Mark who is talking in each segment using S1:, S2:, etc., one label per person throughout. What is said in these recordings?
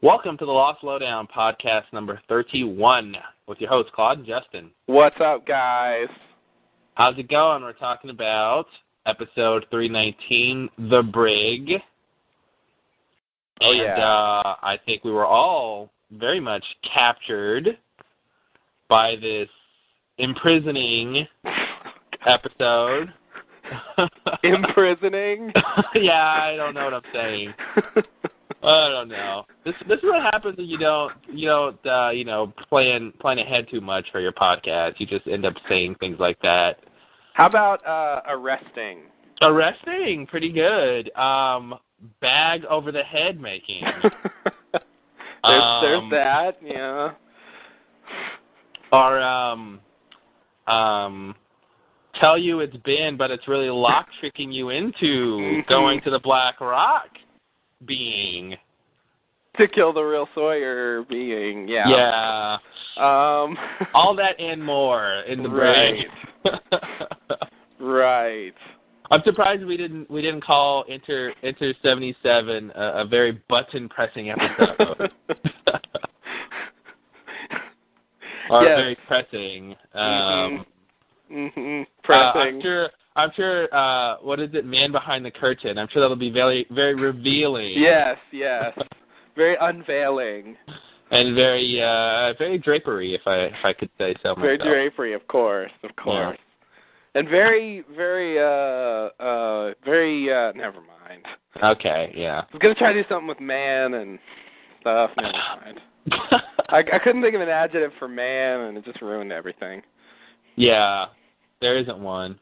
S1: Welcome to the Lost Lowdown podcast number 31 with your host, Claude and Justin.
S2: What's up, guys?
S1: How's it going? We're talking about episode 319, The Brig.
S2: Oh,
S1: and
S2: yeah.
S1: uh, I think we were all very much captured by this imprisoning episode.
S2: Imprisoning?
S1: yeah, I don't know what I'm saying. I don't know. This this is what happens if you don't you don't uh, you know plan plan ahead too much for your podcast. You just end up saying things like that.
S2: How about uh, arresting?
S1: Arresting, pretty good. Um, bag over the head making.
S2: there's,
S1: Um,
S2: there's that, yeah.
S1: or um, um, tell you it's been, but it's really lock tricking you into
S2: Mhm.
S1: going to the Black Rock being.
S2: To kill the real Sawyer being, yeah.
S1: yeah.
S2: Um,
S1: All that and more in the
S2: right,
S1: break.
S2: right.
S1: I'm surprised we didn't we didn't call Inter Inter 77 a, a very button pressing episode. or
S2: Yes.
S1: very pressing. Um,
S2: hmm
S1: uh, I'm
S2: Pressing.
S1: sure. I'm sure. Uh, what is it? Man behind the curtain. I'm sure that'll be very very revealing.
S2: yes, yes. Very unveiling.
S1: And very uh very drapery, if I if I could say so
S2: very
S1: myself.
S2: drapery, of course, of course. And very, very, uh, uh, very, uh, never mind.
S1: Okay. Yeah.
S2: I was gonna try to do something with man and stuff. Never mind. I, I couldn't think of an adjective for man, and it just ruined everything.
S1: yeah. There isn't one.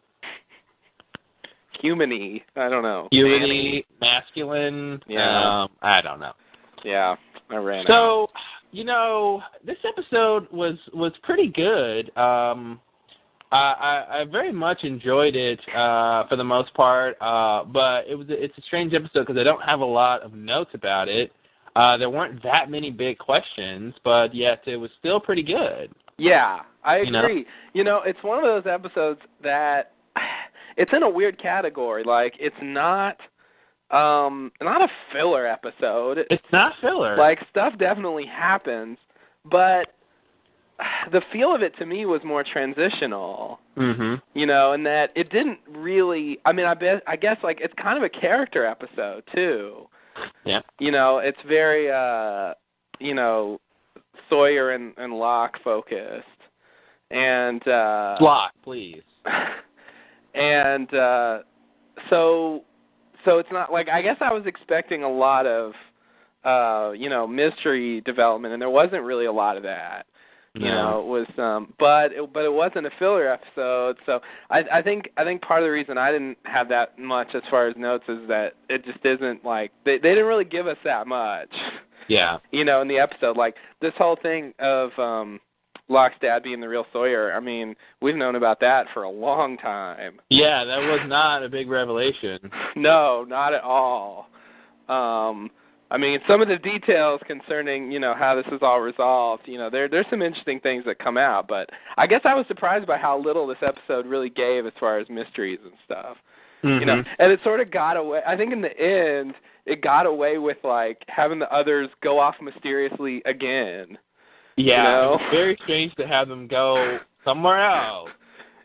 S2: Humany. I don't know. Manny.
S1: Unity, masculine.
S2: Yeah.
S1: Um, I don't know.
S2: Yeah, I ran out.
S1: So, you know, this episode was was pretty good. Um, I, I I very much enjoyed it uh, for the most part, uh, but it was it's a strange episode because I don't have a lot of notes about it. Uh, there weren't that many big questions, but yet it was still pretty good.
S2: Yeah, I
S1: You know?
S2: agree. You know, it's one of those episodes that it's in a weird category. Like, it's not, um, not a filler episode.
S1: It's not filler.
S2: Like stuff definitely happens, but the feel of it to me was more transitional.
S1: hmm
S2: You know, in that it didn't really. I mean, I bet. I guess like it's kind of a character episode too.
S1: Yeah.
S2: You know, it's very, uh you know, Sawyer and and Locke focused, and uh
S1: Block, please.
S2: and uh so so it's not like I guess I was expecting a lot of uh you know mystery development and there wasn't really a lot of that you know it was um but it, but it wasn't a filler episode so I I think I think part of the reason I didn't have that much as far as notes is that it just isn't like they they didn't really give us that much
S1: Yeah.
S2: you know, in the episode. Like this whole thing of um Locke's dad being the real Sawyer, I mean, we've known about that for a long time.
S1: Yeah, that was not a big revelation.
S2: No, not at all. Um I mean, some of the details concerning, you know, how this is all resolved, you know, there there's some interesting things that come out, but I guess I was surprised by how little this episode really gave as far as mysteries and stuff
S1: Mm-hmm.
S2: you know and it sort of got away i think in the end it got away with like having the others go off mysteriously again
S1: yeah.
S2: know?
S1: It was very strange to have them go somewhere else.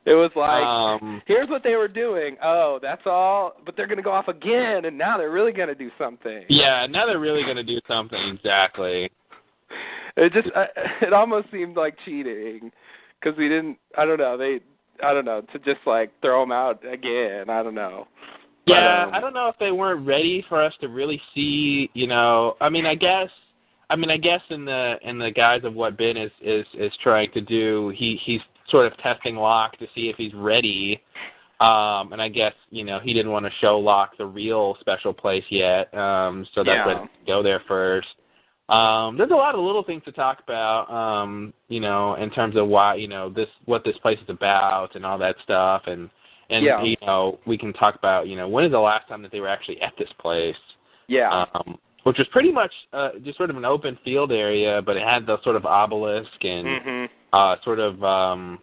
S2: it was like
S1: um,
S2: here's what they were doing oh that's all but they're going to go off again and now they're really going to do something
S1: yeah, now they're really gonna do something exactly.
S2: it just uh, it almost seemed like cheating because we didn't i don't know they i don't know to just like throw them out again i don't know But,
S1: Yeah,
S2: um,
S1: I don't know if they weren't ready for us to really see. You know, I mean, I guess, I mean, I guess in the in the guise of what Ben is is is trying to do, he he's sort of testing Locke to see if he's ready. Um, and I guess you know he didn't want to show Locke the real special place yet, um, so that's
S2: Yeah.
S1: why go there first. Um, there's a lot of little things to talk about, um, you know, in terms of why, you know, this what this place is about and all that stuff, and and
S2: Yeah.
S1: you know, we can talk about, you know, when is the last time that they were actually at this place,
S2: yeah
S1: um, which was pretty much uh, just sort of an open field area, but it had the sort of obelisk and
S2: mhm
S1: uh, sort of um,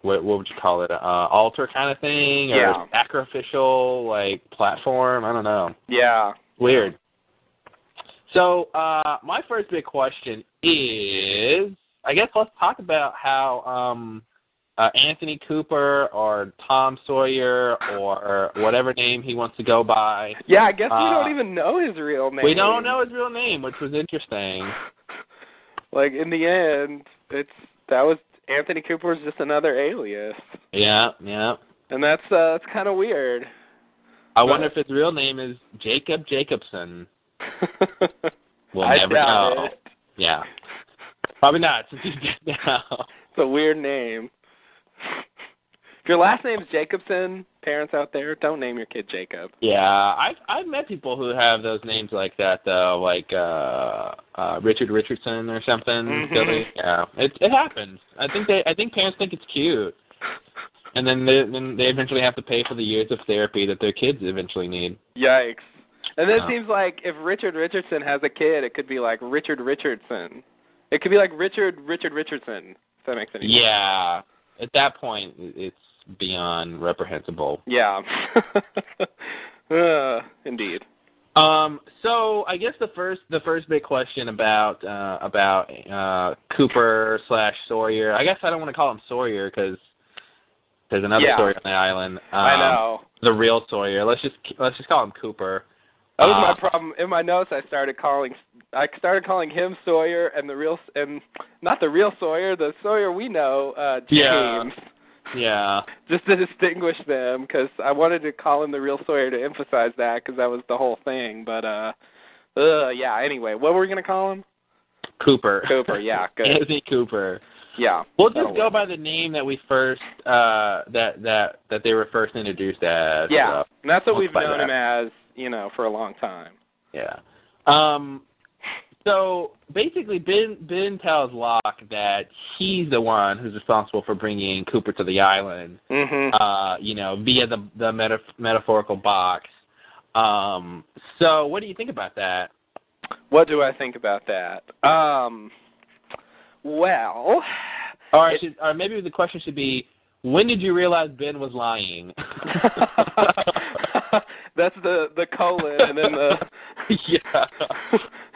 S1: what what would you call it, uh, altar kind of thing, or
S2: Yeah.
S1: um, sacrificial like platform. I don't know,
S2: yeah
S1: weird. So uh, my first big question is, I guess let's talk about how um, uh, Anthony Cooper or Tom Sawyer or whatever name he wants to go by.
S2: Yeah, I guess we
S1: Uh,
S2: don't even know his real name.
S1: We don't know his real name, which was interesting.
S2: Like in the end, it's that was Anthony Cooper was just another alias,
S1: Yeah, yeah.
S2: and that's uh, that's kind of weird.
S1: I
S2: But-
S1: wonder if his real name is Jacob Jacobson. We'll
S2: I
S1: never
S2: doubt
S1: know.
S2: it.
S1: Yeah, probably not since he's dead now.
S2: It's a weird name. If your last name's Jacobson, parents out there, don't name your kid Jacob.
S1: Yeah, I've I've met people who have those names like that though, like uh uh Richard Richardson or something.
S2: Mhm.
S1: silly. Yeah, it it happens. I think they I think parents think it's cute, and then they then they eventually have to pay for the years of therapy that their kids eventually need.
S2: Yikes. And then it
S1: Yeah.
S2: seems like if Richard Richardson has a kid, it could be like Richard Richardson. It could be like Richard Richard Richardson, if that makes any sense.
S1: Yeah, at that point it- it's beyond reprehensible.
S2: Yeah. uh, indeed.
S1: Um, so I guess the first the first big question about uh, about uh, Cooper slash Sawyer. I guess I don't want to call him Sawyer because there's another
S2: Yeah.
S1: Sawyer on the island. Um,
S2: I know.
S1: the real Sawyer. Let's just let's just call him Cooper.
S2: That was
S1: uh,
S2: my problem. In my notes, I started calling, I started calling him Sawyer, and the real, and not the real Sawyer, the Sawyer we know, uh,
S1: Yeah.
S2: James.
S1: Yeah,
S2: just to distinguish them because I wanted to call him the real Sawyer to emphasize that because that was the whole thing. But uh, uh, yeah. Anyway, what were we gonna call him?
S1: Cooper.
S2: Cooper, yeah, good.
S1: Anthony Cooper.
S2: Yeah.
S1: We'll just
S2: That'll
S1: go
S2: work.
S1: by the name that we first uh, that that that they were first introduced as.
S2: Yeah,
S1: so,
S2: and that's what
S1: uh, We'll
S2: we've
S1: play
S2: known
S1: that.
S2: him as, you know, for a long time.
S1: yeah. Um. So basically, Ben Ben tells Locke that he's the one who's responsible for bringing Cooper to the island.
S2: Mm-hmm.
S1: Uh, you know, via the the meta- metaphorical box. Um. So what do you think about that?
S2: what do I think about that? Um, well,
S1: Or, I
S2: It-
S1: should, or maybe the question should be, when did you realize Ben was lying?
S2: that's the the colon and then the
S1: yeah,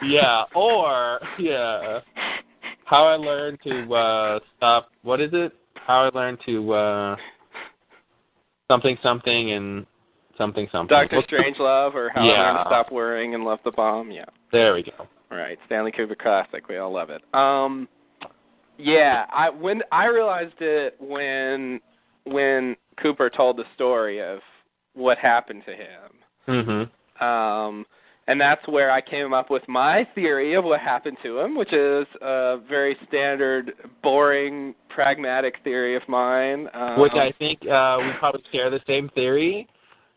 S1: yeah, or yeah, how I learned to uh stop. What is it? How I learned to uh something something and something something.
S2: Doctor
S1: Well,
S2: Strangelove or how I
S1: Yeah.
S2: learned to stop worrying and love the bomb. Yeah.
S1: There we go.
S2: Right, Stanley Kubrick classic. We all love it. Um, yeah, I when I realized it when when Cooper told the story of what happened to him,
S1: Mhm.
S2: um, and that's where I came up with my theory of what happened to him, which is a very standard, boring, pragmatic theory of mine. Um,
S1: Which I think uh we probably share the same theory.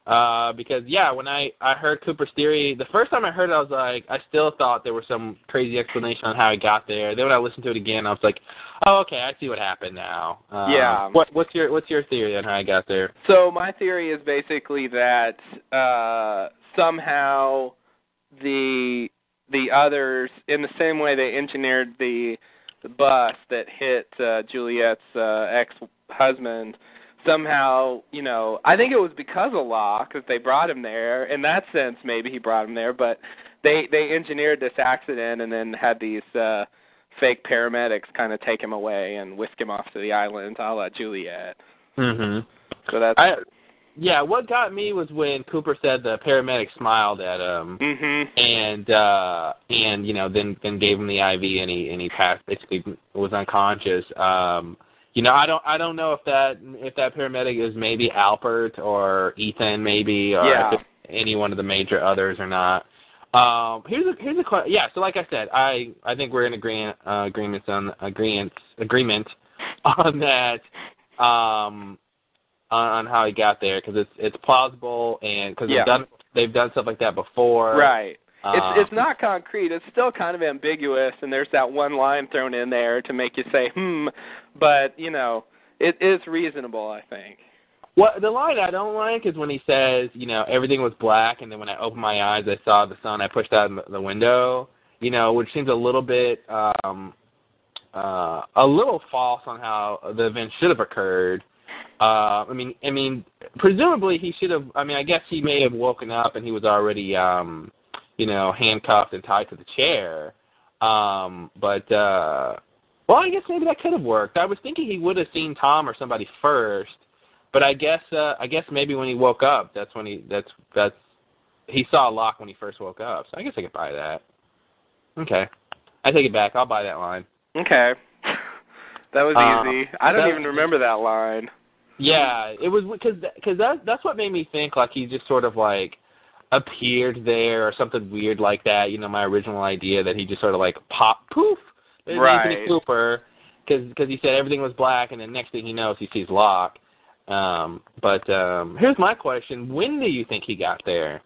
S1: Uh, because yeah, when I I heard Cooper's theory, the first time I heard it, I was like, I still thought there was some crazy explanation on how he got there. Then when I listened to it again, I was like, oh okay, I see what happened now. Uh,
S2: Yeah.
S1: What what's your what's your theory on how I got there?
S2: So my theory is basically that uh, somehow the the others, in the same way they engineered the, the bus that hit uh, Juliet's uh, ex-husband, somehow you know I think it was because of Locke that they brought him there. In that sense, maybe he brought him there, but they they engineered this accident and then had these. Uh, fake paramedics kind of take him away and whisk him off to the island a la Juliet.
S1: Mm-hmm.
S2: So that's
S1: I yeah, what got me was when Cooper said the paramedic smiled at um, him
S2: Mhm.
S1: and uh and you know then then gave him the IV and he and he passed basically was unconscious. Um you know, I don't I don't know if that if that paramedic is maybe Alpert or Ethan maybe or
S2: Yeah.
S1: if any one of the major others or not. Um here's a here's a question. Yeah, so like I said, I I think we're in agreement uh, agreements on agreements agreement on that um on, on how he got there because it's it's plausible and because
S2: Yeah.
S1: they've done they've done stuff like that before.
S2: Right.
S1: Um,
S2: It's it's not concrete. It's still kind of ambiguous, and there's that one line thrown in there to make you say hmm, but you know it is reasonable. I think.
S1: What the line I don't like is when he says, you know, everything was black, and then when I opened my eyes, I saw the sun. I pushed out the window, you know, which seems a little bit, um, uh, a little false on how the event should have occurred. Uh, I mean, I mean, presumably he should have. I mean, I guess he may have woken up and he was already, um, you know, handcuffed and tied to the chair. Um, but uh, well, I guess maybe that could have worked. I was thinking he would have seen Tom or somebody first, but I guess uh, I guess maybe when he woke up, that's when he that's that's he saw Locke when he first woke up. So I guess I could buy that. Okay, I take it back. I'll buy that line.
S2: Okay. that was
S1: Uh,
S2: easy.
S1: that
S2: I don't
S1: was
S2: even
S1: easy.
S2: remember that line.
S1: Yeah, it was because because that that's what made me think like he just sort of like appeared there or something weird like that. You know, my original idea that he just sort of like pop poof, there's Anthony
S2: Right.
S1: Cooper, because he said everything was black, and then next thing he knows he sees Locke. Um, but um, here's my question: When do you think he got there?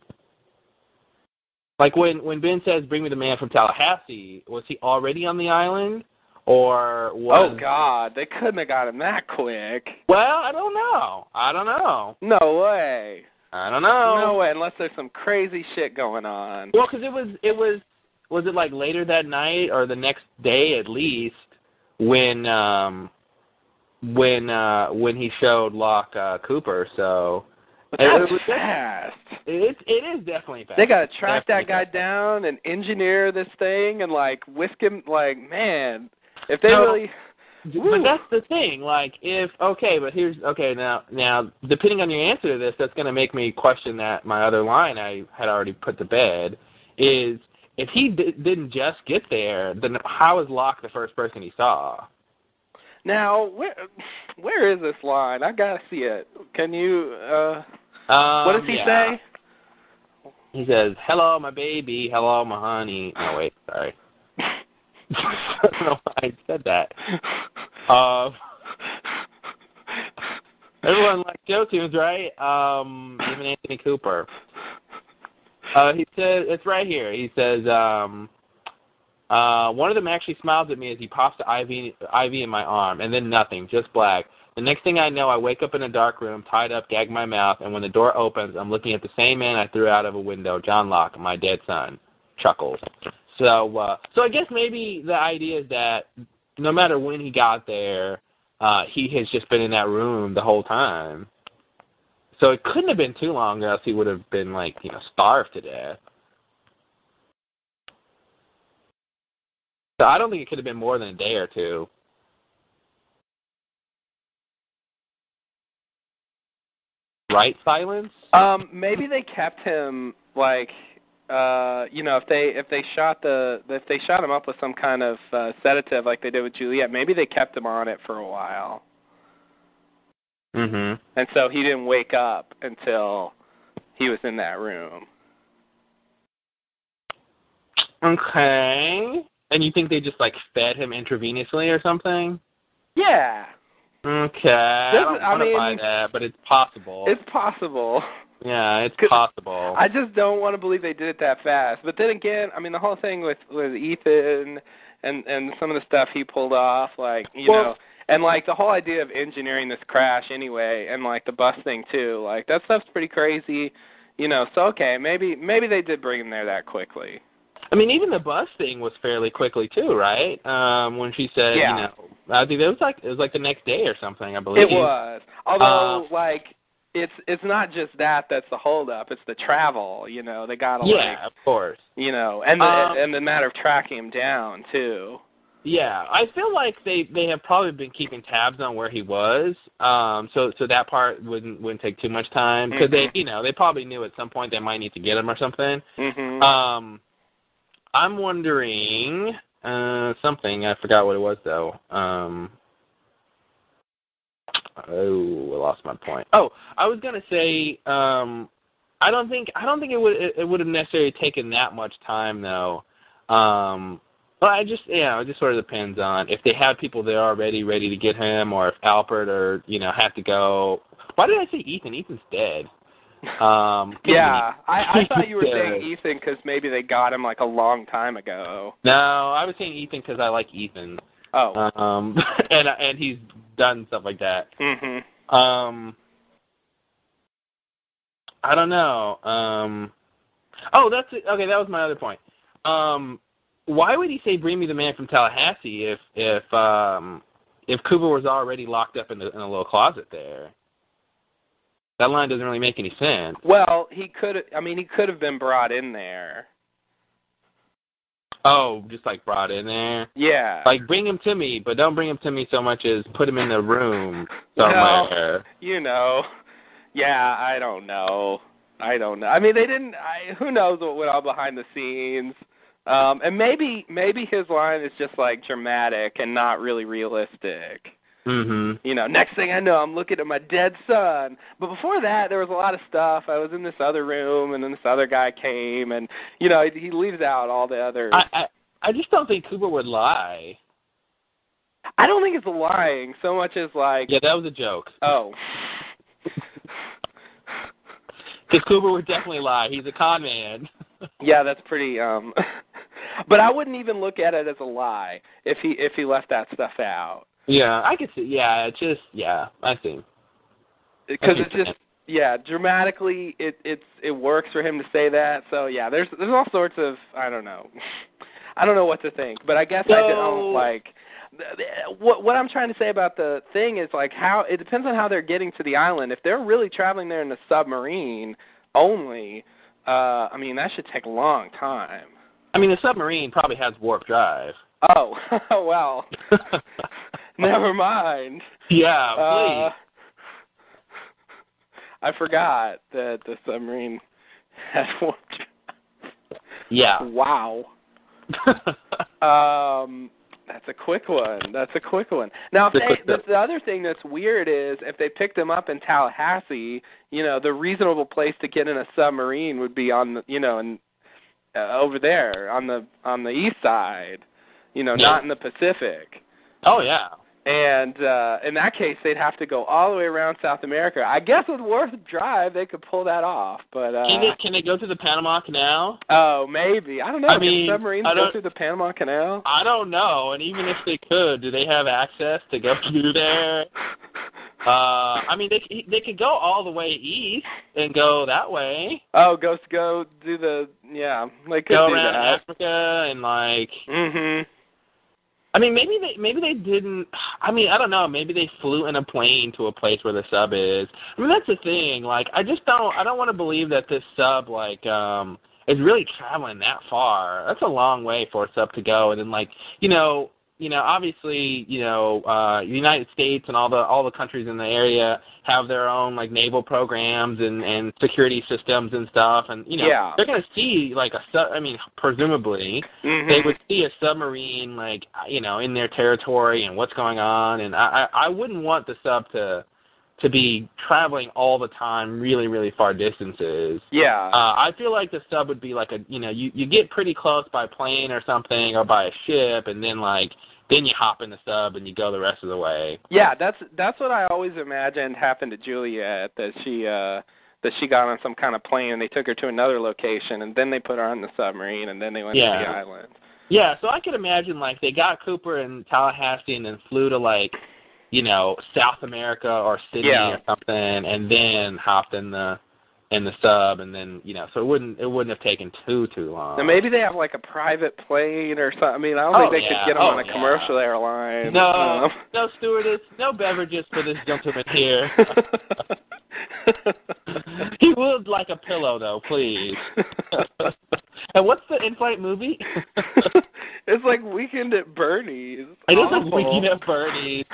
S1: Like when when Ben says, "Bring me the man from Tallahassee," was he already on the island, or was
S2: Oh God, they couldn't have got him that quick.
S1: Well, I don't know. I don't know.
S2: No way.
S1: I don't
S2: No
S1: know.
S2: way. Unless there's some crazy shit going on.
S1: Well, 'cause it was it was was it like later that night or the next day at least when um when uh when he showed Locke uh, Cooper. So
S2: But
S1: It
S2: that's
S1: was-
S2: fast.
S1: it it is definitely bad.
S2: They gotta track that
S1: Definitely
S2: guy
S1: fast.
S2: down and engineer this thing and like whisk him. Like man, if they
S1: No.
S2: really Woo.
S1: But that's the thing. Like if okay, but here's okay now now depending on your answer to this, that's going to make me question that my other line I had already put to bed is if he d- didn't just get there, then how is Locke the first person he saw?
S2: now where where is this line? I gotta see it. Can you? uh
S1: Um,
S2: What does he
S1: yeah.
S2: say?
S1: He says, "Hello, my baby. Hello, my honey." No, wait, sorry. I don't know why I said that. Um, everyone likes show tunes, right? Um, even Anthony Cooper. Uh, he says it's right here. He says, um, uh, one of them actually smiles at me as he pops the IV, IV in my arm, and then nothing, just black. The next thing I know, I wake up in a dark room, tied up, gag my mouth, and when the door opens, I'm looking at the same man I threw out of a window, John Locke, my dead son. Chuckles. So, uh, so I guess maybe the idea is that no matter when he got there, uh, he has just been in that room the whole time. So it couldn't have been too long, or else he would have been like you know starved to death. So I don't think it could have been more than a day or two. Right silence.
S2: Um, maybe they kept him like uh you know if they if they shot the if they shot him up with some kind of uh, sedative like they did with Juliet maybe they kept him on it for a while
S1: Mm-hmm.
S2: and so he didn't wake up until he was in that room
S1: Okay. And you think they just like fed him intravenously or something?
S2: yeah
S1: Okay. I don't
S2: Doesn't- I
S1: wanna buy
S2: mean-
S1: that, but it's possible.
S2: it's possible
S1: yeah, it's
S2: Could-
S1: possible.
S2: I just don't want to believe they did it that fast but then again I mean the whole thing with with Ethan and and some of the stuff he pulled off like you
S1: Well-
S2: know and like the whole idea of engineering this crash anyway and like the bus thing too like that stuff's pretty crazy you know so okay maybe maybe they did bring him there that quickly
S1: I mean, even the bus thing was fairly quickly too, right? Um, when she said,
S2: Yeah.
S1: you know, I think it was like it was like the next day or something, I believe.
S2: it was although
S1: Uh,
S2: like it's it's not just that that's the hold up it's the travel you know they got to like
S1: Yeah, of course.
S2: you know and the
S1: Um,
S2: and the matter of tracking him down too
S1: Yeah, I feel like they they have probably been keeping tabs on where he was. Um, so so that part wouldn't wouldn't take too much time because
S2: Mhm.
S1: they you know they probably knew at some point they might need to get him or something.
S2: mhm
S1: Um, I'm wondering uh, something. I forgot what it was though. Um, oh, I lost my point. Oh, I was gonna say. Um, I don't think I don't think it would it, it would have necessarily taken that much time though. Um, but I just yeah, it just sort of depends on if they had people there already ready to get him, or if Alfred or you know have to go. Why did I say Ethan? Ethan's dead. Um,
S2: Yeah, I, I thought you were
S1: Yeah.
S2: saying Ethan because maybe they got him like a long time ago.
S1: No, I was saying Ethan because I like Ethan,
S2: Oh.
S1: um, and and he's done stuff like that.
S2: hmm
S1: Um, I don't know. Um, oh, that's it. okay. That was my other point. Um, why would he say "Bring me the man from Tallahassee" if if um, if Cooper was already locked up in the in a little closet there? That line doesn't really make any sense.
S2: Well, he could. I mean, he could have been brought in there.
S1: oh, just like brought in there.
S2: Yeah.
S1: Like bring him to me, but don't bring him to me so much as put him in the room somewhere.
S2: you know. Yeah, I don't know. I don't know. I mean, they didn't. I, who knows what went on behind the scenes? Um, and maybe maybe his line is just like dramatic and not really realistic.
S1: Mhm.
S2: You know, next thing I know, I'm looking at my dead son. But before that, there was a lot of stuff. I was in this other room, and then this other guy came, and you know, he, he leaves out all the other.
S1: I, I I just don't think Cooper would lie.
S2: I don't think it's lying so much as like,
S1: Yeah, that was a joke.
S2: oh,
S1: Because Cooper would definitely lie. He's a con man.
S2: yeah, that's pretty. um But I wouldn't even look at it as a lie if he if he left that stuff out.
S1: yeah, I could see. Yeah, it's just yeah, I see.
S2: because
S1: That's
S2: it's just yeah dramatically it it's it works for him to say that so yeah there's there's all sorts of i don't know i don't know what to think but i guess i
S1: So-
S2: don't like th- th- what what i'm trying to say about the thing is like how it depends on how they're getting to the island if they're really traveling there in a submarine only uh i mean that should take a long time
S1: I mean, the submarine probably has warp drive.
S2: oh well never mind
S1: yeah,
S2: Uh,
S1: Oh, please.
S2: I forgot that the submarine had warp
S1: yeah.
S2: drive. Wow. Um, that's a quick one. That's a quick one. Now, if
S1: That's
S2: they,
S1: a-
S2: the, the other thing that's weird is if they picked him up in Tallahassee, you know, the reasonable place to get in a submarine would be on the, you know, and uh, over there on the on the east side, you know,
S1: Yeah.
S2: not in the Pacific.
S1: oh yeah.
S2: And uh in that case they'd have to go all the way around South America. I guess with Warp Drive they could pull that off, but uh
S1: Can they can they go to the Panama Canal?
S2: oh maybe. I don't know.
S1: I
S2: Can
S1: mean,
S2: submarines
S1: I
S2: go
S1: don't-
S2: through the Panama Canal?
S1: I don't know. And even if they could, do they have access to go through there? Uh, I mean, they they could go all the way east and go that way,
S2: Oh, go go do the yeah, they could
S1: go
S2: do
S1: around
S2: that.
S1: Africa and like.
S2: Mhm.
S1: I mean, maybe they maybe they didn't. I mean, I don't know. Maybe they flew in a plane to a place where the sub is. I mean, that's the thing. Like, I just don't. I don't want to believe that this sub like um is really traveling that far. That's a long way for a sub to go. And then like you know you know obviously you know uh the United States and all the all the countries in the area have their own like naval programs and and security systems and stuff. And you know
S2: Yeah.
S1: they're gonna see like a sub. I mean, presumably
S2: Mhm.
S1: they would see a submarine like uh, you know in their territory and what's going on and i i I wouldn't want the sub to to be traveling all the time really really far distances
S2: Yeah.
S1: uh i feel like the sub would be like a you know you you get pretty close by plane or something or by a ship and then like then you hop in the sub and you go the rest of the way
S2: Yeah, that's that's what I always imagined happened to Juliet that she uh that she got on some kind of plane and they took her to another location and then they put her on the submarine and then they went to
S1: Yeah.
S2: the island.
S1: yeah so i could imagine like they got cooper in tallahassee and then flew to like you know South America or Sydney
S2: Yeah.
S1: or something, and then hopped in the in the sub, and then you know, so it wouldn't it wouldn't have taken too too long.
S2: Now maybe they have like a private plane or something. I mean, I don't
S1: Oh,
S2: think they
S1: yeah.
S2: could get them
S1: Oh,
S2: on a
S1: yeah.
S2: commercial airline.
S1: no,
S2: Um,
S1: no stewardess, no beverages for this gentleman here. he would like a pillow though, please. and what's the in-flight movie?
S2: it's like weekend at Bernie's.
S1: It is like
S2: Awful.
S1: Weekend at Bernie's.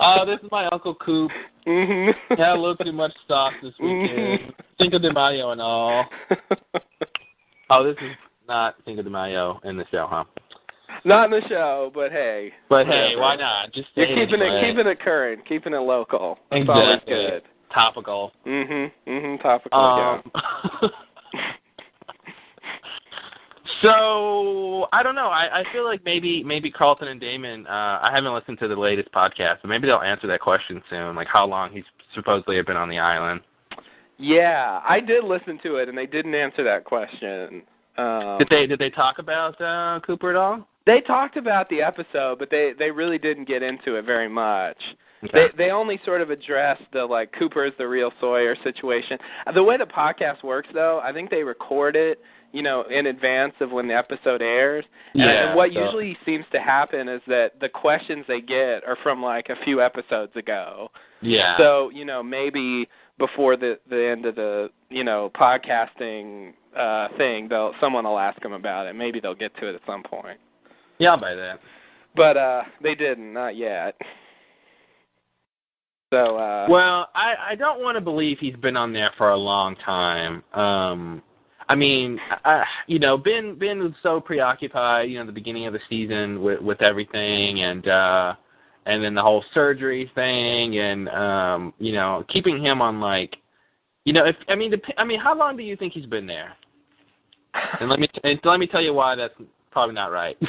S1: Oh, this is my Uncle Coop.
S2: Mhm.
S1: Had a little too much sauce this
S2: Mm-hmm.
S1: weekend. Cinco de Mayo and all. Oh, this is not Cinco de Mayo in the show, huh?
S2: Not in the show, but hey.
S1: But hey,
S2: Whatever.
S1: why not? Just say
S2: You're keeping
S1: anyway.
S2: it keeping it current, keeping it local. That's always
S1: Exactly.
S2: good.
S1: topical.
S2: Mhm. Mhm. Topical.
S1: Um, so I don't know. I, I feel like maybe maybe Carlton and Damon. Uh, I haven't listened to the latest podcast, but maybe they'll answer that question soon. Like how long he's supposedly have been on the island.
S2: yeah. Yeah. I did listen to it, and they didn't answer that question. Um,
S1: Did they did they talk about uh, Cooper at all?
S2: they talked about the episode, but they they really didn't get into it very much. They they only sort of addressed the like Cooper is the real Sawyer situation. Uh, The way the podcast works though, I think they record it, you know, in advance of when the episode airs. And,
S1: yeah.
S2: and what
S1: so-
S2: usually seems to happen is that the questions they get are from like a few episodes ago.
S1: Yeah.
S2: So, you know, maybe before the the end of the you know podcasting uh thing they'll someone will ask them about it maybe they'll get to it at some point
S1: Yeah, I'll buy that.
S2: but uh they didn't not yet so uh
S1: Well, I, I don't want to believe he's been on there for a long time. Um, I mean, I, you know, Ben Ben was so preoccupied, you know, the beginning of the season with with everything, and uh, and then the whole surgery thing, and um, you know, keeping him on like, you know, if I mean, dep- I mean, how long do you think he's been there? And let me and let me tell you why that's probably not right.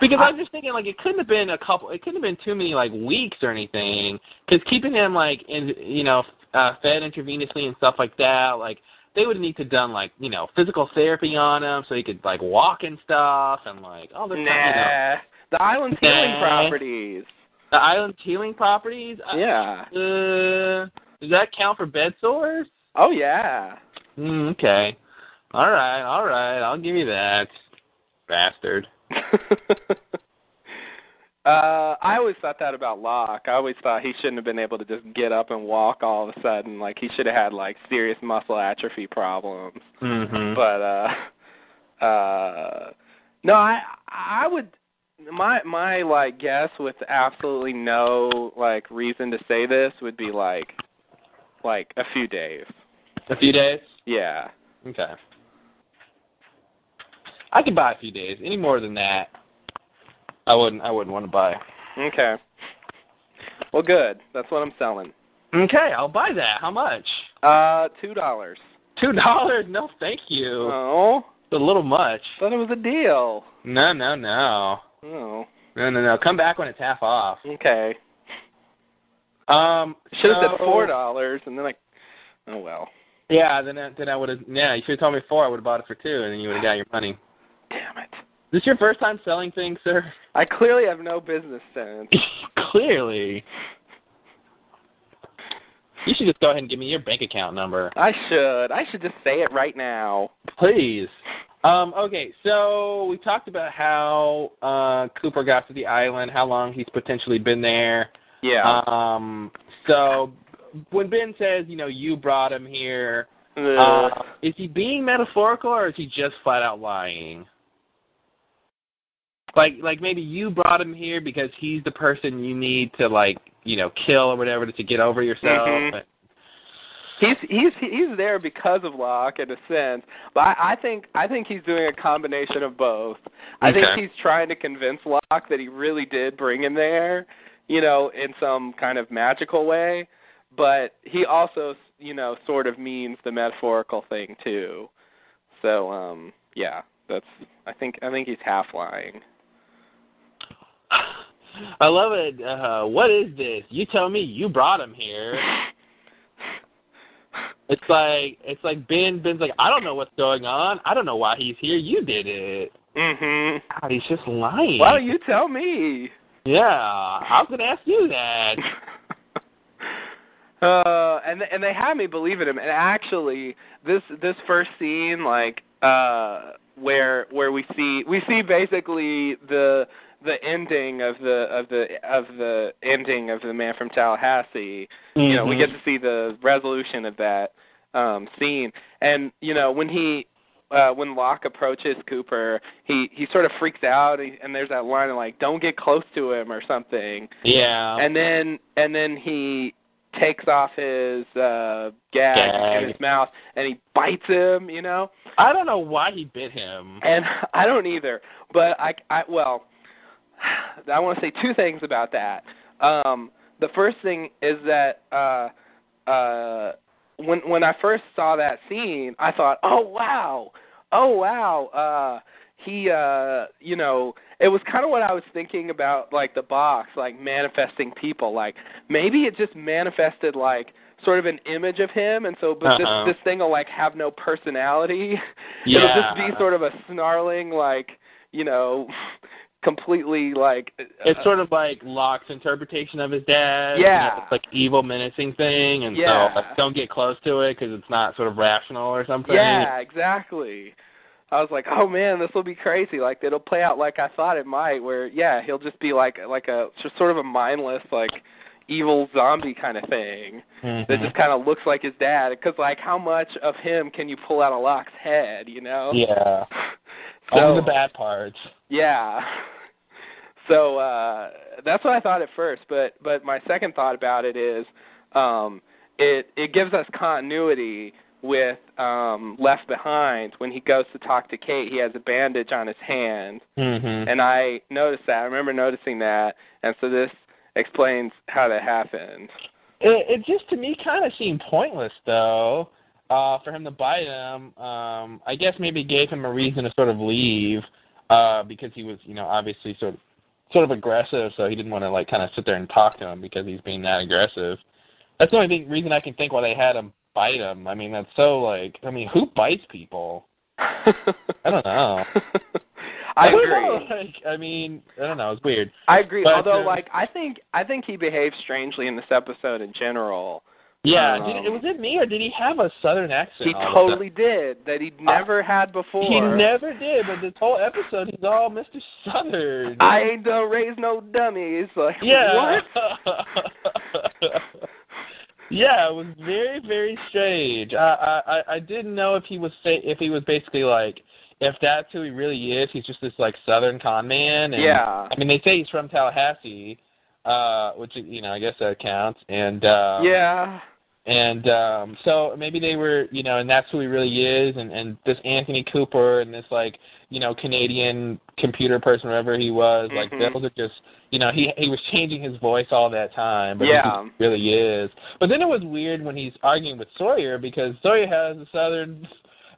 S1: Because I, was just thinking, like, it couldn't have been a couple. It couldn't have been too many like weeks or anything. Because keeping him like in, you know, uh, fed intravenously and stuff like that, like they would need to done like you know physical therapy on him so he could like walk and stuff and like all this. kind of, you know,
S2: nah the island's healing
S1: Nah.
S2: properties
S1: the island's healing properties. I-
S2: yeah
S1: Uh, does that count for bed sores?
S2: oh yeah
S1: Mm, okay. All right. All right. I'll give you that, bastard.
S2: Uh, I always thought that about Locke. I always thought he shouldn't have been able to just get up and walk all of a sudden. Like he should have had like serious muscle atrophy problems.
S1: Mm-hmm.
S2: But uh uh no, I I would my my like guess with absolutely no like reason to say this would be like like a few days.
S1: a few days.
S2: Yeah.
S1: Okay. I could buy a few days. Any more than that, I wouldn't. I wouldn't want to buy.
S2: Okay. Well, good. That's what I'm selling.
S1: Okay, I'll buy that. How much?
S2: Uh, two dollars.
S1: Two dollars? No, thank you.
S2: Oh,
S1: it's a little much.
S2: thought it was a deal.
S1: No, no, no,
S2: Oh,
S1: no, no, no. Come back when it's half off.
S2: okay.
S1: Um,
S2: Should have
S1: so-
S2: said four dollars, and then I. Oh well.
S1: Yeah, then I- then I would have. Yeah, you should have told me four. I would have bought it for two, and then you would have got your money.
S2: Damn it.
S1: Is this your first time selling things, sir?
S2: I clearly have no business sense.
S1: Clearly. You should just go ahead and give me your bank account number.
S2: I should. I should just say it right now.
S1: Please. Um, okay, so we talked about how uh, Cooper got to the island, how long he's potentially been there.
S2: Yeah.
S1: Um, so when Ben says, you know, you brought him here, uh,
S2: Ugh.
S1: is he being metaphorical or is he just flat out lying? Like, like maybe you brought him here because he's the person you need to like, you know, kill or whatever to get over yourself.
S2: Mhm. he's he's he's there because of Locke in a sense, but I, I think I think he's doing a combination of both. I think
S1: Okay.
S2: he's trying to convince Locke that he really did bring him there, you know, in some kind of magical way, but he also, you know, sort of means the metaphorical thing too. So, um, yeah, that's I think I think he's half lying.
S1: I love it. Uh, what is this? You tell me you brought him here. It's like it's like Ben. Ben's like, I don't know what's going on. I don't know why he's here. You did it.
S2: Mhm.
S1: God, he's just lying.
S2: Why don't you tell me?
S1: yeah, I was gonna ask you that.
S2: uh, and and they had me believe in him. And actually, this this first scene, like uh, where where we see we see basically the the ending of the of the of the ending of the man from Tallahassee. You know, we
S1: Mhm.
S2: get to see the resolution of that um scene. And you know, when he uh when Locke approaches Cooper, he he sort of freaks out, and, and there's that line of like, "Don't get close to him" or something
S1: yeah.
S2: and then and then he takes off his uh gag, in
S1: Gag.
S2: his mouth and he bites him you know
S1: I don't know why he bit him.
S2: and i don't either but i i well i want to say two things about that um the first thing is that uh uh when when i first saw that scene i thought oh wow oh wow uh he uh you know it was kind of what i was thinking about like the box like manifesting people like maybe it just manifested like sort of an image of him and so but
S1: Uh-uh.
S2: this this thing will like have no personality it'll
S1: Yeah.
S2: just be sort of a snarling like you know completely like
S1: It's sort of like Locke's interpretation of his dad.
S2: Yeah.
S1: You know, it's like evil menacing thing, and
S2: Yeah.
S1: so like, don't get close to it because it's not sort of rational or something.
S2: uh, Yeah, exactly. I was like, oh man, this will be crazy. Like it'll play out like I thought it might. Where yeah, he'll just be like like a just sort of a mindless like evil zombie kind of thing
S1: Mm-hmm.
S2: that just kind of looks like his dad. Because like, how much of him can you pull out of Locke's head? You know?
S1: yeah.
S2: So,
S1: Only the bad parts.
S2: yeah. So uh that's what I thought at first, but but my second thought about it is um it it gives us continuity with um Left Behind when he goes to talk to Kate, he has a bandage on his hand
S1: Mm-hmm.
S2: and I noticed that. I remember noticing that and so this explains how that happened.
S1: It, it just to me kind of seemed pointless though uh, for him to buy them. Um, I guess maybe it gave him a reason to sort of leave uh, because he was, you know, obviously sort of sort of aggressive, so he didn't want to like kind of sit there and talk to him because he's being that aggressive. That's the only thing, reason I can think why they had him bite him. I mean, that's so like, I mean, who bites people? I don't know.
S2: I
S1: don't
S2: agree.
S1: know, Like, I mean, I don't know. It's weird.
S2: I agree.
S1: But,
S2: Although,
S1: uh,
S2: like, I think I think he behaved strangely in this episode in general.
S1: Yeah,
S2: Um,
S1: did, was it me or did he have a southern accent?
S2: He
S1: all of a sudden?
S2: totally did that he'd never had before.
S1: He never did, but this whole episode he's all Mr. Southern.
S2: I ain't done raise no dummies. Like,
S1: yeah.
S2: what?
S1: yeah, it was very very strange. I I I- I didn't know if he was fa- if he was basically like if that's who he really is. He's just this like Southern con man. And,
S2: Yeah.
S1: I mean, they say he's from Tallahassee, uh, which you know I guess that counts. And uh,
S2: yeah.
S1: and um so maybe they were, you know, and that's who he really is and and this Anthony Cooper and this like, you know, Canadian computer person whatever he was, like
S2: Mhm.
S1: those are just, you know, he he was changing his voice all that time, but this
S2: Yeah.
S1: is- really is. But then it was weird when he's arguing with Sawyer because Sawyer has a southern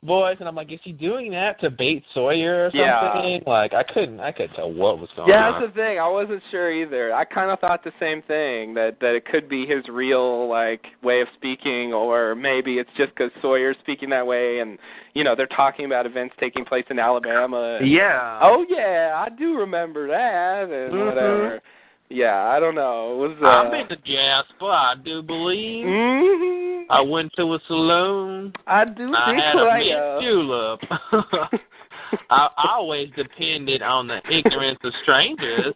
S1: voice and I'm like, is he doing that to bait Sawyer or
S2: Yeah.
S1: something? Like I couldn't I could tell what was going
S2: Yeah,
S1: on.
S2: that's the thing. I wasn't sure either. I kind of thought the same thing that that it could be his real like way of speaking, or maybe it's just because Sawyer's speaking that way, and you know they're talking about events taking place in Alabama. and-
S1: yeah.
S2: oh yeah, I do remember that and
S1: Mhm.
S2: whatever. Yeah, I don't know. It was uh,
S1: I've been to Jasper, I do believe.
S2: mhm.
S1: I went to a saloon.
S2: I do
S1: I
S2: think
S1: had a
S2: like
S1: mint
S2: uh,
S1: julep. I always depended on the ignorance of strangers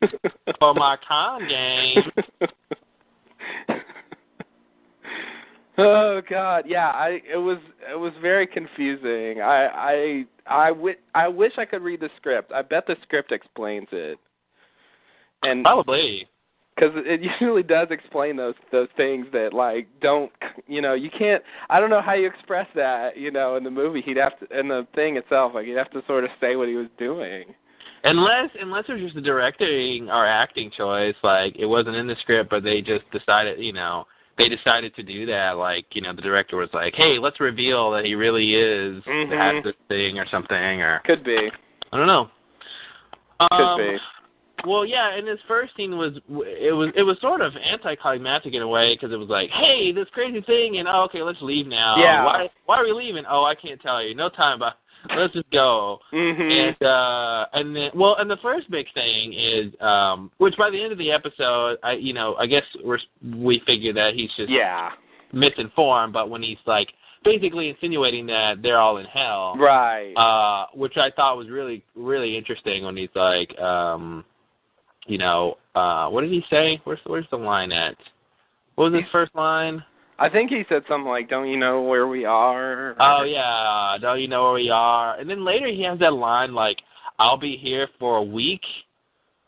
S1: for my con game.
S2: oh god, yeah, I it was it was very confusing. I I I wi- I wish I could read the script. I bet the script explains it. And
S1: Probably.
S2: cuz it usually does explain those those things that like don't you know, you can't I don't know how you express that, you know, in the movie. He'd have to in the thing itself, like he'd have to sort of say what he was doing.
S1: Unless unless it was just a directing or acting choice, like it wasn't in the script but they just decided, you know, they decided to do that, like, you know, the director was like, Hey, let's reveal that he really is
S2: Mhm.
S1: at this thing or something or
S2: Could be.
S1: I don't know.
S2: Could
S1: Um,
S2: be.
S1: Well, yeah, and this first scene was it was it was sort of anticlimactic in a way because it was like, hey, this crazy thing, and oh, okay, let's leave now.
S2: Yeah.
S1: Why why are we leaving? Oh, I can't tell you. No time, but let's just go.
S2: Mhm.
S1: And uh and then well, and the first big thing is um which by the end of the episode, I you know I guess we're we figure that he's just
S2: Yeah.
S1: misinformed, but when he's like basically insinuating that they're all in hell,
S2: Right.
S1: uh, which I thought was really really interesting when he's like, um, you know, uh, what did he say? Where's where's the line at? What was his first line?
S2: I think he said something like, "Don't you know where we are?"
S1: Oh yeah, don't you know where we are? And then later he has that line like, "I'll be here for a week,"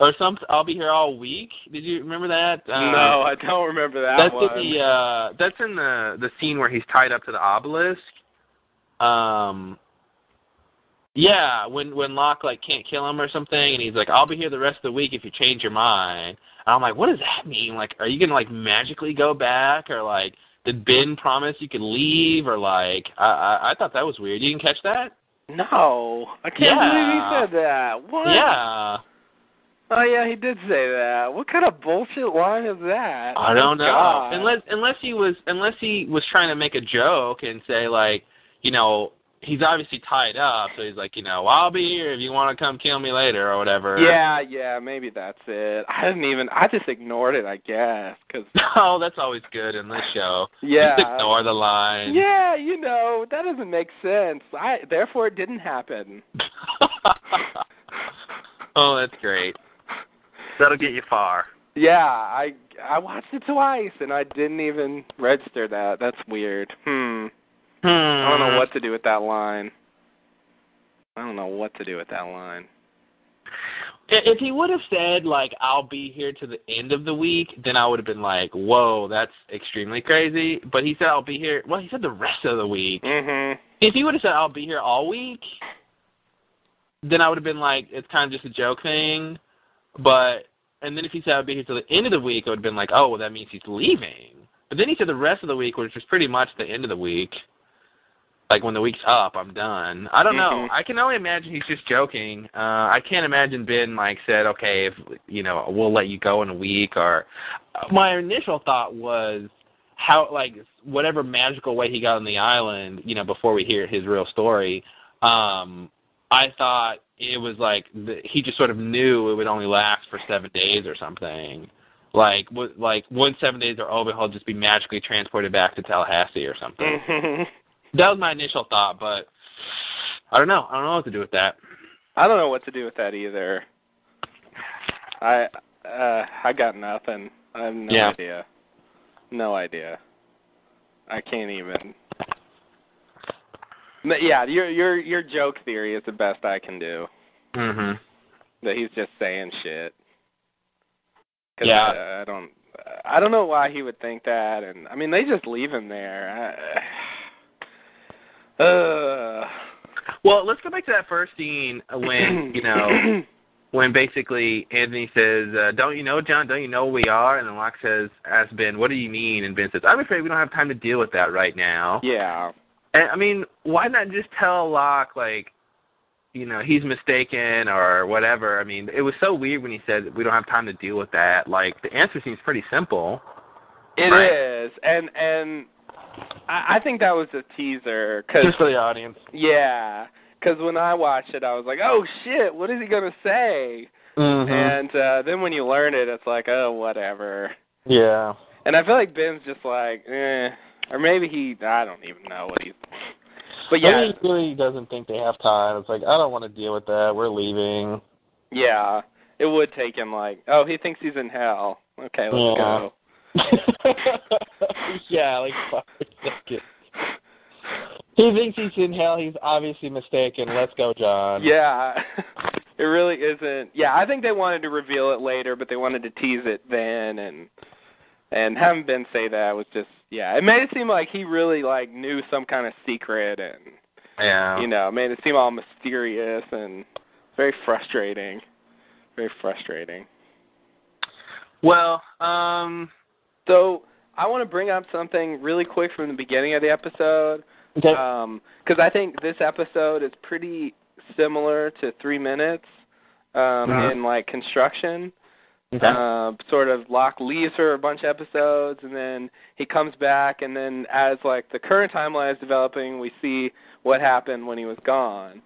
S1: or something. I'll be here all week. Did you remember that? Uh,
S2: no, I don't remember that
S1: that's
S2: one.
S1: in the uh, that's in the the scene where he's tied up to the obelisk. Um, yeah, when when Locke like can't kill him or something, and he's like, "I'll be here the rest of the week if you change your mind." And I'm like, "What does that mean? Like, are you gonna like magically go back, or like did Ben promise you could leave, or like I I, I thought that was weird. You didn't catch that?
S2: no, I can't
S1: uh, Yeah.
S2: believe he said that. What?
S1: Yeah,
S2: Oh yeah, he did say that. What kind of bullshit line is that?
S1: I don't know.
S2: Oh, God.
S1: Unless unless he was unless he was trying to make a joke and say like, you know, he's obviously tied up, so he's like, you know, I'll be here if you want to come kill me later or whatever.
S2: Yeah, yeah, maybe that's it. I didn't even. I just ignored it, I guess, because
S1: No, Oh, that's always good in this show.
S2: yeah,
S1: Just ignore the line.
S2: yeah, you know that doesn't make sense. I therefore it didn't happen.
S1: oh, that's great. That'll get you far.
S2: Yeah, I I watched it twice and I didn't even register that. That's weird. Hmm.
S1: Hmm.
S2: I don't know what to do with that line. I don't know what to do with that line.
S1: If he would have said like I'll be here to the end of the week, then I would have been like, "Whoa, that's extremely crazy." But he said I'll be here. Well, he said the rest of the week.
S2: Mhm.
S1: If he would have said I'll be here all week, then I would have been like, "It's kind of just a joke thing." But and then if he said I'll be here till the end of the week, I would have been like, "Oh, well, that means he's leaving." But then he said the rest of the week, which was pretty much the end of the week. Like when the week's up, I'm done. I don't know.
S2: Mhm.
S1: I can only imagine he's just joking. Uh I can't imagine Ben like said, "Okay, if you know, we'll let you go in a week." Or uh, my initial thought was how like whatever magical way he got on the island, you know, before we hear his real story, um, I thought it was like the, he just sort of knew it would only last for seven days or something. Like, w- like once seven days are over, he'll just be magically transported back to Tallahassee or something.
S2: Mhm.
S1: That was my initial thought, but I don't know. I don't know what to do with that.
S2: I don't know what to do with that either. I uh I got nothing. I have no
S1: Yeah.
S2: idea. No idea. I can't even. No, yeah, your your your joke theory is the best I can do.
S1: Mhm.
S2: That he's just saying shit. 'Cause
S1: Yeah.
S2: I, I don't. I don't know why he would think that, and I mean they just leave him there. I, uh,
S1: Well, let's go back to that first scene when you know when basically Anthony says, uh, "Don't you know, John? Don't you know who we are?" And then Locke says, "Asks Ben, what do you mean?" And Ben says, "I'm afraid we don't have time to deal with that right now."
S2: yeah.
S1: And, I mean, why not just tell Locke like, you know, he's mistaken or whatever? I mean, it was so weird when he said we don't have time to deal with that. Like the answer seems pretty simple.
S2: It is,
S1: Right.
S2: and and I, I think that was a teaser
S1: Just
S2: because
S1: for the audience.
S2: yeah, because when I watched it, I was like, oh shit, what is he gonna say?
S1: Mm-hmm.
S2: And uh then when you learn it, it's like, oh whatever.
S1: yeah.
S2: And I feel like Ben's just like, eh, or maybe he, I don't even know what he's. But yeah,
S1: he really doesn't think they have time. It's like I don't want to deal with that. We're leaving.
S2: yeah, it would take him like, oh, he thinks he's in hell. Okay, let's
S1: Yeah.
S2: go.
S1: yeah, like fuck. He thinks he's in hell. He's obviously mistaken. Let's go, John.
S2: Yeah. It really isn't. Yeah, I think they wanted to reveal it later, but they wanted to tease it then and and having Ben say that was just yeah, it made it seem like he really like knew some kind of secret and
S1: Yeah.
S2: you know, made it seem all mysterious and very frustrating. Very frustrating.
S1: Well, um,
S2: So, I want to bring up something really quick from the beginning of the episode.
S1: okay.
S2: Um 'cause I think this episode is pretty similar to Three Minutes um,
S1: Mhm.
S2: in like construction.
S1: okay.
S2: Uh, sort of Locke leaves for a bunch of episodes, and then he comes back, and then as like the current timeline is developing, we see what happened when he was gone,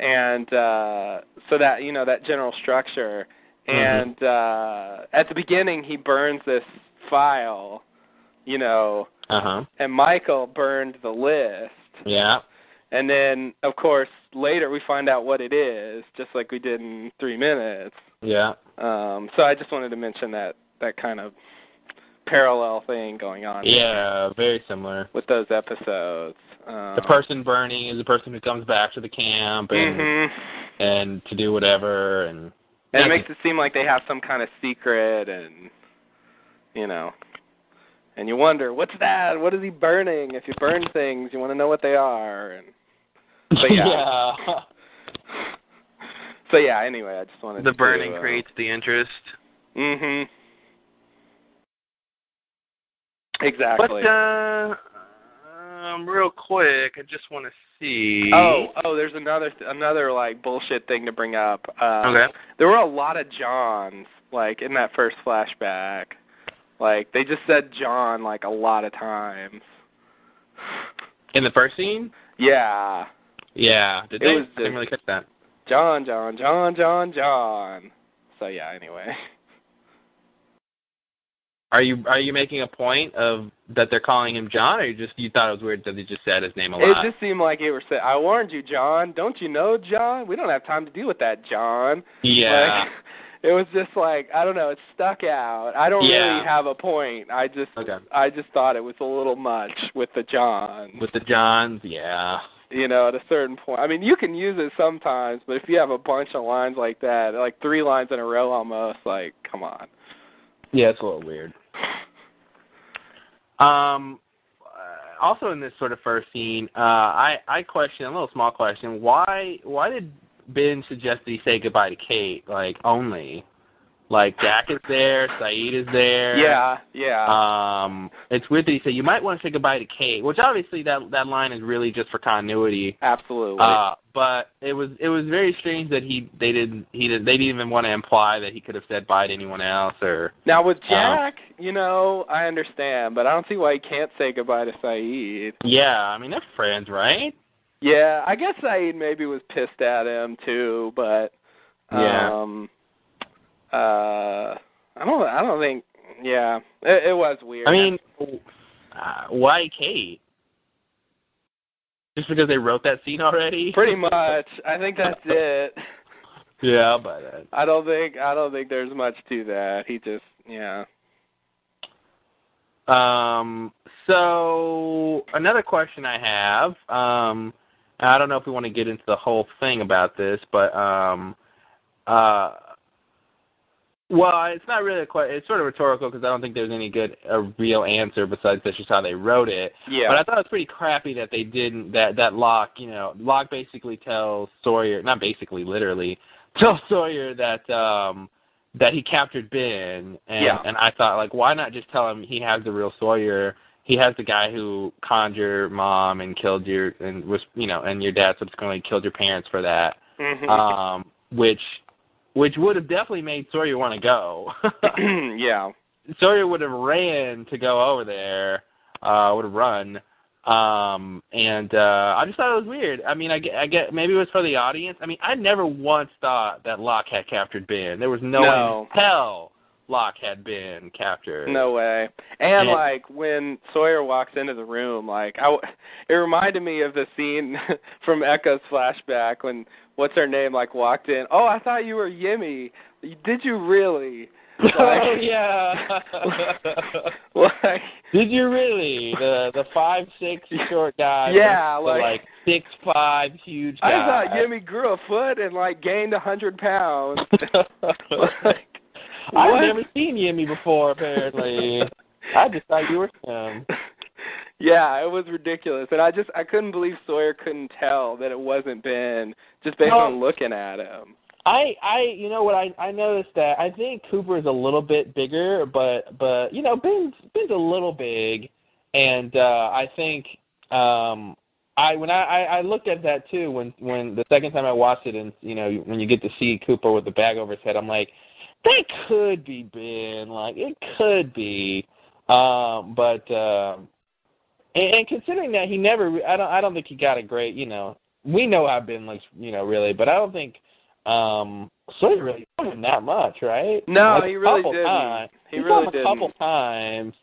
S2: and uh, so that you know that general structure. And uh, at the beginning, he burns this file, you know,
S1: Uh huh.
S2: and Michael burned the list.
S1: Yeah.
S2: And then, of course, later we find out what it is, just like we did in three minutes.
S1: Yeah.
S2: Um, so I just wanted to mention that that kind of parallel thing going on
S1: Yeah. Very similar.
S2: with those episodes. Um,
S1: The person burning is the person who comes back to the camp and
S2: Mhm.
S1: and to do whatever and
S2: And it makes it seem like they have some kind of secret, and you know, and you wonder what's that? What is he burning? If you burn things, you want to know what they are. And but yeah.
S1: Yeah.
S2: so yeah. Anyway, I just wanted
S1: The
S2: to,
S1: burning
S2: uh,
S1: creates the interest.
S2: Mhm. Exactly.
S1: But uh, um, real quick, I just want to see.
S2: Oh, oh, there's another th- another like bullshit thing to bring up. Uh,
S1: Okay.
S2: There were a lot of Johns like in that first flashback. Like they just said John like a lot of times.
S1: In the first scene.
S2: Yeah,
S1: Yeah. Did
S2: It
S1: they?
S2: was
S1: I didn't
S2: the-
S1: really catch that.
S2: John, John, John, John, John. So yeah. Anyway.
S1: Are you are you making a point of that they're calling him John, or you just you thought it was weird that they just said his name a
S2: It
S1: lot?
S2: just seemed like it were said. I warned you, John. Don't you know, John? We don't have time to deal with that, John.
S1: yeah.
S2: Like, it was just like I don't know, it stuck out. I don't
S1: Yeah.
S2: really have a point. I just
S1: Okay.
S2: I just thought it was a little much with the John.
S1: With the Johns, yeah.
S2: you know, at a certain point. I mean, you can use it sometimes, but if you have a bunch of lines like that, like three lines in a row almost, like come on.
S1: Yeah, it's a little weird. Um, uh, also in this sort of first scene, uh, I I question a little small question. Why why did Ben suggest that he say goodbye to Kate? Like only, like Jack is there, Saeed is there.
S2: Yeah, yeah.
S1: Um, it's weird that he said you might want to say goodbye to Kate, which obviously that that line is really just for continuity.
S2: absolutely.
S1: Uh, but it was it was very strange that he they didn't he did, they didn't even want to imply that he could have said bye to anyone else or
S2: now with Jack, you know, I understand, but I don't see why he can't say goodbye to Saeed.
S1: yeah I mean they're friends right
S2: Yeah, I guess Saeed maybe was pissed at him too, but
S1: Yeah.
S2: um uh I don't I don't think yeah, it, it was weird.
S1: I mean uh, why Kate just because they wrote that scene already
S2: pretty much. I think that's it.
S1: yeah but uh,
S2: I don't think I don't think there's much to that. He just yeah.
S1: Um, so another question I have, um, and I don't know if we want to get into the whole thing about this, but um, uh, well, it's not really a question. It's sort of rhetorical because I don't think there's any good a real answer besides that's just how they wrote it.
S2: Yeah.
S1: But I thought it was pretty crappy that they didn't that that Locke, you know, Locke basically tells Sawyer, not basically, literally, tells Sawyer that um that he captured Ben, and
S2: Yeah.
S1: and I thought like, why not just tell him he has the real Sawyer? He has the guy who conjured your mom and killed your and was you know and your dad subsequently killed your parents for that,
S2: Mm-hmm.
S1: um, which which would have definitely made Sawyer want to go.
S2: yeah.
S1: Sawyer would have ran to go over there, uh, would have run. Um, and uh, I just thought it was weird. I mean, I get, I get maybe it was for the audience. I mean, I never once thought that Locke had captured Ben. There was no,
S2: No.
S1: way in hell Locke had been captured.
S2: No way. And
S1: Yeah.
S2: like when Sawyer walks into the room, like I, w- it reminded me of the scene from Echo's flashback when what's her name like walked in. Oh, I thought you were Yimmy. Did you really?
S1: oh yeah.
S2: like
S1: Did you really the the five six short guy?
S2: Yeah,
S1: the,
S2: like-
S1: like six five huge guy.
S2: I thought Yimmy grew a foot and like gained a hundred pounds. like,
S1: I've
S2: what?
S1: never seen Yimmy before, apparently. I just thought you were him.
S2: yeah, it was ridiculous, and I just I couldn't believe Sawyer couldn't tell that it wasn't Ben just based
S1: No.
S2: on looking at him.
S1: I, I, you know what? I, I noticed that. I think Cooper is a little bit bigger, but, but you know, Ben's Ben's a little big, and uh I think, um, I when I, I, I looked at that too when, when the second time I watched it, and you know, when you get to see Cooper with the bag over his head, I'm like, that could be Ben. Like it could be, um, but. um And, and considering that he never, I don't, I don't think he got a great, you know, we know how Ben looks, you know, really, but I don't think um Sawyer really told him that much, right?
S2: No,
S1: Like,
S2: he
S1: a
S2: really
S1: couple
S2: didn't.
S1: times.
S2: He
S1: told
S2: really
S1: him
S2: didn't.
S1: a couple times.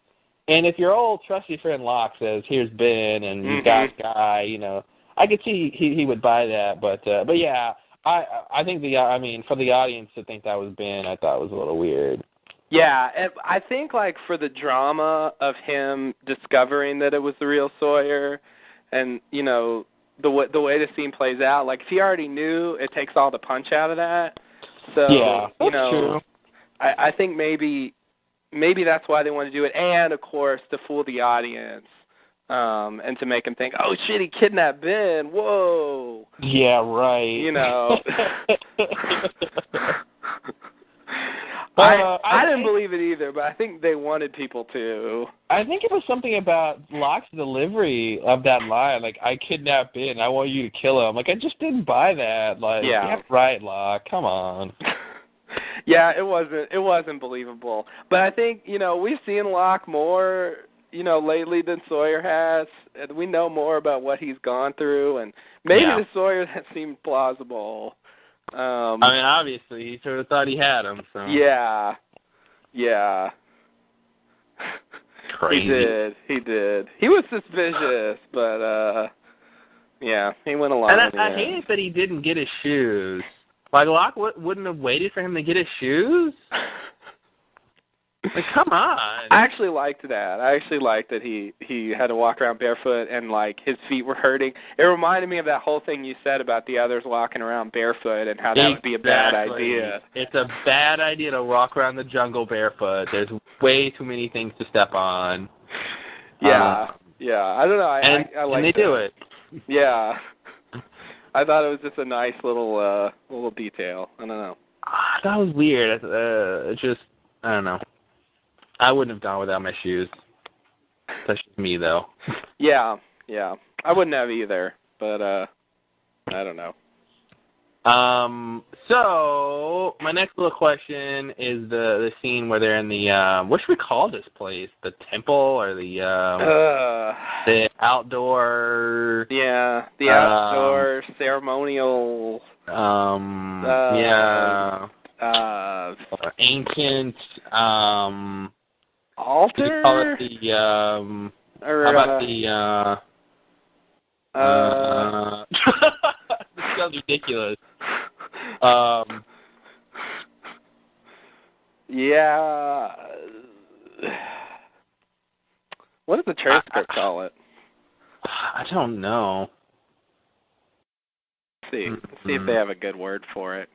S1: And if your old trusty friend Locke says, "Here's Ben," and you
S2: Mhm.
S1: got guy, you know, I could see he he would buy that, but uh, but yeah, I I think the I mean for the audience to think that was Ben, I thought was a little weird.
S2: Yeah, and I think like for the drama of him discovering that it was the real Sawyer, and you know the wa- the way the scene plays out, like if he already knew, it takes all the punch out of that. So
S1: yeah,
S2: you
S1: that's
S2: know,
S1: true.
S2: I, I think maybe maybe that's why they want to do it, and of course to fool the audience um, and to make them think, oh shit, he kidnapped Ben. Whoa,
S1: Yeah, right.
S2: you know.
S1: Uh,
S2: I
S1: I
S2: I didn't
S1: think-
S2: believe it either, but I think they wanted people to.
S1: I think it was something about Locke's delivery of that line, like "I kidnapped Ben, I want you to kill him." Like I just didn't buy that. Like,
S2: Yeah.
S1: right, Locke, come on.
S2: yeah, it wasn't it wasn't believable. But I think you know we've seen Locke more you know lately than Sawyer has. and We know more about what he's gone through, and maybe
S1: Yeah.
S2: to Sawyer that seemed plausible. Um,
S1: I mean, obviously, he sort of thought he had him. So
S2: yeah, yeah. He
S1: crazy.
S2: did. He did. He was suspicious, but uh yeah, he went along.
S1: And
S2: in
S1: I, I
S2: the end.
S1: hated that he didn't get his shoes. Like Locke w- wouldn't have waited for him to get his shoes. Like, come on.
S2: I actually liked that. I actually liked that he he had to walk around barefoot and like his feet were hurting. It reminded me of that whole thing you said about the others walking around barefoot and how that would be a bad
S1: Exactly.
S2: idea.
S1: It's a bad idea to walk around the jungle barefoot. There's way too many things to step on.
S2: Yeah.
S1: Uh,
S2: yeah. I don't know. I
S1: and
S2: I, I
S1: and
S2: like
S1: they do it.
S2: Yeah. I thought it was just a nice little uh little detail. I don't know.
S1: Ah, that was weird. Uh, it's just I don't know. I wouldn't have gone without my shoes. That's just me though.
S2: Yeah. Yeah. I wouldn't have either, but uh I don't know.
S1: Um. So my next little question is the the scene where they're in the um. What should we call this place? The temple or the um
S2: Uh,
S1: the outdoor
S2: yeah, the
S1: Um,
S2: outdoor ceremonial
S1: um
S2: Uh,
S1: yeah
S2: uh
S1: ancient um. what do you
S2: altar
S1: call it the um.
S2: or
S1: How about
S2: uh,
S1: the uh.
S2: uh,
S1: Uh, this sounds ridiculous. Um,
S2: yeah what does the transcript
S1: I-
S2: call it
S1: I don't know.
S2: Let's see let's see if
S1: Mhm.
S2: they have a good word for it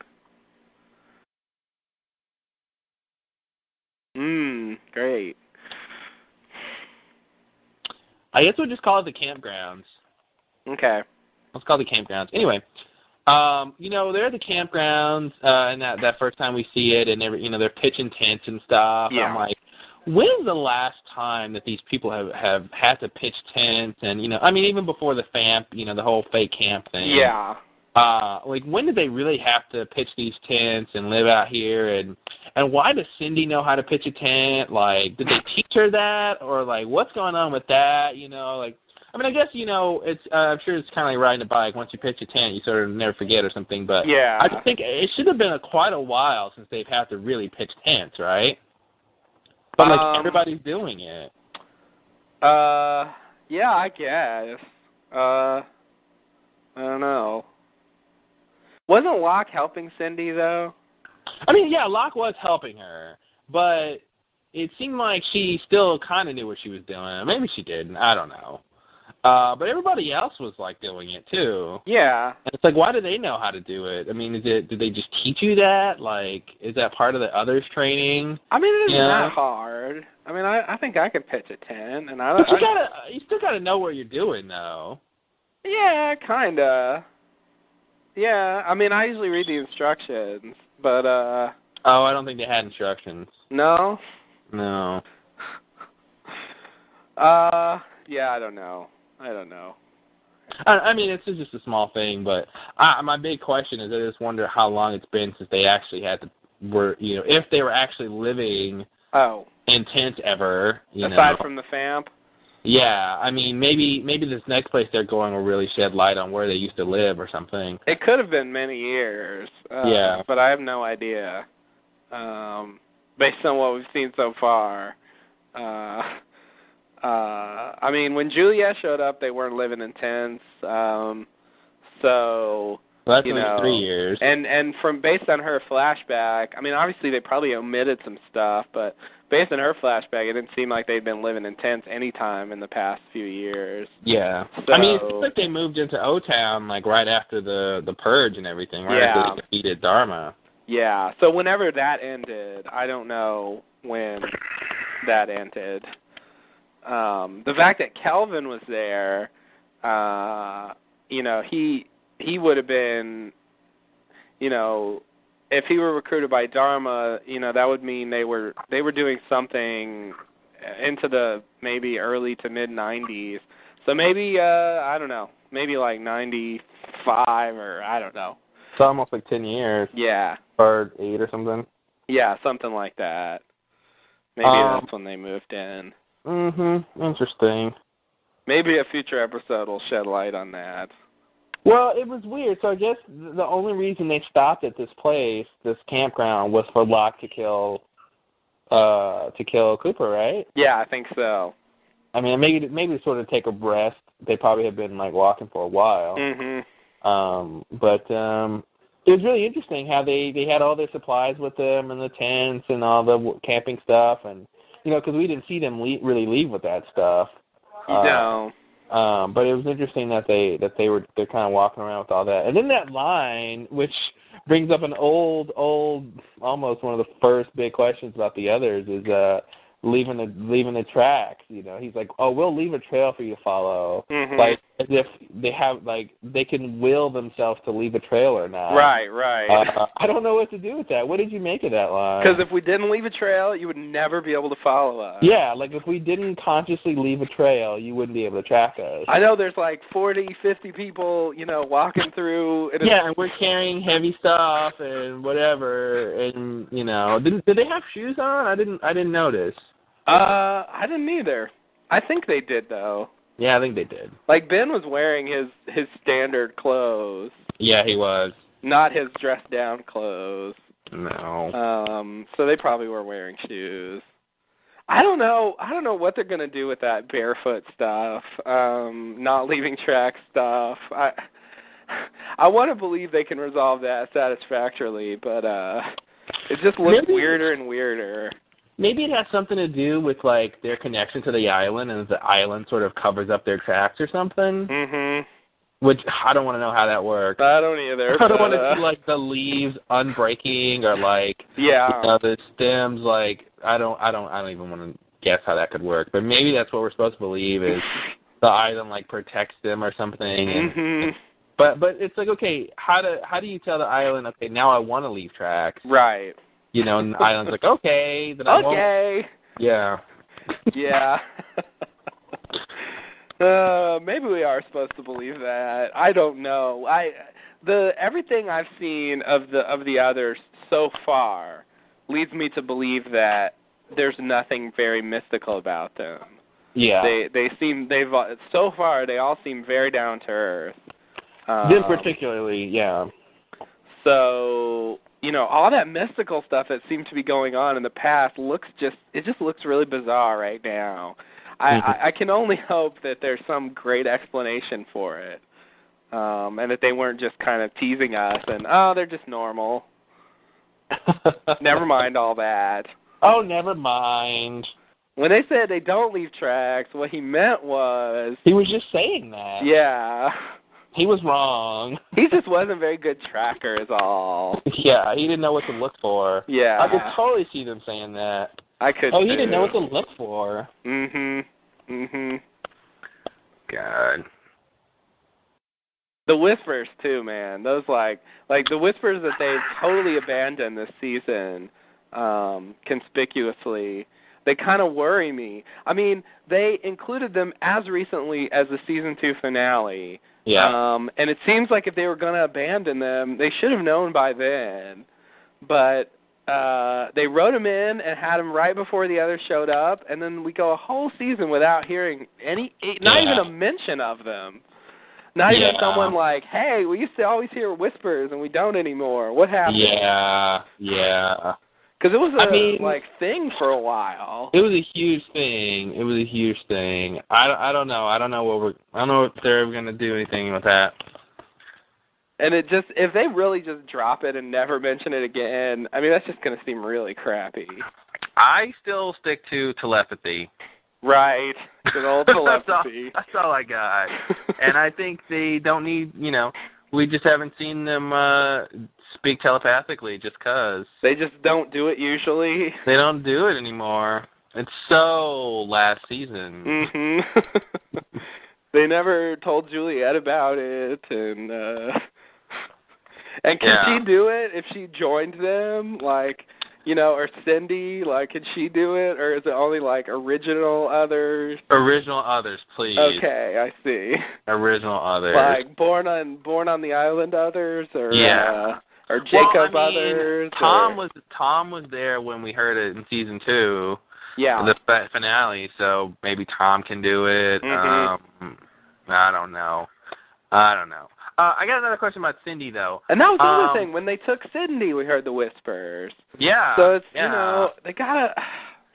S2: mm great
S1: I guess we'll just call it the campgrounds.
S2: okay
S1: Let's call it the campgrounds. Anyway, um, you know they're at the campgrounds, uh, and that that first time we see it, and every you know they're pitching tents and stuff.
S2: Yeah.
S1: I'm like, when's the last time that these people have have had to pitch tents? And you know, I mean, even before the FAMP, you know, the whole fake camp thing.
S2: yeah
S1: uh like when did they really have to pitch these tents and live out here and and why does cindy know how to pitch a tent like did they teach her that or like what's going on with that you know like i mean i guess you know it's uh, i'm sure it's kind of like riding a bike once you pitch a tent you sort of never forget or something but
S2: yeah
S1: i just think it should have been a, quite a while since they've had to really pitch tents right but like
S2: Um,
S1: everybody's doing it
S2: Uh, yeah, I guess. Uh, I don't know. Wasn't Locke helping Cindy though?
S1: I mean, yeah, Locke was helping her, but it seemed like she still kind of knew what she was doing. Maybe she didn't. I don't know. Uh, but everybody else was like doing it too.
S2: Yeah.
S1: And it's like, why do they know how to do it? I mean, is it did they just teach you that? Like, is that part of the others training?
S2: I mean, it isn't
S1: Yeah.
S2: that hard. I mean, I I think I could pitch a tent, and I don't.
S1: But you
S2: Uh, I-
S1: gotta, you still gotta know what you're doing though.
S2: yeah, kinda. Yeah, I mean, I usually read the instructions, but uh,
S1: Oh, I don't think they had instructions.
S2: no.
S1: No.
S2: Uh, yeah, I don't know. I don't know.
S1: I, I mean, it's just a small thing, but I, my big question is, I just wonder how long it's been since they actually had to were you know if they were actually living
S2: Oh,
S1: in tents ever. You
S2: aside
S1: know,
S2: from the famp.
S1: yeah, I mean, maybe maybe this next place they're going will really shed light on where they used to live or something.
S2: It could have been many years. Uh,
S1: Yeah.
S2: But I have no idea. Um, based on what we've seen so far. Uh, uh, I mean, when Juliet showed up, they weren't living in tents. Um, so,
S1: Well, that's
S2: You
S1: only
S2: know,
S1: three years.
S2: and and from based on her flashback, I mean, obviously they probably omitted some stuff, but based on her flashback, it didn't seem like they'd been living in tents any time in the past few years.
S1: yeah,
S2: so-
S1: I mean, it's like they moved into O Town like right after the the purge and everything, right
S2: Yeah.
S1: after they defeated Dharma.
S2: Yeah. So whenever that ended, I don't know when that ended. Um, the fact that Kelvin was there, uh, you know, he he would have been, you know, if he were recruited by Dharma, you know, that would mean they were they were doing something into the maybe early to mid 90s. So maybe uh I don't know, maybe like 95 or I don't know.
S1: It's almost like ten years
S2: Yeah.
S1: or eight or something.
S2: Yeah, something like that. Maybe
S1: Um,
S2: that's when they moved in.
S1: Mm-hmm. Interesting.
S2: Maybe a future episode will shed light on that.
S1: Well, it was weird. So I guess th- the only reason they stopped at this place, this campground, was for Locke to kill, uh, to kill Cooper, right?
S2: Yeah, I think so.
S1: I mean, maybe maybe to sort of take a Oh.
S2: Mm-hmm.
S1: breath. They probably had been like walking for a while.
S2: Mhm.
S1: Um, but um, it was really interesting how they they had all their supplies with them and the tents and all the w- camping stuff and you know because we didn't see them le- really leave with that stuff.
S2: You
S1: Uh,
S2: know.
S1: Um, but it was interesting that they that they were they're kind of walking around with all that, and then that line, which brings up an old old almost one of the first big questions about the others is uh leaving the leaving the tracks. You know, he's like, oh, we'll leave a trail for you to follow,
S2: Mhm.
S1: like as if they have like they can will themselves to leave a trail or not.
S2: right, right.
S1: Uh, I don't know what to do with that. What did you make of that line?
S2: Because if we didn't leave a trail, you would never be able to follow us.
S1: yeah, like if we didn't consciously leave a trail, you wouldn't be able to track us.
S2: I know there's like forty, fifty people, you know, walking through. And it's-
S1: yeah, and we're carrying heavy stuff and whatever, and you know, did, did they have shoes on? I didn't, I didn't notice.
S2: Uh, I didn't either. I think they did though.
S1: Yeah, I think they did.
S2: Like Ben was wearing his his standard clothes,
S1: Yeah, he was.
S2: not his dressed down clothes.
S1: No.
S2: Um, so they probably were wearing shoes. I don't know. I don't know what they're gonna do with that barefoot stuff, um, not leaving track stuff. I I want to believe they can resolve that satisfactorily, but uh, it just looks
S1: Maybe-
S2: weirder and weirder.
S1: Maybe it has something to do with like their connection to the island, and the island sort of covers up their tracks or something.
S2: Mhm.
S1: Which I don't want to know how that works.
S2: I don't either.
S1: I don't
S2: but,
S1: want
S2: uh,
S1: to see like the leaves unbreaking or like
S2: Yeah.
S1: you know, the stems. Like I don't, I don't, I don't even want to guess how that could work. But maybe that's what we're supposed to believe is the island like protects them or something. And,
S2: Mhm.
S1: But but it's like okay, how do how do you tell the island? Okay, now I want to leave tracks.
S2: Right.
S1: You know, and the island's like okay, then I won't.
S2: Okay.
S1: Yeah.
S2: yeah. uh, maybe we are supposed to believe that. I don't know. I the everything I've seen of the of the others so far leads me to believe that there's nothing very mystical about them.
S1: Yeah.
S2: They they seem they've all- so far they all seem very down to earth. Um,
S1: Them particularly, yeah.
S2: So, you know, all that mystical stuff that seemed to be going on in the past looks just it just looks really bizarre right now. I
S1: Mhm.
S2: I, I can only hope that there's some great explanation for it. Um and that they weren't just kind of teasing us and oh, they're just normal. Never mind all that.
S1: Oh, never mind.
S2: When they said they don't leave tracks, what he meant was
S1: He was just saying that.
S2: yeah.
S1: He was wrong.
S2: He just wasn't a very good tracker is all.
S1: Yeah, he didn't know what to look for.
S2: Yeah.
S1: I could totally see them saying that.
S2: I could
S1: oh, he didn't know
S2: too.
S1: what to look for.
S2: Mhm. Mhm.
S1: God.
S2: The whispers too, man. Those like like the whispers that they totally abandoned this season, um, conspicuously. They kind of worry me. I mean, they included them as recently as the season two finale.
S1: Yeah.
S2: Um, and it seems like if they were going to abandon them, they should have known by then. But uh, they wrote them in and had them right before the others showed up, and then we go a whole season without hearing any, e, not
S1: Yeah.
S2: even a mention of them. Not even
S1: Yeah.
S2: someone like, "Hey, we used to always hear whispers, and we don't anymore. What happened?"
S1: yeah. Yeah.
S2: because it was a
S1: I mean-
S2: like thing for a while.
S1: It was a huge thing. It was a huge thing. I, don't- I don't know. I don't know what we're. I don't know if they're ever gonna do anything with that.
S2: And it just if they really just drop it and never mention it again, I mean that's just gonna seem really crappy.
S1: I still stick to telepathy.
S2: Right. Good old telepathy.
S1: that's, all, that's all I got. and I think they don't need. You know, we just haven't seen them uh speak telepathically just 'cause.
S2: they just don't do it usually.
S1: They don't do it anymore. It's so last season.
S2: Mhm.
S1: Mm-hmm.
S2: they never told Juliet about it and uh And can
S1: Yeah.
S2: she do it if she joined them? Like you know, or Cindy, like can she do it or is it only like original others?
S1: Original others, please.
S2: Okay, I see.
S1: Original others.
S2: Like born on born on the island others or
S1: Yeah.
S2: uh, or
S1: Well,
S2: Jacob
S1: I mean,
S2: others.
S1: Tom
S2: or-
S1: was Tom was there when we heard it in season two,
S2: yeah.
S1: the fa- finale. So maybe Tom can do it.
S2: Mhm.
S1: Um, I don't know. I don't know. Uh, I got another question about Cindy though.
S2: And that was another
S1: Um,
S2: thing. When they took Sydney, we heard the whispers.
S1: Yeah.
S2: so it's
S1: yeah.
S2: you know they gotta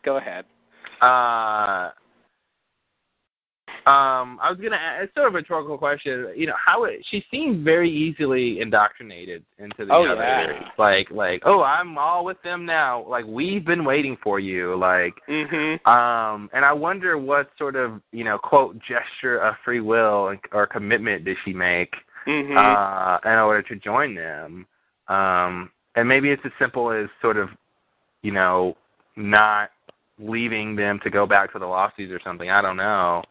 S2: go ahead.
S1: Uh, uh, um, I was gonna. a- It's sort of a rhetorical question. You know, how it, she seemed very easily indoctrinated into the
S2: Oh,
S1: other.
S2: yeah.
S1: theories. Like, like, oh, I'm all with them now. Like, we've been waiting for you. Like,
S2: Mhm.
S1: um, and I wonder what sort of you know quote gesture of free will and, or commitment did she make
S2: Mhm.
S1: uh, in order to join them. Um, and maybe it's as simple as sort of, you know, not leaving them to go back to the losties or something. I don't know.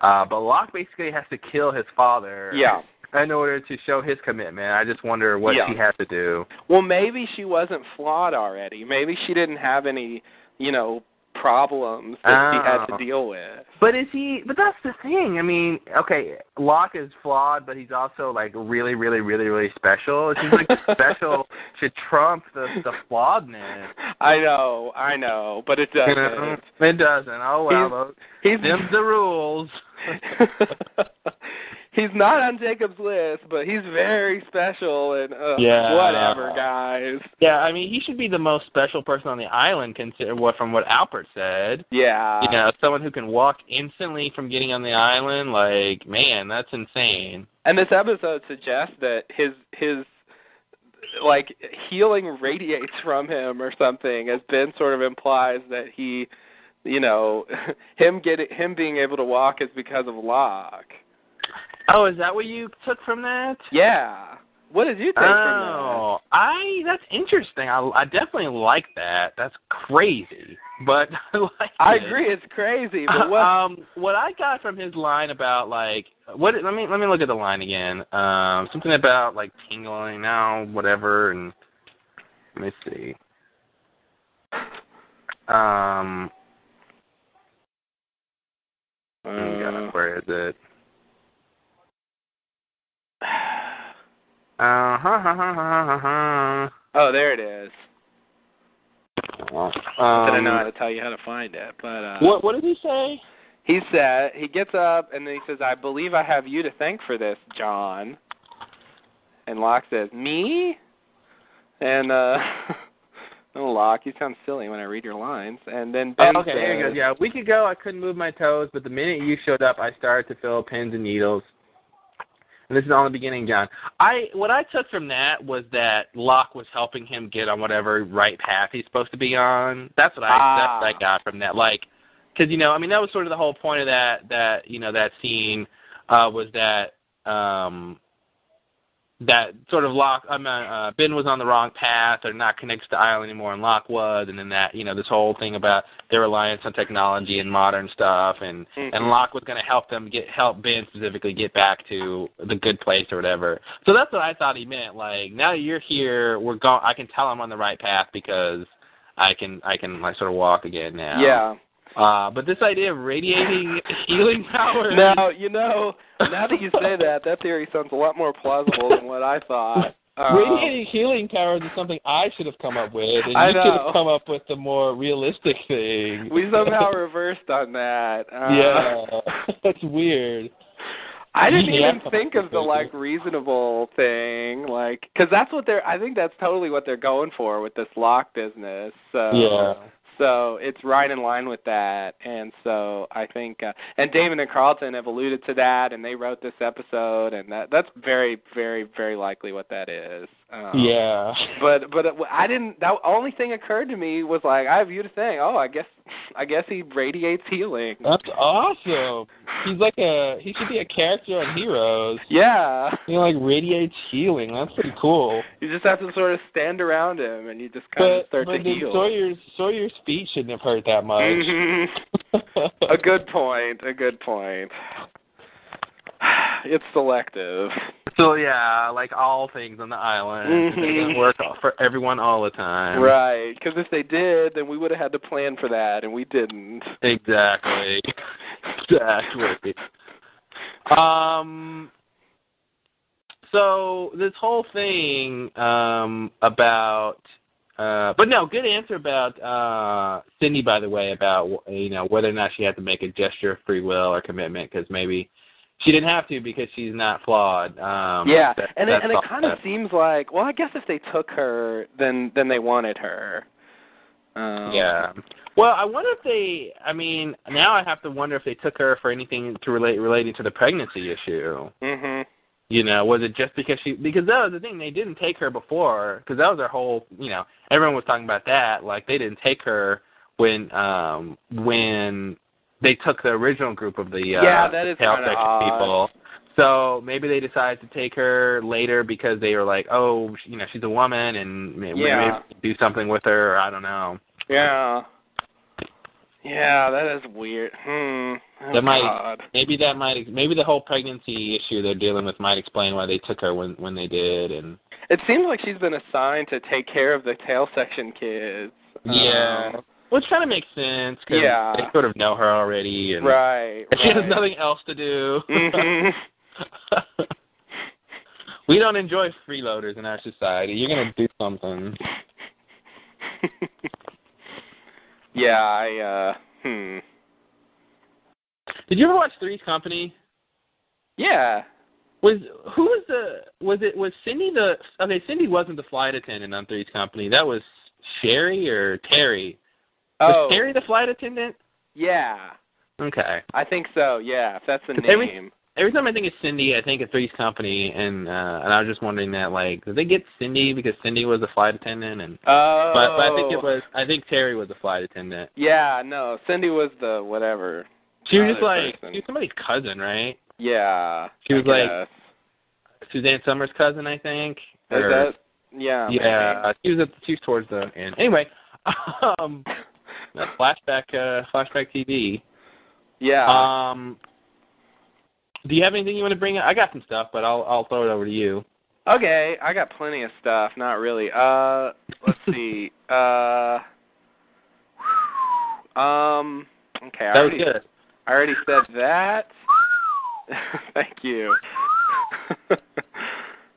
S1: Uh, but Locke basically has to kill his father
S2: yeah.
S1: in order to show his commitment. I just wonder what
S2: Yeah.
S1: she has to do.
S2: Well, maybe she wasn't flawed already. Maybe she didn't have any, you know, problems that she had
S1: Oh.
S2: to deal with.
S1: But is he? But that's the thing. I mean, okay, Locke is flawed, but he's also like really, really, really, really special. It seems like the special should trump the the flawedness.
S2: I know, I know, but it
S1: You
S2: doesn't.
S1: know? It doesn't. Oh well,
S2: He's-
S1: those-
S2: He's
S1: them's the rules.
S2: he's not on Jacob's list, but he's very special and uh,
S1: Yeah.
S2: whatever, guys.
S1: Yeah, I mean, he should be the most special person on the island, consider what from what Albert said.
S2: Yeah.
S1: You know, someone who can walk instantly from getting on the island. Like, man, that's insane.
S2: And this episode suggests that his his like healing radiates from him or something, as Ben sort of implies that he, you know, him getting him being able to walk is because of Locke.
S1: Oh, is that what you took from that?
S2: Yeah. What did you think from
S1: Oh, I that's interesting. I I definitely like that. That's crazy, but I like.
S2: that? I
S1: it.
S2: agree, it's crazy, but what?
S1: Um, what I got from his line about like what? Let me let me look at the line again. Um, something about like tingling now, whatever, and let me see. Um, oh
S2: Mm.
S1: God, where is it? Uh, ha, ha, ha, ha, ha,
S2: oh, there it is.
S1: ha.
S2: I
S1: Um,
S2: don't know how to tell you how to find it, but uh,
S1: What what did he say?
S2: he said he gets up and then he says, "I believe I have you to thank for this, John." And Locke says, "Me?" And uh, oh, Locke, you sound silly when I read your lines. And then Ben
S1: Oh, okay,
S2: says,
S1: here he goes. Yeah, a week ago I couldn't move my toes, but the minute you showed up, I started to feel pins and needles. And this is all the beginning, John. I what I took from that was that Locke was helping him get on whatever right path he's supposed to be on. That's what I
S2: Ah.
S1: that's what I got from that. Like, because you know, I mean, that was sort of the whole point of that that you know that scene uh, was that um, that sort of Locke, I mean, uh, Ben was on the wrong path or not connected to Island anymore, and Locke was, and then that, you know, this whole thing about their reliance on technology and modern stuff, and
S2: Mhm.
S1: and Locke was going to help them get help Ben specifically get back to the good place or whatever. So that's what I thought he meant. Like now that you're here, we're going. I can tell I'm on the right path because I can I can like sort of walk again now.
S2: "Yeah."
S1: Uh, but this idea of radiating healing power.
S2: Now you know. Now that you say that, that theory sounds a lot more plausible than what I thought. Um,
S1: Radiating healing powers is something I should have come up with, and
S2: I
S1: you should
S2: know.
S1: have come up with the more realistic thing.
S2: we somehow reversed on that. Uh,
S1: yeah, that's weird.
S2: I didn't
S1: Yeah.
S2: even think of the like reasonable thing, like because that's what they're. I think that's totally what they're going for with this lock business. So,
S1: yeah,
S2: So it's right in line with that, and so I think. Uh, and Damon and Carlton have alluded to that, and they wrote this episode, and that that's very, very, very likely what that is. Um,
S1: yeah.
S2: But but it, I didn't. That only thing occurred to me was like I have you to think. Oh, I guess I guess he radiates healing.
S1: That's awesome. He's like a he should be a character on Heroes.
S2: yeah.
S1: He like radiates healing. That's pretty cool.
S2: You just have to sort of stand around him, and you just kind of
S1: But,
S2: start
S1: but
S2: to
S1: then
S2: heal.
S1: Sawyer's Sawyer's feet shouldn't have hurt that much.
S2: Mhm. a good point. A good point. It's selective.
S1: So yeah, like all things on the island,
S2: Mhm.
S1: it doesn't work for everyone all the time.
S2: Right, because if they did, then we would have had to plan for that, and we didn't.
S1: Exactly. Exactly. Um so this whole thing um about uh but no, good answer about uh Cindy by the way about you know whether or not she had to make a gesture of free will or commitment cuz maybe she didn't have to because she's not flawed. Um
S2: yeah,
S1: that-
S2: and it,
S1: that's
S2: and it
S1: all
S2: kind of
S1: that-
S2: seems like, well, I guess if they took her, then then they wanted her. Um,
S1: Yeah. Well, I wonder if they. I mean, now I have to wonder if they took her for anything to relate relating to the pregnancy issue.
S2: Mhm.
S1: You know, was it just because she? Because that was the thing. They didn't take her before because that was their whole. You know, everyone was talking about that. Like they didn't take her when um when they took the original group of the uh,
S2: Yeah, that is
S1: tail
S2: kinda
S1: section
S2: odd.
S1: people. So maybe they decided to take her later because they were like, oh, you know, she's a woman and maybe,
S2: Yeah.
S1: maybe do something with her. Or I don't know.
S2: Yeah. Yeah, that is weird. Hmm. Oh,
S1: That might-
S2: God.
S1: Maybe that might maybe the whole pregnancy issue they're dealing with might explain why they took her when when they did and
S2: It seems like she's been assigned to take care of the tail section kids.
S1: Yeah.
S2: Um,
S1: which kind of makes sense because
S2: Yeah.
S1: they sort of know her already and
S2: right.
S1: and she has
S2: right.
S1: nothing else to do.
S2: Mhm.
S1: we don't enjoy freeloaders in our society. You're gonna do something.
S2: yeah, I uh hmm.
S1: Did you ever watch Three's Company?
S2: Yeah.
S1: Was who was the was it was Cindy the okay Cindy wasn't the flight attendant on Three's Company that was Sherry or Terry was
S2: Oh.
S1: Terry the flight attendant
S2: Yeah.
S1: okay
S2: I think so. Yeah, if that's the
S1: 'Cause
S2: name.
S1: every- Every time I think of Cindy, I think of Three's Company, and uh, and I was just wondering that like did they get Cindy because Cindy was a flight attendant, and
S2: oh.
S1: but, but I think it was I think Terry was a flight attendant.
S2: Yeah, no. Cindy was the whatever.
S1: She was
S2: Other
S1: just like
S2: person.
S1: she was somebody's cousin, right?
S2: Yeah.
S1: She
S2: I
S1: was like-
S2: guess.
S1: Suzanne Summers' cousin, I think.
S2: Is
S1: or-
S2: that yeah.
S1: yeah, she was at she was towards the end. Anyway, um,
S2: maybe.
S1: that's flashback uh, flashback TV.
S2: Yeah.
S1: Um, do you have anything you want to bring up? I got some stuff, but I'll I'll throw it over to you.
S2: okay, I got plenty of stuff, not really. Uh let's see. Uh um okay, I
S1: That was
S2: already,
S1: good.
S2: I already said that. Thank you.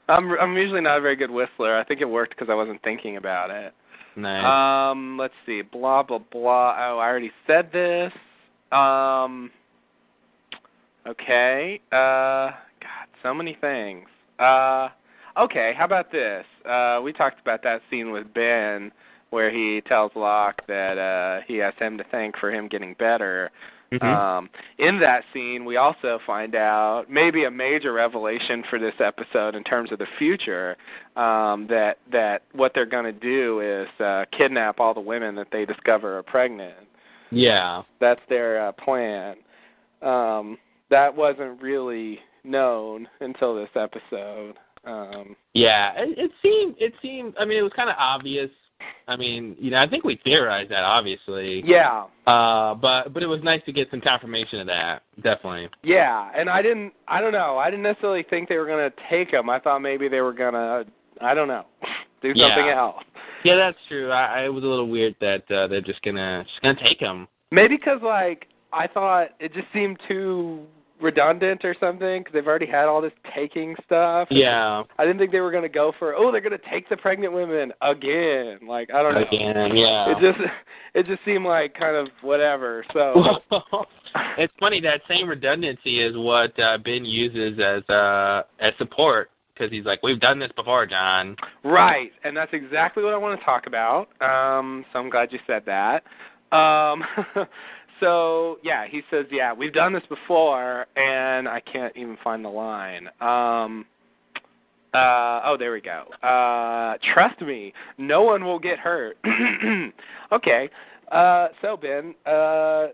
S2: I'm I'm usually not a very good whistler. I think it worked because I wasn't thinking about it.
S1: Nice.
S2: Um, let's see. Blah blah blah. Oh, I already said this. Um. Okay. Uh. God, so many things. Uh. Okay. How about this? Uh, we talked about that scene with Ben where he tells Locke that uh he has him to thank for him getting better.
S1: Mhm.
S2: Um, in that scene, we also find out maybe a major revelation for this episode in terms of the future. Um, that that what they're going to do is uh, kidnap all the women that they discover are pregnant.
S1: yeah.
S2: That's their uh, plan. Um, that wasn't really known until this episode. Um,
S1: Yeah, it, it seemed it seemed. I mean, it was kind of obvious. I mean, you know, I think we theorized that obviously.
S2: yeah,
S1: Uh, but but it was nice to get some confirmation of that. Definitely.
S2: yeah. And I didn't. I don't know. I didn't necessarily think they were going to take them. I thought maybe they were going to. I don't know. Do
S1: Yeah.
S2: something else.
S1: Yeah, that's true. I, I it was a little weird that uh, they're just gonna just gonna take him.
S2: Maybe because like I thought it just seemed too redundant or something because they've already had all this taking
S1: Uh,
S2: stuff.
S1: Yeah.
S2: I didn't think they were going to go for oh they're going to take the pregnant women again. Like I don't know.
S1: Again. Yeah.
S2: It just it just seemed like kind of whatever. So
S1: it's funny that same redundancy is what uh, Ben uses as uh as support because he's like, we've done this before, John.
S2: right, and that's exactly what I want to talk about. Um so I'm glad you said that. Um so yeah, he says, "Yeah, we've done this before and I can't even find the line." Um Uh, oh, there we go. Uh, trust me, no one will get hurt. okay. Uh, so Ben, uh,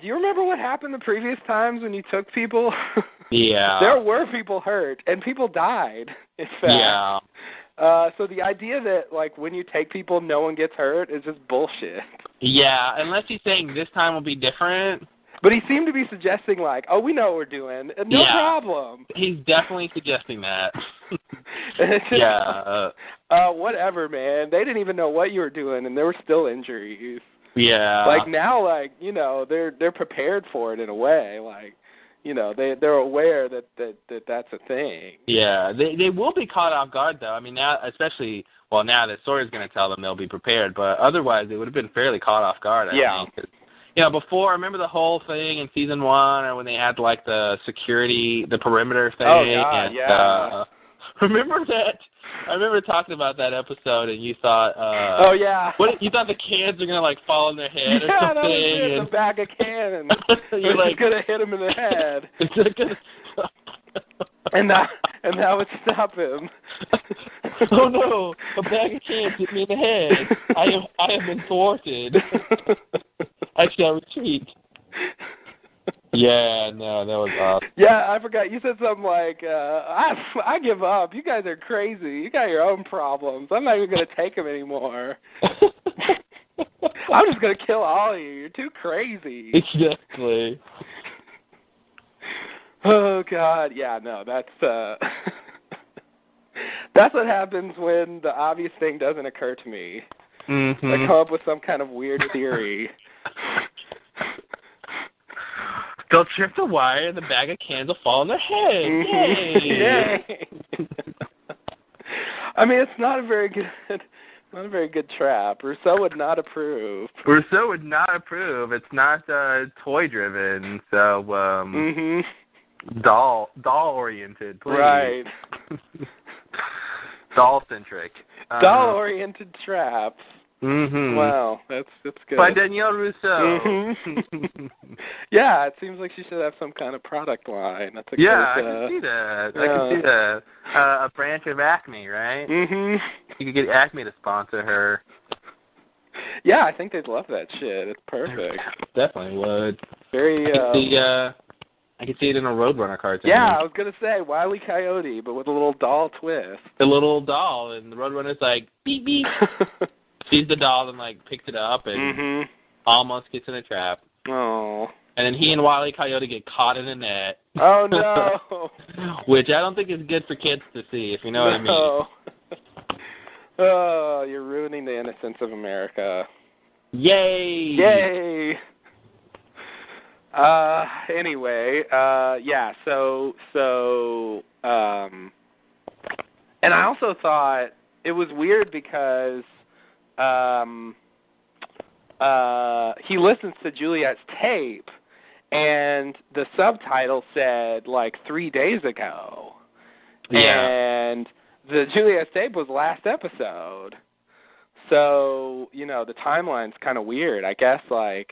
S2: do you remember what happened the previous times when you took people?
S1: Yeah.
S2: there were people hurt and people died. In fact.
S1: yeah.
S2: Uh, so the idea that like when you take people, no one gets hurt is just bullshit.
S1: Yeah. Unless he's saying this time will be different.
S2: But he seemed to be suggesting like, oh, we know what we're doing, and no
S1: Yeah.
S2: problem.
S1: He's definitely suggesting that.
S2: And it's just-
S1: yeah. Uh,
S2: Uh, whatever, man. They didn't even know what you were doing, and there were still injuries.
S1: yeah.
S2: like now like you know they're they're prepared for it in a way like you know they they're aware that that, that that's a thing
S1: Yeah, they they will be caught off guard though. I mean, now especially well now that Sawyer's going to tell them they'll be prepared, but otherwise they would have been fairly caught off guard. I
S2: Yeah.
S1: think. 'Cause, You know, before remember the whole thing in season one, or when they had like the security, the perimeter thing,
S2: Oh, God,
S1: and
S2: yeah.
S1: uh, remember that? I remember talking about that episode, and you thought, uh,
S2: oh yeah.
S1: what you thought the cans are gonna like fall on their head or
S2: yeah, that
S1: something?
S2: was it,
S1: and-
S2: the bag of cannon.
S1: You're
S2: Which is
S1: like-
S2: gonna hit him in the head,
S1: Is that gonna stop?
S2: and that and that would stop him.
S1: oh no, a bag of cans hit me in the head. I am I have been thwarted. I shall retreat. Yeah, no, that was awesome.
S2: Yeah, I forgot. You said something like, uh, "I I give up. You guys are crazy. You got your own problems. I'm not even gonna take them anymore. I'm just gonna kill all of you. You're too crazy."
S1: exactly.
S2: Oh God, yeah, no, that's uh, that's what happens when the obvious thing doesn't occur to me. I come
S1: Mm-hmm.
S2: up with some kind of weird theory.
S1: They'll trip the wire, the bag of cans will fall on their head.
S2: Mhm.
S1: Yay!
S2: Yay. I mean, it's not a very good, not a very good trap. Rousseau would not approve.
S1: Rousseau would not approve. It's not uh, toy driven, so um,
S2: hmm
S1: doll doll oriented, please.
S2: Right.
S1: doll centric. Uh,
S2: Doll-oriented traps.
S1: hmm
S2: Wow, that's that's good.
S1: By Danielle Rousseau.
S2: Mhm. yeah, it seems like she should have some kind of product line. That's a
S1: yeah, I
S2: good,
S1: can
S2: uh,
S1: see that. I
S2: yeah.
S1: can see that. Uh, a branch of Acme, right?
S2: Mhm.
S1: You could get Acme to sponsor her.
S2: Yeah, I think they'd love that shit. It's perfect.
S1: Definitely would.
S2: Very.
S1: I can see.
S2: Um,
S1: Uh, I can see it in a Roadrunner cartoon.
S2: yeah, I was gonna say Wiley Coyote, but with a little doll twist.
S1: the little doll, and the Roadrunner's like beep beep, sees the doll and like picks it up and
S2: mhm.
S1: almost gets in a trap,
S2: Oh.
S1: and then he and Wile E. Coyote get caught in a net.
S2: Oh no.
S1: Which I don't think is good for kids to see, if you know what I mean.
S2: No. Oh, you're ruining the innocence of America.
S1: Yay!
S2: Yay. Uh anyway, uh yeah, so so um and I also thought it was weird because um uh he listens to Juliet's tape and the subtitle said like 3 days ago.
S1: Yeah.
S2: And the Juliet tape was last episode. So, you know, the timeline's kind of weird. I guess like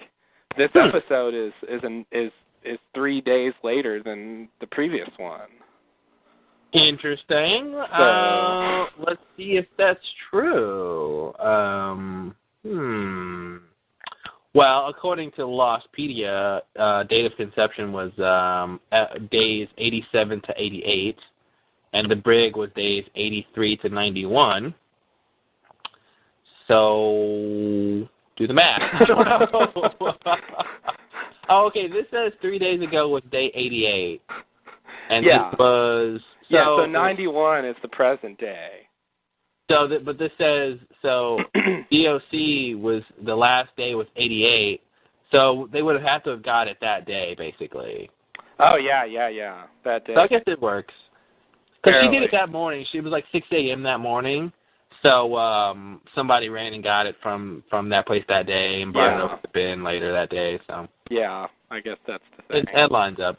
S2: this
S1: Hmm.
S2: episode is is an, is is 3 days later than the previous one.
S1: Interesting. Uh, let's see if that's true. Um, hmm. Well, according to Lostpedia, uh, date of conception was um, uh, days 87 to 88, and the brig was days 83 to 91. So, do the math. oh, okay, this says three days ago was day 88. And
S2: Yeah.
S1: this was. So,
S2: yeah, so 91 is the present day.
S1: So, th- but this says so. DOC was the last day was 88, so they would have had to have got it that day, basically.
S2: oh yeah, yeah, yeah. That day.
S1: So I guess it works. Because she did
S2: Barely.
S1: it that morning. She was like 6 a.m. that morning. So um somebody ran and got it from from that place that day and brought
S2: Yeah.
S1: it over to the bin later that day. So
S2: Yeah, I guess that's the thing.
S1: it, that lines up.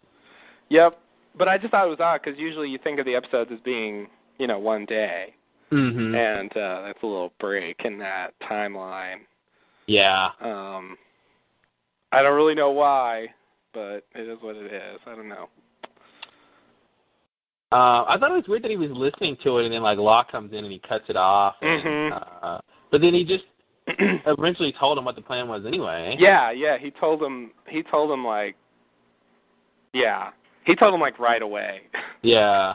S2: Yep. But I just thought it was odd because usually you think of the episodes as being, you know, one day,
S1: hmm
S2: and uh, that's a little break in that timeline.
S1: yeah.
S2: Um, I don't really know why, but it is what it is. I don't know.
S1: Uh, I thought it was weird that he was listening to it and then like Law comes in and he cuts it off. And,
S2: Mhm.
S1: uh, but then he just eventually told him what the plan was anyway.
S2: yeah, yeah. He told him. He told him like. Yeah, he told him like right away.
S1: Yeah.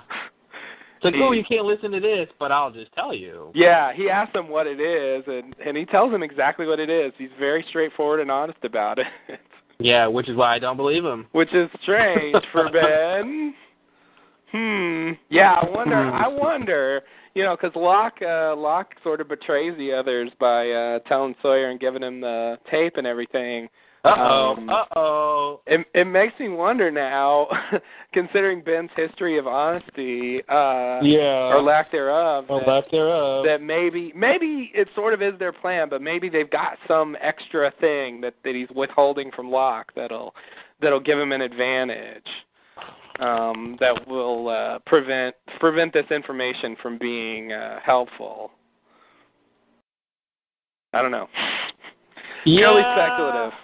S1: It's like,
S2: He-
S1: oh, you can't listen to this, but I'll just tell you.
S2: Mm. Yeah, he asked him what it is, and and he tells him exactly what it is. He's very straightforward and honest about it,
S1: Yeah, which is why I don't believe him.
S2: which is strange for Ben. Hmm. Yeah, I wonder.
S1: Hmm.
S2: I wonder. You know, because Locke, uh, Locke sort of betrays the others by uh telling Sawyer and giving him the tape and everything.
S1: Uh oh.
S2: Um,
S1: uh oh.
S2: It it makes me wonder now, considering Ben's history of honesty uh,
S1: Yeah.
S2: or lack thereof. that-
S1: thereof.
S2: that maybe maybe it sort of is their plan, but maybe they've got some extra thing that that he's withholding from Locke that'll that'll give him an advantage. um, that will uh, prevent prevent this information from being uh, helpful. I don't know. Purely
S1: Yeah, Um,
S2: speculative.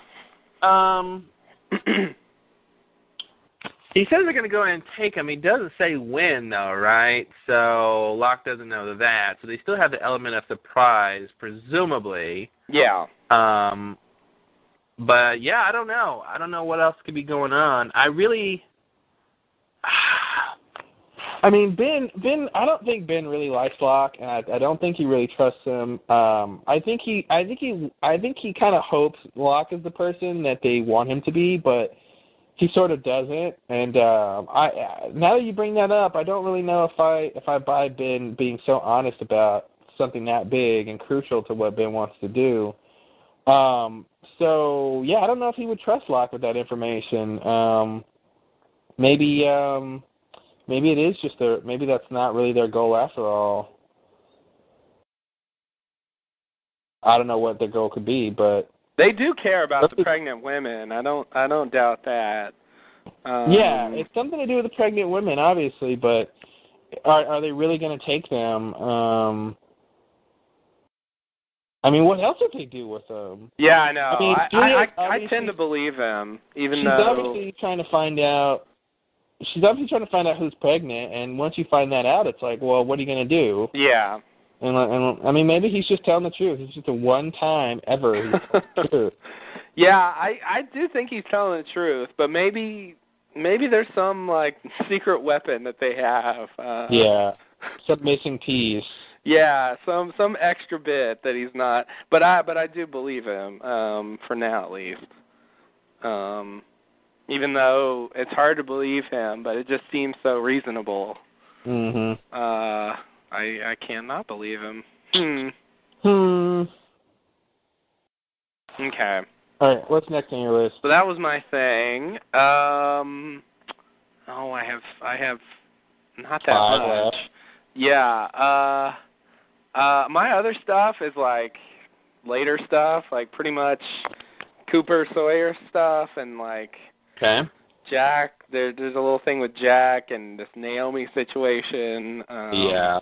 S1: he says they're going to go in and take him. He doesn't say when, though, right? So Locke doesn't know that. So they still have the element of surprise, presumably.
S2: yeah.
S1: Um, but yeah, I don't know. I don't know what else could be going on. I really, I mean, Ben. Ben. I don't think Ben really likes Locke, and I, I don't think he really trusts him. Um, I think he. I think he. I think he kind of hopes Locke is the person that they want him to be, but he sort of doesn't. And um, I. I- Now that you bring that up, I don't really know if I if I buy Ben being so honest about something that big and crucial to what Ben wants to do. Um, so yeah, I don't know if he would trust Locke with that information. Um, maybe um, maybe it is just their maybe that's not really their goal after all. I don't know what their goal could be, but
S2: They do care about the
S1: That's-
S2: pregnant women. I don't I don't doubt that. Um,
S1: yeah, it's something to do with the pregnant women, obviously. But are are they really going to take them? Um, I mean, what else would they do with them?
S2: yeah, I know.
S1: I mean,
S2: I I,
S1: Juliet
S2: I, I
S1: obviously-
S2: tend to believe him, even
S1: she's
S2: though
S1: obviously trying to find out she's obviously trying to find out who's pregnant and once you find that out it's like well what are you going to do
S2: yeah.
S1: and, I- and i mean maybe he's just telling the truth it's just the one time ever he's telling the truth
S2: yeah, I I do think he's telling the truth, but maybe maybe there's some like secret weapon that they have. Uh,
S1: yeah some missing piece
S2: Yeah, some some extra bit that he's not, but I but I do believe him um for now at least. Um even though it's hard to believe him, but it just seems so reasonable.
S1: mhm
S2: Uh I I cannot believe him. Hmm.
S1: hmm
S2: Okay.
S1: all right what's next on your list
S2: So that was my thing. Um Oh, I have I have not that
S1: Five
S2: much.
S1: left.
S2: Yeah. Uh uh my other stuff is like later stuff, like pretty much Cooper Sawyer stuff and like
S1: okay
S2: Jack there there's a little thing with Jack and this Naomi situation. Um
S1: yeah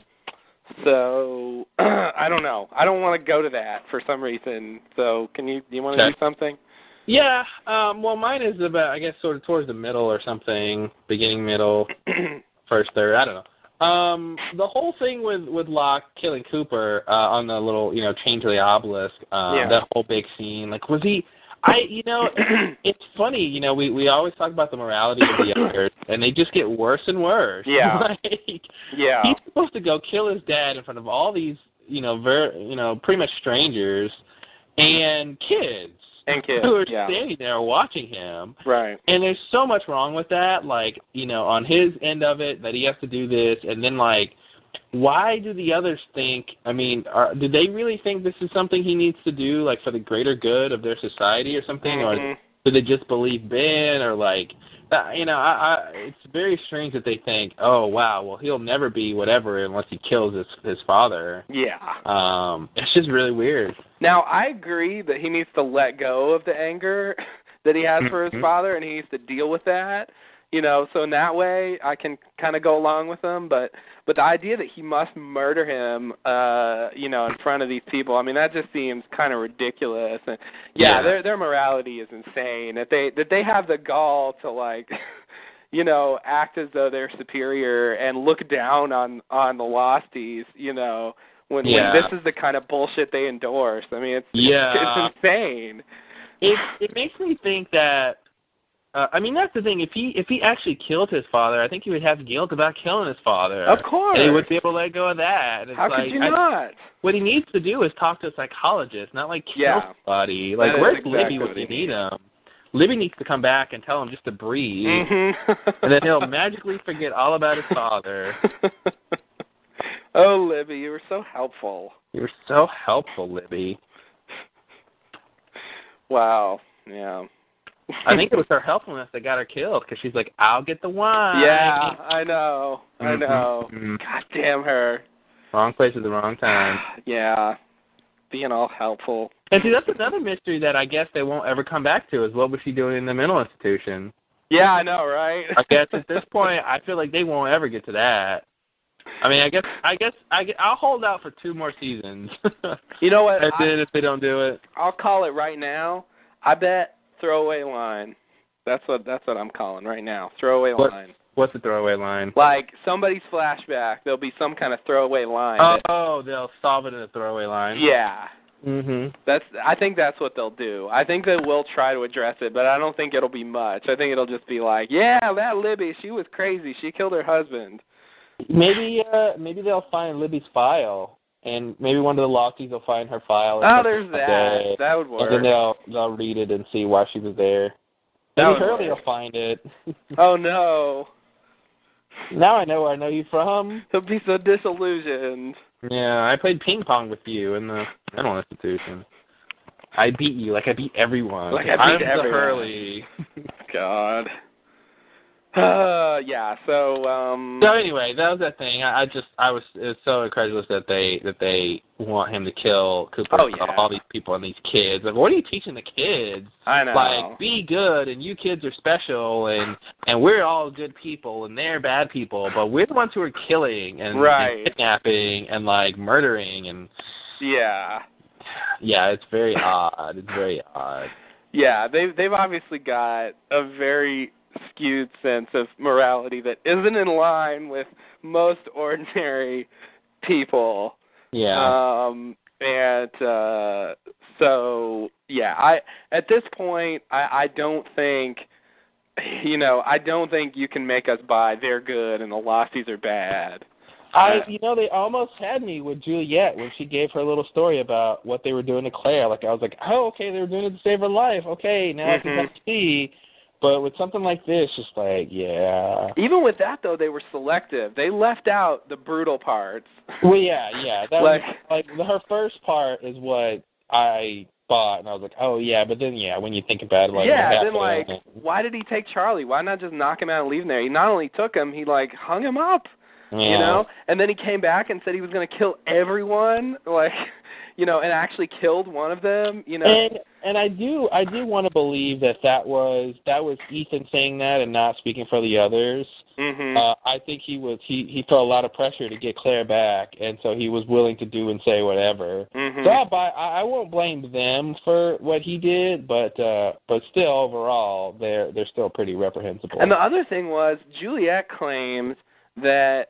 S2: So I don't know. I don't want to go to that for some reason. So can you do you want to
S1: Okay.
S2: do something?
S1: yeah um well mine is about i guess sort of towards the middle or something beginning middle first third. I don't know. Um, the whole thing with with Locke killing Cooper uh, on the little you know chain to the obelisk. Um,
S2: Yeah.
S1: That whole big scene. Like was he? I you know it's funny you know we we always talk about the morality of the others and they just get worse and worse.
S2: Yeah.
S1: like,
S2: yeah.
S1: he's supposed to go kill his dad in front of all these you know ver you know pretty much strangers and kids
S2: And kids,
S1: who are
S2: yeah.
S1: standing there watching him.
S2: Right.
S1: And there's so much wrong with that. Like, you know, on his end of it, that he has to do this, and then like, why do the others think? I mean, are, do they really think this is something he needs to do, like for the greater good of their society or something, or
S2: Mhm.
S1: do they just believe Ben or like? uh, You know, I, I it's very strange that they think, oh wow, well he'll never be whatever unless he kills his his father.
S2: Mm-hmm. Yeah.
S1: Um, it's just really weird.
S2: Now I agree that he needs to let go of the anger that he has for his
S1: Mhm.
S2: father, and he needs to deal with that. You know, so in that way I can kind of go along with him. But but the idea that he must murder him, uh, you know, in front of these people, I mean, that just seems kind of ridiculous. And yeah,
S1: Yeah.
S2: their their morality is insane. That they that they have the gall to like. You know, act as though they're superior and look down on on the losties. You know, when,
S1: Yeah.
S2: when this is the kind of bullshit they endorse. I mean, it's
S1: Yeah.
S2: it's insane.
S1: it it makes me think that uh, I mean that's the thing. If he if he actually killed his father, I think he would have guilt about killing his father.
S2: Of course.
S1: And he would be able to let go of that. And it's
S2: How
S1: like
S2: could you
S1: I-
S2: not?
S1: what he needs to do is talk to a psychologist, not like kill
S2: Yeah.
S1: somebody. Like
S2: That is
S1: where's
S2: exactly
S1: Libby
S2: what
S1: when
S2: he
S1: you need him? Libby needs to come back and tell him just to breathe.
S2: Mhm.
S1: And then he'll magically forget all about his father.
S2: oh, Libby, you were so helpful.
S1: You were so helpful, Libby.
S2: Wow. Yeah.
S1: I think it was her helpfulness that got her killed because she's like, "I'll get the wine."
S2: Yeah, I know. I
S1: Mhm,
S2: know.
S1: mhm.
S2: God damn her.
S1: Wrong place at the wrong time.
S2: Yeah. Being all helpful.
S1: And see, that's another mystery that I guess they won't ever come back to is what was she doing in the mental institution?
S2: Yeah, I know, right?
S1: I guess at this point, I feel like they won't ever get to that. I mean, I guess, I guess, I guess I'll hold out for two more seasons.
S2: you know what?
S1: and
S2: I,
S1: then if they don't do it,
S2: I'll call it right now. I bet throwaway line. That's what that's what I'm calling right now. Throwaway
S1: What?
S2: line.
S1: what's the throwaway line?
S2: Like somebody's flashback, there'll be some kind of throwaway line. that-
S1: Oh, they'll solve it in a throwaway line.
S2: yeah.
S1: Mhm.
S2: That's I think that's what they'll do. I think they will try to address it, but I don't think it'll be much. I think it'll just be like, Yeah, that Libby, she was crazy. She killed her husband.
S1: Maybe, uh, maybe they'll find Libby's file, and maybe one of the Lockies will find her file. or
S2: Oh,
S1: something
S2: there's
S1: like
S2: that. That would
S1: And then
S2: work.
S1: they'll they'll read it and see why she was there.
S2: That
S1: Maybe
S2: would
S1: Hurley
S2: work.
S1: will find it.
S2: Oh no.
S1: now I know where I know you from.
S2: He'll be so disillusioned.
S1: Yeah, I played ping pong with you in the mental institution. I beat you like I beat everyone.
S2: Like I beat
S1: am
S2: everyone.
S1: The Hurley.
S2: God. Uh yeah, so um
S1: So anyway, that was that thing. I, I just I was, it was so incredulous that they that they want him to kill Cooper,
S2: Oh,
S1: and
S2: yeah.
S1: all these people and these kids. Like, what are you teaching the kids?
S2: I know.
S1: Like, be good, and you kids are special, and and we're all good people, and they're bad people, but we're the ones who are killing and,
S2: Right.
S1: and kidnapping and like murdering, and
S2: yeah.
S1: yeah, it's very odd. It's very odd.
S2: Yeah, they they've obviously got a very skewed sense of morality that isn't in line with most ordinary people.
S1: Yeah.
S2: Um and uh so yeah, I at this point I I don't think you know, I don't think you can make us buy they're good and the Losties are bad.
S1: I you know they almost had me with Juliet when she gave her little story about what they were doing to Claire. Like I was like, oh okay, they were doing it to save her life. Okay, now I
S2: Mhm.
S1: can kind of see. But with something like this, just like yeah,
S2: Even with that though, they were selective. They left out the brutal parts.
S1: well yeah yeah. That was,
S2: Like-
S1: like her first part is what I thought, and I was like, oh yeah. But then yeah, when you think about it, like what
S2: yeah, then like,
S1: happened-
S2: why did he take Charlie? Why not just knock him out and leave him there? He not only took him, he like hung him up, you
S1: Yeah.
S2: know. And then he came back and said he was gonna kill everyone, like, you know, and actually killed one of them, you know.
S1: And and I do I do want to believe that that was that was Ethan saying that and not speaking for the others.
S2: hmm
S1: Uh, I think he was he he felt a lot of pressure to get Claire back, and so he was willing to do and say whatever.
S2: hmm
S1: So I, buy, I I won't blame them for what he did, but uh, but still overall they're they're still pretty reprehensible.
S2: And the other thing was Juliet claims that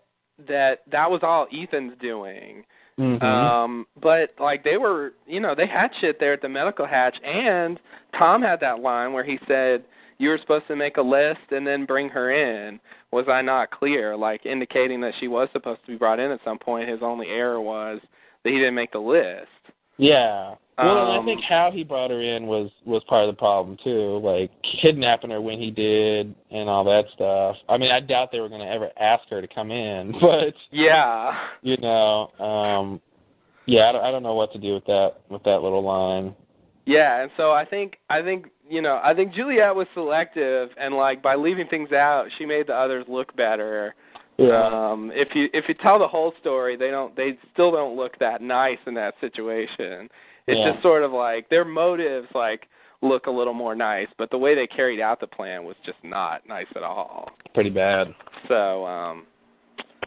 S2: that that was all Ethan's doing.
S1: Mhm.
S2: Um, but like they were, you know, they had shit there at the medical hatch, and Tom had that line where he said, "You were supposed to make a list and then bring her in." Was I not clear? Like indicating that she was supposed to be brought in at some point. His only error was that he didn't make the list.
S1: yeah. Well, and I
S2: um,
S1: think how he brought her in was was part of the problem too, like kidnapping her when he did and all that stuff. I mean, I doubt they were going to ever ask her to come in, but
S2: Yeah,
S1: you know, um, yeah, I don't, I don't know what to do with that with that little line.
S2: yeah. And so I think I think you know I think Juliet was selective, and like by leaving things out, she made the others look better. Um, if you if you tell the whole story, they don't they still don't look that nice in that situation. It's
S1: Yeah.
S2: just sort of like their motives like look a little more nice, but the way they carried out the plan was just not nice at all.
S1: pretty bad.
S2: So, um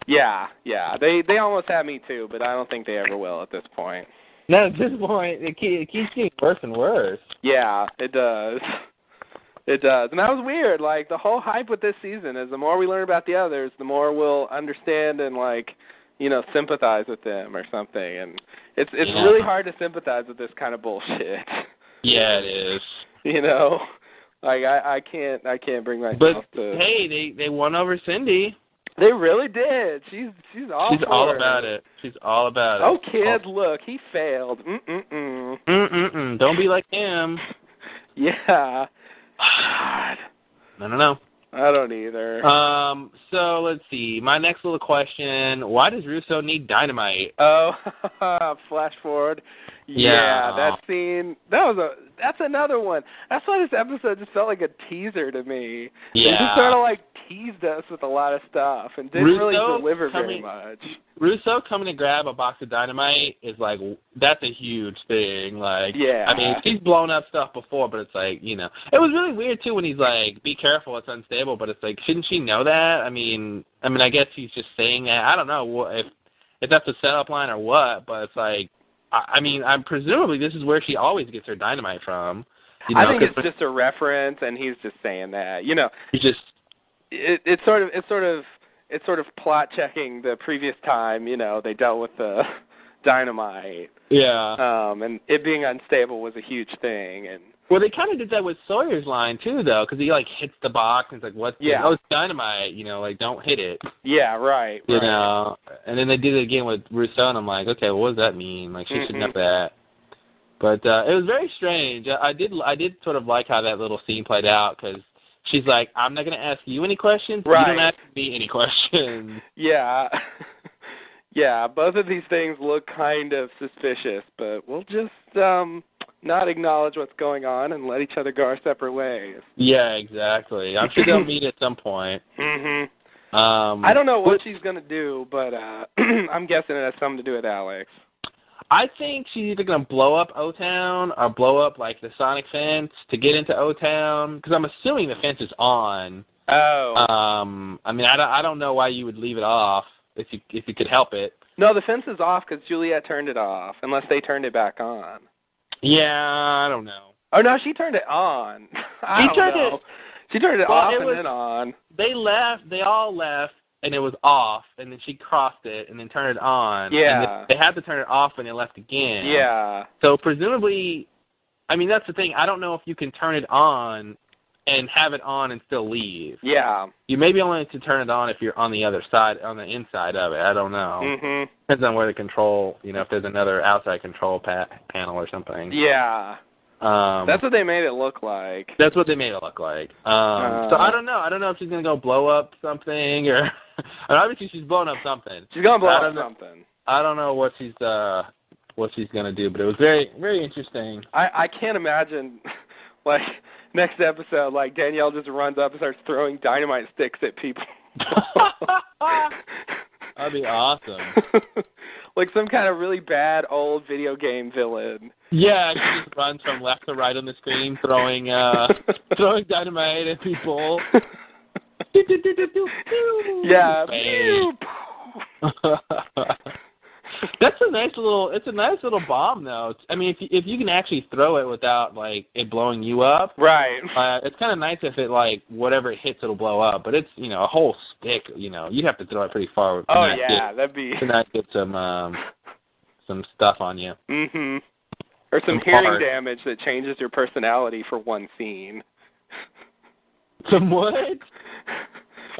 S2: yeah, yeah. They they almost had me too, but I don't think they ever will at this point.
S1: No, at this point, it, keep, it keeps getting worse and worse.
S2: Yeah, it does. It does. And that was weird. Like the whole hype with this season is the more we learn about the others, the more we'll understand and like, you know, sympathize with them or something. And it's it's
S1: Yeah.
S2: really hard to sympathize with this kind of bullshit.
S1: Yeah, it is.
S2: you know? Like I I can't I can't bring myself
S1: But
S2: to
S1: hey, they they won over Cindy.
S2: They really did. She's she's all
S1: She's
S2: for
S1: all about it. She's all about it.
S2: Oh kid, look, he failed. Mm mm mm.
S1: Mm mm mm. Don't be like him.
S2: Yeah. God.
S1: No no no.
S2: I don't either.
S1: Um. So let's see. My next little question: Why does Russo need dynamite?
S2: Oh, flash forward.
S1: Yeah.
S2: that scene. That was a. That's another one. That's why this episode just felt like a teaser to me. It
S1: Yeah.
S2: just sort of like teased us with a lot of stuff and didn't
S1: Russo
S2: really deliver
S1: coming-
S2: very much.
S1: Russo coming to grab a box of dynamite is like w- that's a huge thing. Like,
S2: Yeah.
S1: I mean, he's blown up stuff before, but it's like you know, it was really weird too when he's like, "Be careful, it's unstable." But it's like, shouldn't she know that? I mean, I mean, I guess he's just saying that. I don't know what if if that's a setup line or what, but it's like, I, I mean, I'm presumably this is where she always gets her dynamite from. You know,
S2: I think
S1: 'cause
S2: it's just a reference, and he's just saying that. You know,
S1: you just
S2: it it's sort of it's sort of it's sort of plot checking the previous time you know they dealt with the dynamite
S1: yeah.
S2: um and it being unstable was a huge thing and
S1: Well, they kind of did that with Sawyer's line too, though, because he like hits the box and it's like, "What?
S2: Yeah.
S1: oh, it's dynamite!" You know, like don't hit it,
S2: yeah right
S1: you
S2: right.
S1: know. And then they did it again with Rousseau, and I'm like, okay, what does that mean? Like she
S2: Mhm.
S1: shouldn't have that. But uh it was very strange. I, I did, I did sort of like how that little scene played out because she's like, "I'm not going to ask you any questions. You
S2: Right.
S1: don't ask me any questions."
S2: yeah yeah both of these things look kind of suspicious but we'll just um not acknowledge what's going on and let each other go our separate ways
S1: yeah, exactly. I'm sure they'll meet at some point.
S2: mhm
S1: Um
S2: i don't know what
S1: but-
S2: she's going to do but uh i'm guessing it has something to do with alex
S1: I think she's either gonna blow up O Town or blow up like the Sonic fence to get into O Town because I'm assuming the fence is on.
S2: oh
S1: Um, I mean, I don't, I don't know why you would leave it off if you if you could help it.
S2: No, the fence is off because Juliet turned it off, unless they turned it back on.
S1: Yeah, I don't know.
S2: Oh no, she turned it on. I
S1: She
S2: don't
S1: turned
S2: know.
S1: it-
S2: She turned it
S1: Well,
S2: off
S1: it
S2: and
S1: was-
S2: then on.
S1: They left. They all left, and it was off. And then she crossed it, and then turned it on.
S2: Yeah.
S1: And they, they had to turn it off when they left again.
S2: Yeah.
S1: So presumably, I mean that's the thing. I don't know if you can turn it on and have it on and still leave.
S2: Yeah.
S1: You may be only to turn it on if you're on the other side, on the inside of it. I don't know.
S2: Mhm.
S1: Depends on where the control, you know, if there's another outside control pa- panel or something.
S2: Yeah.
S1: Um,
S2: That's what they made it look like.
S1: that's what they made it look like. Um, so
S2: Uh.
S1: I don't know. I don't know if she's gonna go blow up something or, and obviously she's blown up something.
S2: She's gonna blow
S1: I
S2: up
S1: don't know.
S2: something.
S1: I don't know what she's uh what she's gonna do, but it was very very interesting.
S2: I I can't imagine, like next episode, like Danielle just runs up and starts throwing dynamite sticks at people.
S1: Ah. That'd be awesome.
S2: like some kind of really bad old video game villain.
S1: Yeah, she just runs from left to right on the screen, throwing uh throwing dynamite at people.
S2: yeah.
S1: Bang. That's a nice little. It's a nice little bomb, though. I mean, if you, if you can actually throw it without like it blowing you up,
S2: Right.
S1: uh, it's kind of nice if it like whatever it hits, it'll blow up. But it's you know a whole stick. You know you'd have to throw it pretty far to
S2: Oh
S1: not
S2: yeah, that'd be.
S1: get, to not get some um some stuff on you.
S2: Mhm. Or some
S1: Some
S2: hearing
S1: part.
S2: damage that changes your personality for one scene.
S1: Some what?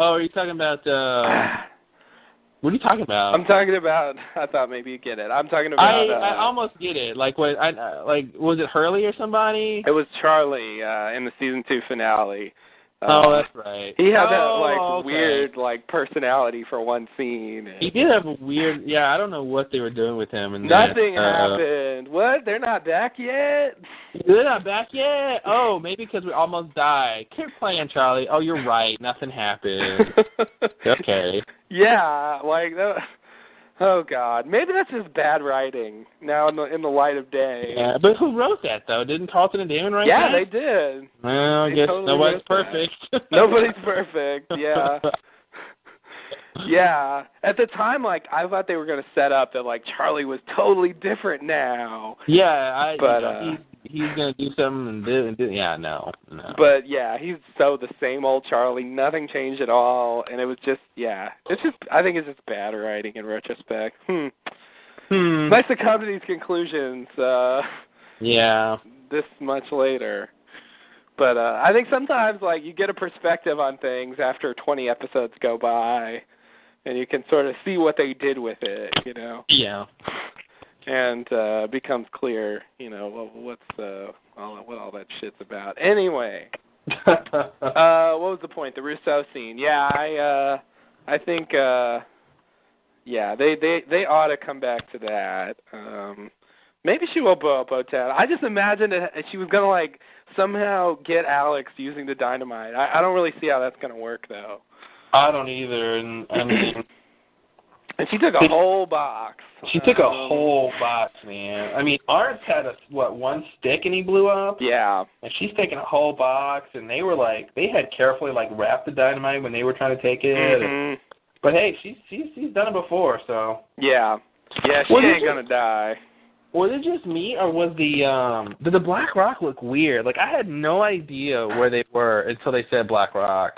S1: Oh, are you talking about? uh What are you talking about?
S2: I'm talking about. I thought maybe you would get it. I'm talking
S1: I,
S2: about. uh,
S1: I almost get it. Like what? I uh, like was it Hurley or somebody?
S2: It was Charlie uh, in the season two finale. Uh,
S1: Oh, that's right.
S2: He had
S1: Oh,
S2: that like
S1: okay.
S2: weird like personality for one scene. and-
S1: He did have a weird. Yeah, I don't know what they were doing with him. And
S2: Nothing
S1: uh,
S2: happened. What? They're not back yet?
S1: They're not back yet. Oh, maybe because we almost died. Keep playing, Charlie. Oh, you're right. Nothing happened. okay.
S2: Yeah, like that. Oh God, maybe that's just bad writing now in the in the light of day.
S1: Yeah, but who wrote that though? Didn't Carlton and Damon write
S2: Yeah,
S1: that?
S2: they did.
S1: Well, I
S2: they
S1: guess
S2: totally
S1: nobody's
S2: wrote that.
S1: perfect.
S2: Nobody's perfect. Yeah. Yeah. At the time, like I thought they were gonna set up that like Charlie was totally different now.
S1: Yeah, I.
S2: But,
S1: you know,
S2: uh,
S1: he's, he's gonna do something and do and do. Yeah, no, no.
S2: But yeah, he's so the same old Charlie. Nothing changed at all, and it was just yeah. It's just I think it's just bad writing in retrospect. Hmm.
S1: Hmm.
S2: Nice to come to these conclusions. Uh
S1: yeah.
S2: this much later. But uh I think sometimes like you get a perspective on things after 20 episodes go by and you can sort of see what they did with it, you know.
S1: Yeah.
S2: And uh it becomes clear, you know, what what's uh all what all that shit's about. Anyway, uh what was the point? The Rousseau scene. Yeah, I uh I think uh yeah, they they they ought to come back to that. Um Maybe she will blow up Town. I just imagined it, she was gonna like somehow get Alex using the dynamite. I, I don't really see how that's gonna work though.
S1: I don't either. And I mean,
S2: And she took a whole box.
S1: she took a
S2: Um,
S1: whole box, man. I mean, Arts had a what one stick and he blew up.
S2: Yeah.
S1: And she's taking a whole box, and they were like, they had carefully like wrapped the dynamite when they were trying to take it.
S2: Mhm.
S1: But hey, she's she's she's done it before, so.
S2: Yeah. Yeah, she
S1: Well, did
S2: ain't
S1: you-
S2: gonna die.
S1: Was it just me, or was the um did the Black Rock look weird? Like I had no idea where they were until they said Black Rock.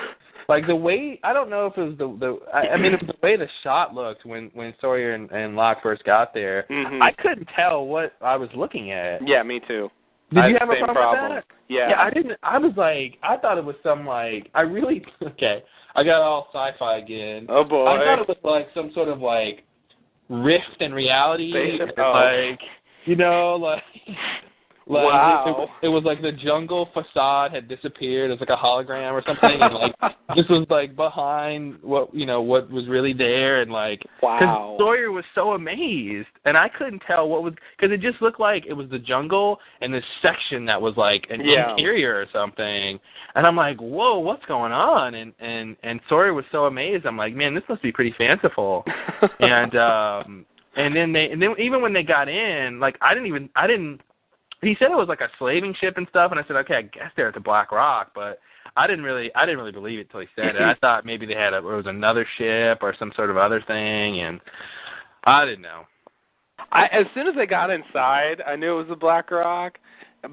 S1: Like the way I don't know if it was the the I, I mean it was the way the shot looked when when Sawyer and, and Locke first got there.
S2: Mhm.
S1: I couldn't tell what I was looking at.
S2: Yeah, me too.
S1: Did
S2: I
S1: you
S2: had
S1: have
S2: the
S1: a
S2: same
S1: problem,
S2: problem.
S1: with that?
S2: Yeah.
S1: I didn't. I was like, I thought it was some like, I really okay. I got all sci-fi again.
S2: Oh boy.
S1: I thought it was like some sort of like rift in reality,
S2: Spaceship
S1: or,
S2: Earth.
S1: like you know, like like
S2: Wow.
S1: it, it was like the jungle facade had disappeared. It was like a hologram or something, and like this was like behind what you know what was really there, and like because
S2: wow.
S1: Sawyer was so amazed, and I couldn't tell what was because it just looked like it was the jungle and this section that was like an
S2: Yeah.
S1: interior or something. And I'm like, whoa, what's going on? And and and Sawyer was so amazed. I'm like, man, this must be pretty fanciful. and um, and then they and then even when they got in, like I didn't even I didn't. He said it was like a slaving ship and stuff, and I said, okay, I guess they're at the Black Rock, but. I didn't really, I didn't really believe it till he said it. I thought maybe they had a, it was another ship or some sort of other thing, and I didn't know.
S2: I as soon as I got inside, I knew it was a black rock,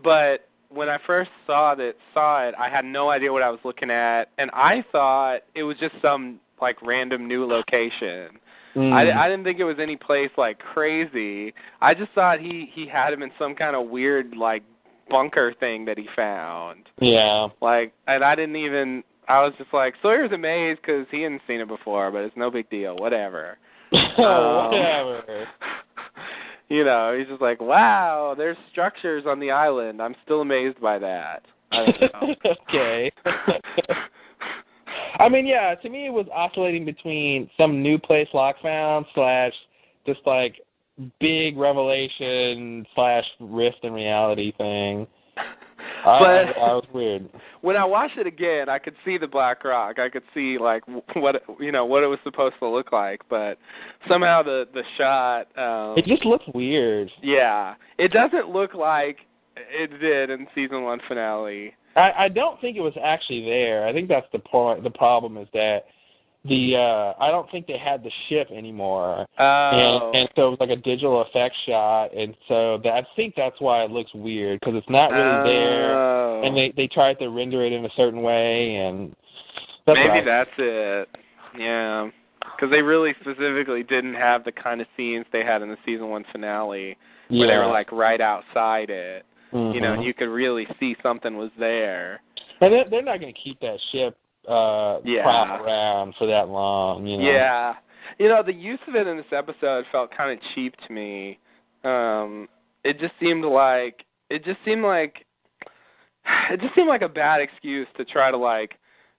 S2: but when I first saw that saw it, I had no idea what I was looking at, and I thought it was just some like random new location.
S1: Hmm.
S2: I, I didn't think it was any place like crazy. I just thought he he had him in some kind of weird like bunker thing that he found.
S1: yeah,
S2: Like, and I didn't even. I was just like Sawyer's amazed because he hadn't seen it before, but it's no big deal. Whatever. Um,
S1: whatever.
S2: you know, he's just like, wow, there's structures on the island. I'm still amazed by that. I don't know.
S1: okay. I mean, yeah. To me, it was oscillating between some new place Lock found slash just like big revelation slash rift in reality thing. I,
S2: But-
S1: I, I was weird.
S2: when I watched it again, I could see the black rock. I could see like w- what you know what it was supposed to look like, but somehow the the shot. Um,
S1: It just looked weird.
S2: yeah, it doesn't look like it did in season one finale.
S1: I, I don't think it was actually there. I think that's the point. The problem is that the uh I don't think they had the ship anymore.
S2: Oh,
S1: and, and so it was like a digital effect shot, and so that, I think that's why it looks weird because it's not really there,
S2: Oh.
S1: and they they tried to render it in a certain way, and that's
S2: Maybe
S1: right.
S2: that's it. Yeah. Because they really specifically didn't have the kind of scenes they had in the season one finale,
S1: yeah.
S2: where they were like right outside it. You know,
S1: Mhm.
S2: and you could really see something was there.
S1: and they're, they're not going to keep that ship uh
S2: Yeah.
S1: prop around for that long, um, you know.
S2: Yeah. You know, the use of it in this episode felt kind of cheap to me. Um it just seemed like it just seemed like it just seemed like a bad excuse to try to like,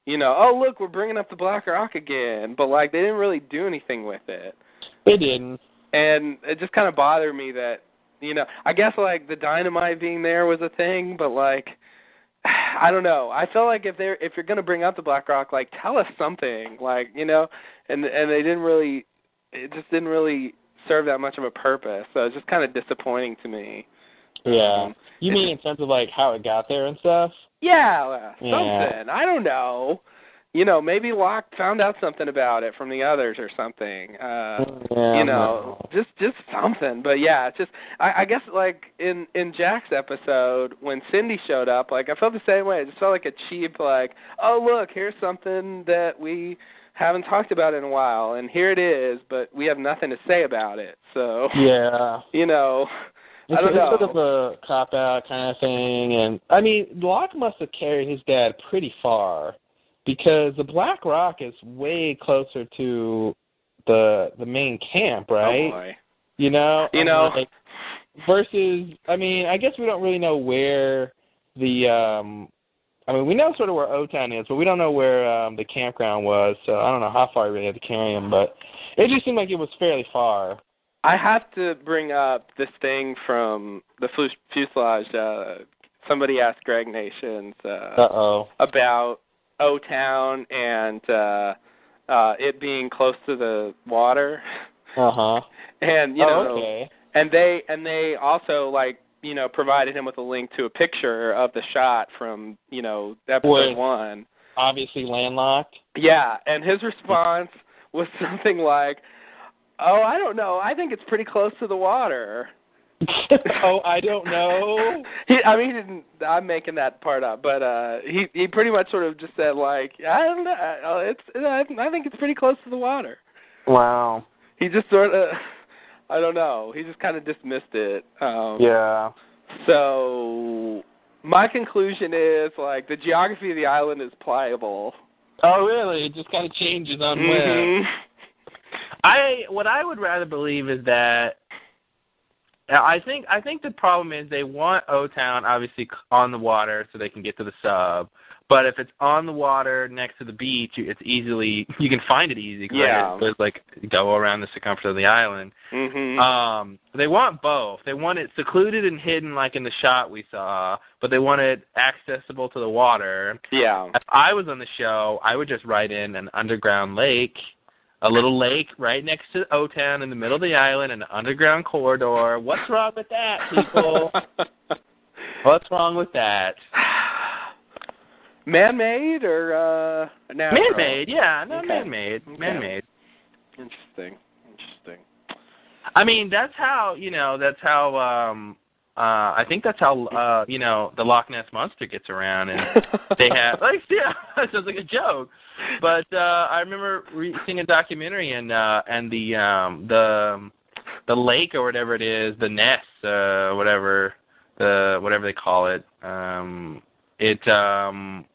S2: you know, oh look, we're bringing up the Black Rock again, but like they didn't really do anything with it.
S1: they didn't.
S2: and it just kind of bothered me that you know i guess like the dynamite being there was a thing but like i don't know i feel like if they're if you're going to bring up the black rock like tell us something like you know and and they didn't really it just didn't really serve that much of a purpose so it's just kind of disappointing to me
S1: Yeah,
S2: Um,
S1: you mean in terms of like how it got there and stuff?
S2: yeah uh,
S1: Yeah.
S2: something i don't know you know maybe locke found out something about it from the others or something uh
S1: Yeah,
S2: you know just just something but yeah it's just i i guess like in in jack's episode when cindy showed up like i felt the same way it just felt like a cheap like oh look here's something that we haven't talked about in a while and here it is but we have nothing to say about it so
S1: yeah.
S2: you know I
S1: It's,
S2: don't
S1: it's
S2: know.
S1: sort of a cop out kind of thing, and I mean, Locke must have carried his dad pretty far because the Black Rock is way closer to the the main camp,
S2: oh
S1: right?
S2: boy.
S1: you know, Um,
S2: You know.
S1: like, versus, I mean, I guess we don't really know where the um, I mean, we know sort of where O Town is, but we don't know where um the campground was, so I don't know how far he really had to carry him, but it just seemed like it was fairly far.
S2: I have to bring up this thing from the fus- fuselage. Uh, somebody asked Greg Nations
S1: Uh oh.
S2: about O Town and uh, uh, it being close to the water,
S1: Uh huh.
S2: and you know,
S1: Oh, okay.
S2: and they and they also like you know provided him with a link to a picture of the shot from you know episode
S1: Wait.
S2: one.
S1: Obviously landlocked.
S2: Yeah, and his response was something like, "Oh, I don't know. I think it's pretty close to the water."
S1: oh, I don't know.
S2: he, I mean, he didn't, I'm making that part up, but uh he he pretty much sort of just said like, "I don't know. uh, It's I I think it's pretty close to the water."
S1: Wow.
S2: He just sort of, I don't know. He just kind of dismissed it. Um,
S1: Yeah.
S2: So my conclusion is like the geography of the island is pliable.
S1: Oh, really? It just kind of changes on when.
S2: Mhm.
S1: Mm-hmm. I what I would rather believe is that I think I think the problem is they want O Town obviously c- on the water so they can get to the sub. But if it's on the water next to the beach, you- it's easily you can find it easy. 'cause
S2: Yeah.
S1: it's like go around the circumference of the island.
S2: Mhm.
S1: Um, they want both. They want it secluded and hidden, like in the shot we saw, but they want it accessible to the water.
S2: yeah.
S1: If I was on the show, I would just write in an underground lake, a little lake right next to O Town in the middle of the island, an underground corridor. What's wrong with that, people? What's wrong with that?
S2: Man-made or uh natural?
S1: Man-made, yeah, no,
S2: Okay.
S1: man-made, man-made.
S2: Interesting. Interesting.
S1: I mean, that's how you know. That's how. um uh I think that's how uh you know the Loch Ness monster gets around, and they have like yeah, it sounds like a joke. But uh I remember re- seeing a documentary and uh and the um the um, the lake or whatever it is, the nest, uh whatever the whatever they call it. Um it um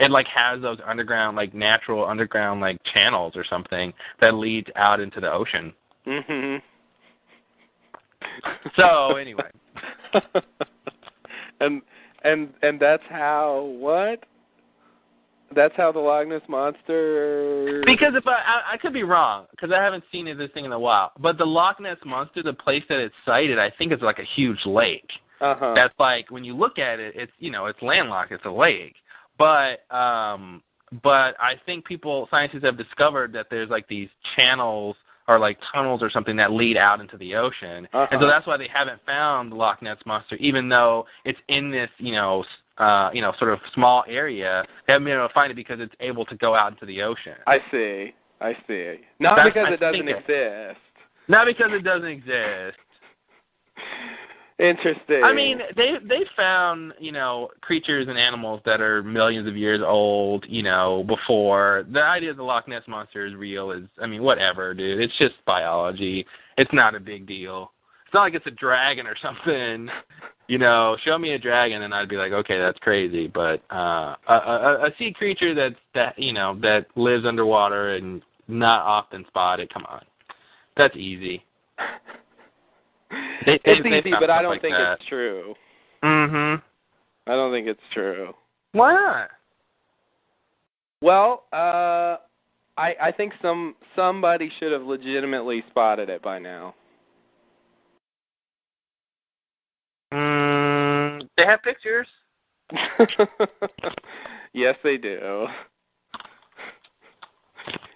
S1: it like has those underground like natural underground like channels or something that leads out into the ocean.
S2: Mhm.
S1: So anyway.
S2: and and and that's how what? That's how the Loch Ness monster.
S1: Because if I, I I could be wrong because I haven't seen this thing in a while, but the Loch Ness monster, the place that it's sited, I think is like a huge lake.
S2: uh-huh.
S1: That's like when you look at it, it's you know it's landlocked, it's a lake. But um, but I think people scientists have discovered that there's like these channels or like tunnels or something that lead out into the ocean, and
S2: Uh-huh.
S1: so that's why they haven't found the Loch Ness monster, even though it's in this you know s- uh you know sort of small area. They haven't been able to find it because it's able to go out into the ocean.
S2: I see. I see. Not
S1: That's
S2: because
S1: my
S2: it doesn't
S1: thinking.
S2: exist.
S1: Not because it doesn't exist.
S2: Interesting.
S1: I mean, they they found you know creatures and animals that are millions of years old. You know, before the idea of the Loch Ness monster is real is I mean whatever, dude. It's just biology. It's not a big deal. It's not like it's a dragon or something. You know, show me a dragon and I'd be like, okay, that's crazy. But uh, a, a, a sea creature that's that you know that lives underwater and not often spotted. Come on, that's easy. They, they,
S2: it's
S1: they
S2: easy,
S1: found
S2: but I
S1: stuff
S2: don't
S1: like
S2: think
S1: that.
S2: it's true.
S1: Mm-hmm.
S2: I don't think it's true.
S1: Why not?
S2: Well, uh, I I think some somebody should have legitimately spotted it by now.
S1: Mm, they have pictures.
S2: yes, they do.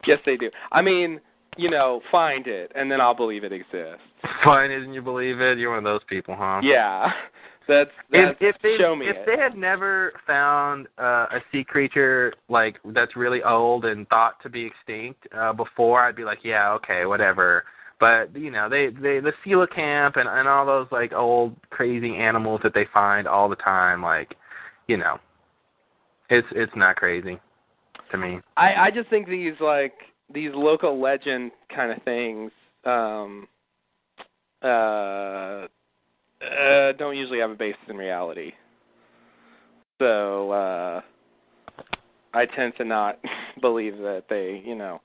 S2: Yes, they do. I mean, you know, find it, and then I'll believe it exists.
S1: Fine, isn't you believe it? You're one of those people, huh?
S2: Yeah, that's
S1: If,
S2: that's
S1: if they
S2: show me
S1: if
S2: it.
S1: they had never found uh, a sea creature like that's really old and thought to be extinct uh, before, I'd be like, yeah, okay, whatever. But you know, they they the coelacanth and and all those like old crazy animals that they find all the time, like, you know, it's it's not crazy to me.
S2: I I just think these like these local legend kind of things um uh uh don't usually have a basis in reality. So uh I tend to not believe that they, you know.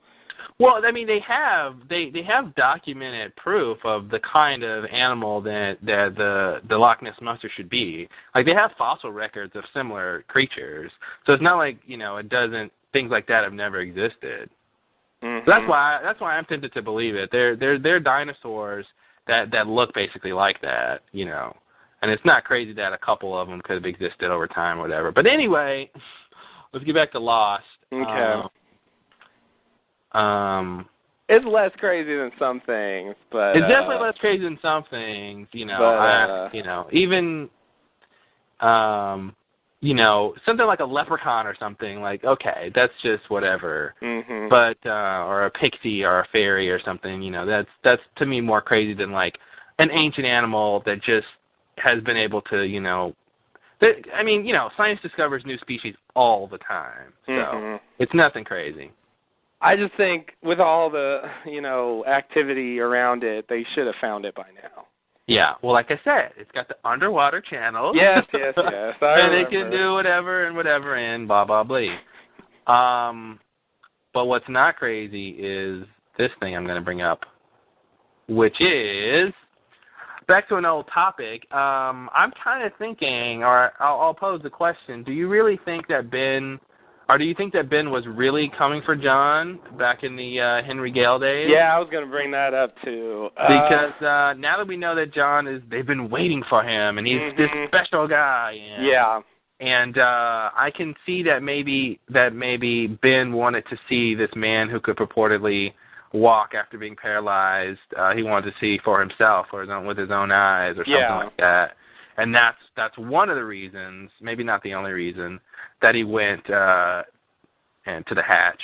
S1: Well, I mean, they have they they have documented proof of the kind of animal that that the the Loch Ness monster should be. Like they have fossil records of similar creatures, so it's not like you know it doesn't things like that have never existed.
S2: Mhm.
S1: So that's why that's why I'm tempted to believe it. They're they're they're dinosaurs that that look basically like that, you know. And it's not crazy that a couple of them could have existed over time, or whatever. But anyway, let's get back to Lost.
S2: Okay.
S1: Um, um,
S2: It's less crazy than some things, but
S1: it's
S2: uh,
S1: definitely less crazy than some things, you know.
S2: but,
S1: I,
S2: uh,
S1: you know, even um, you know, something like a leprechaun or something. Like, okay, that's just whatever.
S2: Mhm.
S1: but uh or a pixie or a fairy or something you know that's that's to me more crazy than like an ancient animal that just has been able to you know that, i mean you know science discovers new species all the time so
S2: Mhm.
S1: it's nothing crazy
S2: I just think with all the you know activity around it, they should have found it by now.
S1: yeah well like i said it's got the underwater channel
S2: Yes, yes, yes. I
S1: and it
S2: remember.
S1: can do whatever and whatever and blah blah blah um but what's not crazy is this thing i'm going to bring up which is back to an old topic. Um, I'm kind of thinking, or I'll, I'll pose the question: Do you really think that Ben, or do you think that Ben was really coming for John back in the uh, Henry Gale days?
S2: Yeah, I was gonna bring that up too. Uh,
S1: Because uh, now that we know that John is, they've been waiting for him, and he's this
S2: Mhm.
S1: special guy. And,
S2: yeah,
S1: And uh, I can see that maybe that maybe Ben wanted to see this man who could purportedly walk after being paralyzed. Uh, he wanted to see for himself or his own, with his own eyes or something
S2: Yeah.
S1: like that. And that's that's one of the reasons, maybe not the only reason, that he went uh, and to the hatch.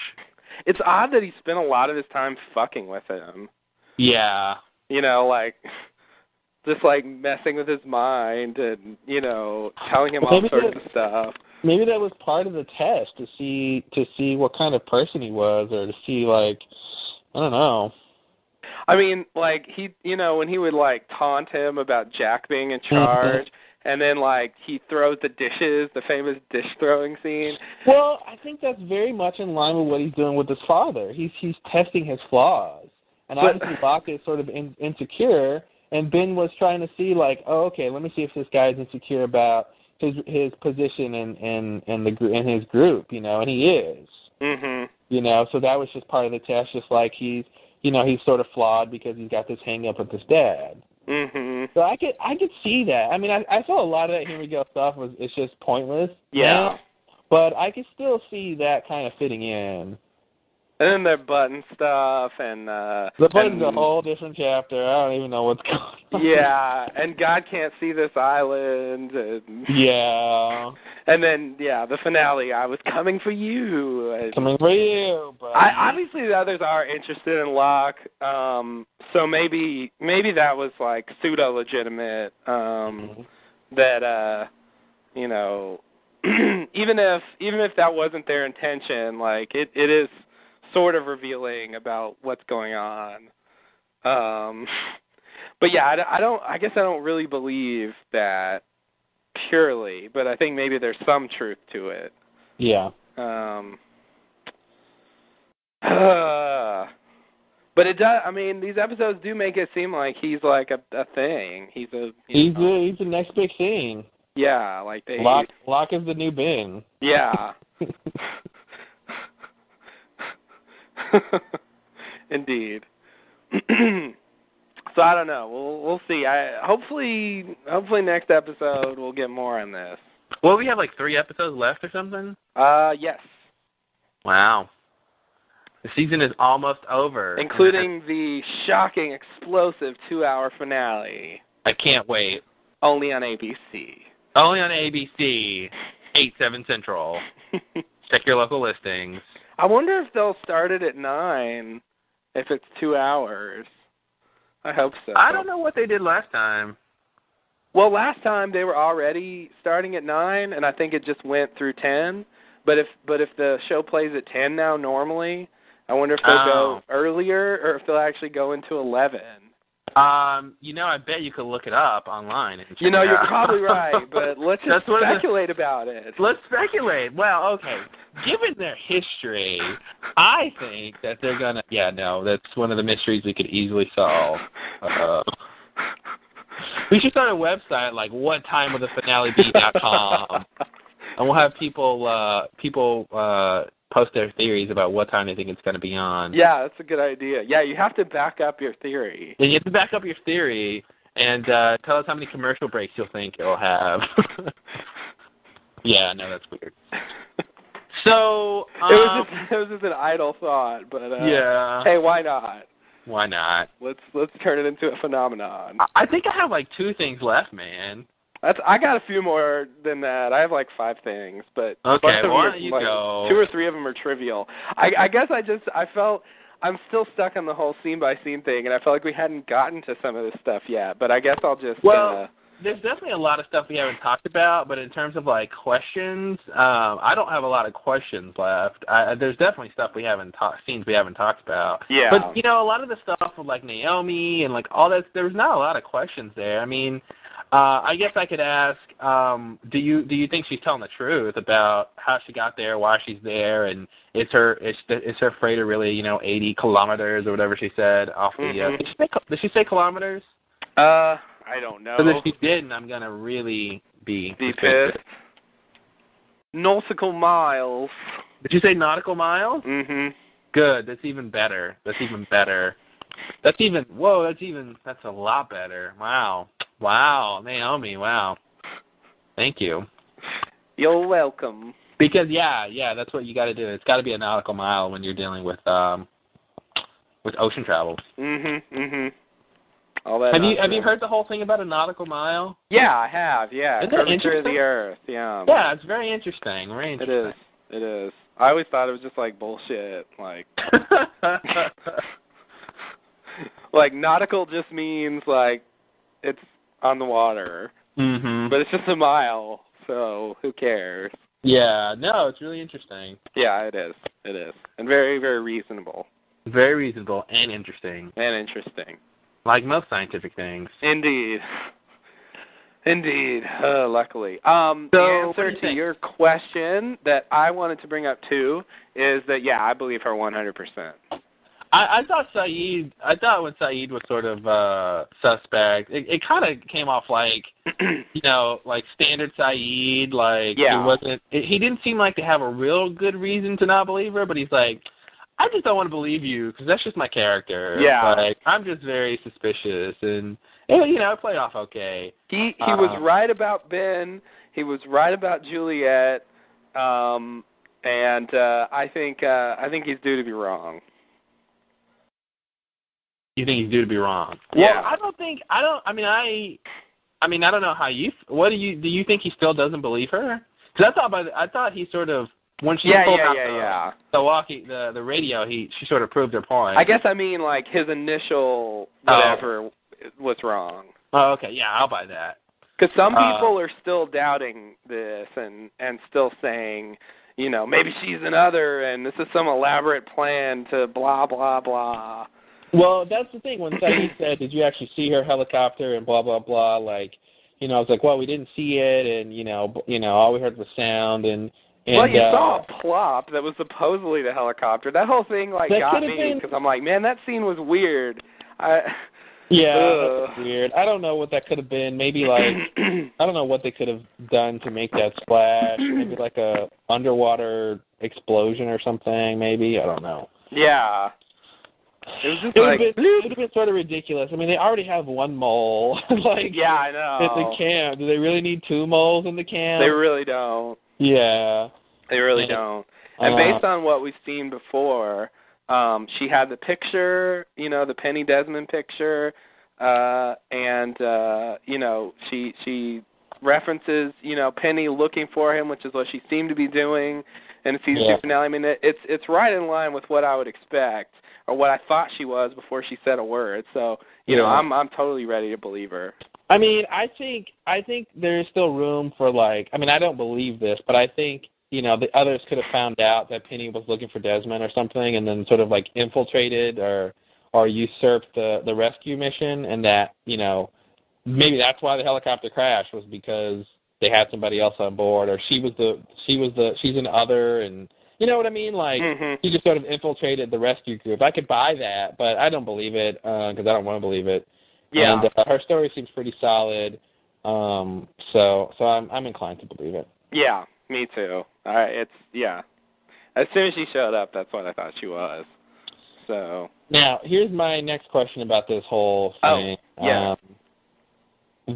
S2: it's odd that he spent a lot of his time fucking with him.
S1: Yeah.
S2: You know, like just like messing with his mind and you know telling him all
S1: Maybe
S2: sorts
S1: the-
S2: of stuff.
S1: Maybe that was part of the test to see to see what kind of person he was or to see like I don't know.
S2: I mean, like he, you know, when he would like taunt him about Jack being in
S1: Uh-huh.
S2: charge, and then like he throws the dishes, the famous dish throwing scene.
S1: Well, I think that's very much in line with what he's doing with his father. He's he's testing his flaws, and
S2: But-
S1: obviously Locke is sort of in, insecure, and Ben was trying to see like, oh, okay, let me see if this guy is insecure about his his position in in in the gr- in his group, you know, and he is,
S2: Mhm.
S1: you know, so that was just part of the test, just like he's you know he's sort of flawed because he's got this hang up with his dad.
S2: Mhm.
S1: So I could I could see that. I mean, I I felt a lot of that Henry Gill stuff was it's just pointless.
S2: Yeah.
S1: But I could still see that kind of fitting in.
S2: And then their button stuff and uh
S1: The book's
S2: and-
S1: a whole different chapter. I don't even know what's going on.
S2: Yeah, and God can't see this island and
S1: Yeah.
S2: and then yeah, the finale, I was coming for you. and-
S1: Coming for you, but
S2: I obviously the others are interested in Locke, um, so maybe maybe that was like pseudo legitimate. Um, that uh, you know, even if even if that wasn't their intention, like it it is sort of revealing about what's going on. Um, but yeah, I, d- I don't. I guess I don't really believe that purely, but I think maybe there's some truth to it.
S1: Yeah.
S2: Um, uh, but it does. I mean, these episodes do make it seem like he's like a, a thing. He's a you
S1: He's
S2: know,
S1: the he's the next big thing.
S2: yeah, like they
S1: Locke Locke is the new Ben.
S2: yeah. Indeed. so I don't know. We'll we'll see. I hopefully hopefully next episode we'll get more on this.
S1: well, we have like three episodes left or something.
S2: Uh yes,
S1: Wow. The season is almost over.
S2: including the shocking explosive 2-hour finale.
S1: I can't wait.
S2: only on ABC.
S1: Only on ABC, eight seven Central. Check your local listings.
S2: I wonder if they'll start it at nine, if it's two hours. I hope so.
S1: I don't know what they did last time.
S2: Well, last time they were already starting at nine, and I think it just went through ten. But if but if the show plays at ten now normally, I wonder if they'll
S1: Oh.
S2: go earlier or if they'll actually go into eleven.
S1: Um, you know, I bet you could look it up online. And check
S2: You know,
S1: it
S2: you're
S1: out.
S2: probably right, but let's just
S1: That's one of the-
S2: speculate about it.
S1: let's speculate. Well, okay. Given their history, I think that they're gonna. Yeah, no, that's one of the mysteries we could easily solve. Uh, we should start a website like what time will the finale be dot com, and we'll have people uh people uh post their theories about what time they think it's going to be on.
S2: Yeah, that's a good idea. Yeah, you have to back up your theory.
S1: And you have to back up your theory and uh, tell us how many commercial breaks you'll think it'll have. yeah, no, that's weird. So um,
S2: it was just it was just an idle thought, but uh,
S1: yeah,
S2: hey, why not?
S1: why not?
S2: Let's let's turn it into a phenomenon.
S1: I- I think I have like two things left, man.
S2: That's I got a few more than that. I have like five things, but
S1: Okay,
S2: most of them
S1: why
S2: are,
S1: don't you
S2: like,
S1: go?
S2: two or three of them are trivial. I, I guess I just I felt I'm still stuck on the whole scene by scene thing, and I felt like we hadn't gotten to some of this stuff yet. But I guess I'll just
S1: Well,
S2: uh,
S1: There's definitely a lot of stuff we haven't talked about, but in terms of like questions, um, I don't have a lot of questions left. I, there's definitely stuff we haven't talked, scenes we haven't talked about.
S2: yeah,
S1: But you know, a lot of the stuff with like Naomi and like all that, there's not a lot of questions there. I mean, uh, I guess I could ask, um, do you do you think she's telling the truth about how she got there, why she's there, and is her is the, is her freighter really you know 80 kilometers or whatever she said off the? Uh,
S2: Mhm.
S1: did, she say, kil- did she say kilometers?
S2: uh, I don't know.
S1: Because if she didn't, I'm gonna really be
S2: Be
S1: suspicious.
S2: pissed. Nautical miles.
S1: Did you say nautical miles?
S2: Mhm.
S1: Good. That's even better. That's even better. That's even whoa. That's even that's a lot better. Wow. Wow, Naomi. Wow. Thank you.
S2: You're welcome.
S1: Because yeah, yeah, that's what you got to do. It's got to be a nautical mile when you're dealing with um with ocean travel.
S2: Mhm. Mhm. All that.
S1: have you have you
S2: nonsense.
S1: heard the whole thing about a nautical mile?
S2: Yeah, I have. Yeah,
S1: Isn't that
S2: curvature of
S1: interesting?
S2: the Earth. Yeah.
S1: Yeah, it's very interesting. Very
S2: It
S1: interesting.
S2: is. It is. I always thought it was just like bullshit. Like, like nautical just means like it's on the water,
S1: mhm.
S2: but it's just a mile, so who cares?
S1: Yeah, no, it's really interesting.
S2: Yeah, it is. It is, and very, very reasonable
S1: Very reasonable and interesting,
S2: and interesting.
S1: like most scientific things.
S2: Indeed. Indeed. Uh, luckily. Um,
S1: So,
S2: the
S1: what do
S2: answer
S1: you
S2: to
S1: think?
S2: your question that I wanted to bring up too is that yeah, I believe her one hundred percent.
S1: I, I thought Saeed, I thought when Saeed was sort of uh suspect, it, it kind of came off like you know, like standard Saeed, like
S2: Yeah.
S1: he wasn't. It, he didn't seem like to have a real good reason to not believe her, but he's like, I just don't want to believe you because that's just my character.
S2: Yeah.
S1: like I'm just very suspicious, and, and you know, I played off okay.
S2: He he was
S1: Uh,
S2: right about Ben. He was right about Juliet. Um, and uh, I think uh, I think he's due to be wrong.
S1: You think he's due to be wrong?
S2: Yeah.
S1: Well, I don't think I don't. I mean, I, I mean, I don't know how you. What do you do? You think he still doesn't believe her? Because I thought by the, I thought he sort of when she
S2: yeah,
S1: pulled
S2: yeah,
S1: out
S2: yeah,
S1: the,
S2: yeah.
S1: the walkie the the radio, he she sort of proved her point.
S2: I guess I mean like his initial whatever was wrong.
S1: Oh, okay. Yeah, I'll buy that.
S2: Because some
S1: Uh,
S2: people are still doubting this and and still saying, you know, maybe she's another, and this is some elaborate plan to blah blah blah.
S1: Well, that's the thing. When Saeed said, "Did you actually see her helicopter?" and blah blah blah, like you know, I was like, "Well, we didn't see it," and you know, b- you know, all we heard was sound and and
S2: well, you
S1: uh,
S2: saw a plop that was supposedly the helicopter. That whole thing like
S1: That
S2: got
S1: could've
S2: me
S1: been-
S2: because I'm like, man, that scene was weird. I
S1: yeah,
S2: Ugh.
S1: that's weird. I don't know what that could have been. Maybe like I don't know what they could have done to make that splash. Maybe like a underwater explosion or something. Maybe I don't know.
S2: yeah, it was just
S1: It
S2: like
S1: would have been, it would have been sort of ridiculous. I mean, they already have one mole. like
S2: yeah, I
S1: at the
S2: know.
S1: camp. Do they really need two moles in the camp?
S2: They really don't.
S1: yeah.
S2: They really
S1: Yeah.
S2: don't. And
S1: Uh,
S2: based on what we've seen before, um, she had the picture, you know, the Penny Desmond picture, uh, and uh, you know, she she references, you know, Penny looking for him, which is what she seemed to be doing in the season
S1: Yeah.
S2: two finale. I mean, it, it's it's right in line with what I would expect or what I thought she was before she said a word. So you know,
S1: Yeah.
S2: I'm I'm totally ready to believe her.
S1: I mean, I think I think there's still room for like. I mean, I don't believe this, but I think you know the others could have found out that Penny was looking for Desmond or something, and then sort of like infiltrated or or usurped the the rescue mission, and that you know maybe that's why the helicopter crash was because they had somebody else on board, or she was the she was the she's an other, and you know what I mean, like.
S2: Mhm.
S1: he just sort of infiltrated the rescue group. I could buy that, but I don't believe it because I don't want to believe it.
S2: Yeah.
S1: And uh, her story seems pretty solid, um, so so I'm I'm inclined to believe it.
S2: Yeah, me too. Uh, it's yeah. As soon as she showed up, that's what I thought she was. So
S1: Now, here's my next question about this whole thing.
S2: Oh, yeah.
S1: Um,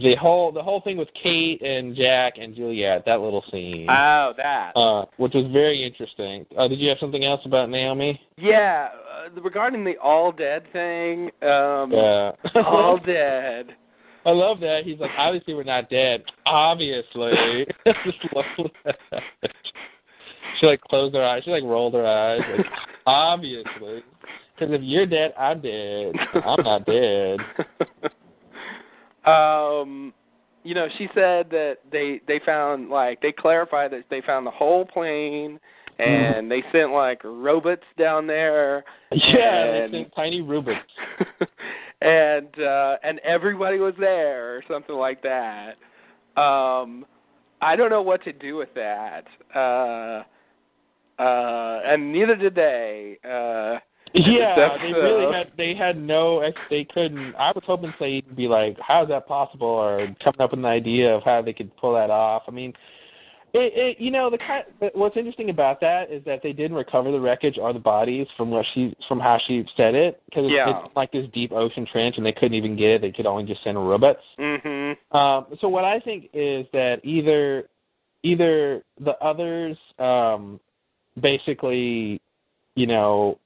S1: the whole the whole thing with Kate and Jack and Juliet, that little scene,
S2: oh, that.
S1: uh, which was very interesting. Uh, did you have something else about Naomi?
S2: yeah, uh, regarding the all dead thing. Um,
S1: Yeah.
S2: all dead.
S1: Uh, I love that. He's like, obviously we're not dead. Obviously. Just love that. She like closed her eyes. She like rolled her eyes. Like, obviously, because if you're dead, I'm dead. I'm not dead.
S2: um, you know, she said that they they found like they clarified that they found the whole plane
S1: Mm-hmm.
S2: and they sent like robots down there
S1: Yeah,
S2: And-
S1: they sent tiny Rubens.
S2: and uh and everybody was there or something like that um i don't know what to do with that uh uh and neither did they uh
S1: Yeah, they
S2: so.
S1: really had they had no ex they couldn't I was hoping they'd be like, How's that possible or coming up with an idea of how they could pull that off. I mean it, it you know, the kind but what's interesting about that is that they didn't recover the wreckage or the bodies from what she from how she said it because
S2: Yeah.
S1: it's like this deep ocean trench and they couldn't even get it. They could only just send robots.
S2: mhm
S1: Um, so what I think is that either either the others um, basically, you know,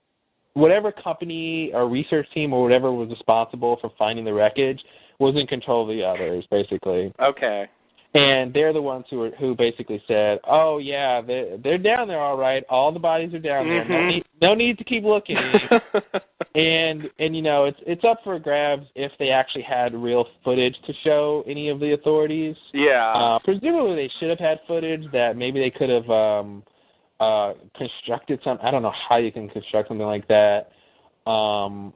S1: whatever company or research team or whatever was responsible for finding the wreckage was in control of the others basically,
S2: okay
S1: and they're the ones who were, who basically said, "Oh yeah, they're, they're down there all right. All the bodies are down there. No
S2: Mhm.
S1: need, no need to keep looking." and and you know it's it's up for grabs if they actually had real footage to show any of the authorities.
S2: yeah
S1: Uh, presumably, they should have had footage that maybe they could have um, uh, constructed some. I don't know how you can construct something like that. Um,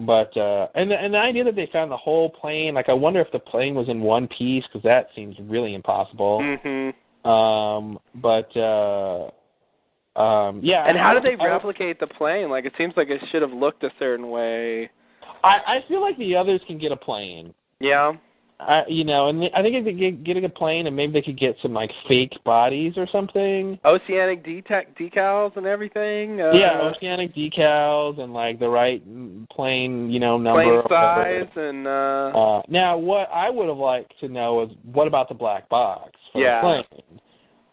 S1: but uh, and the, and the idea that they found the whole plane, like I wonder if the plane was in one piece because that seems really impossible.
S2: mhm
S1: Um, but uh, um, yeah.
S2: and how
S1: I-
S2: did they
S1: I-
S2: replicate the plane like it seems like it should have looked a certain way
S1: I, I feel like the others can get a plane.
S2: yeah
S1: I, you know, and I think if they get getting a plane, and maybe they could get some like fake bodies or something.
S2: oceanic detac decals and everything uh,
S1: yeah, oceanic decals and like the right mm, plane, you know, number.
S2: plane
S1: or whatever.
S2: size and uh
S1: Uh, now, what I would have liked to know is what about the black box for
S2: Yeah.
S1: the plane?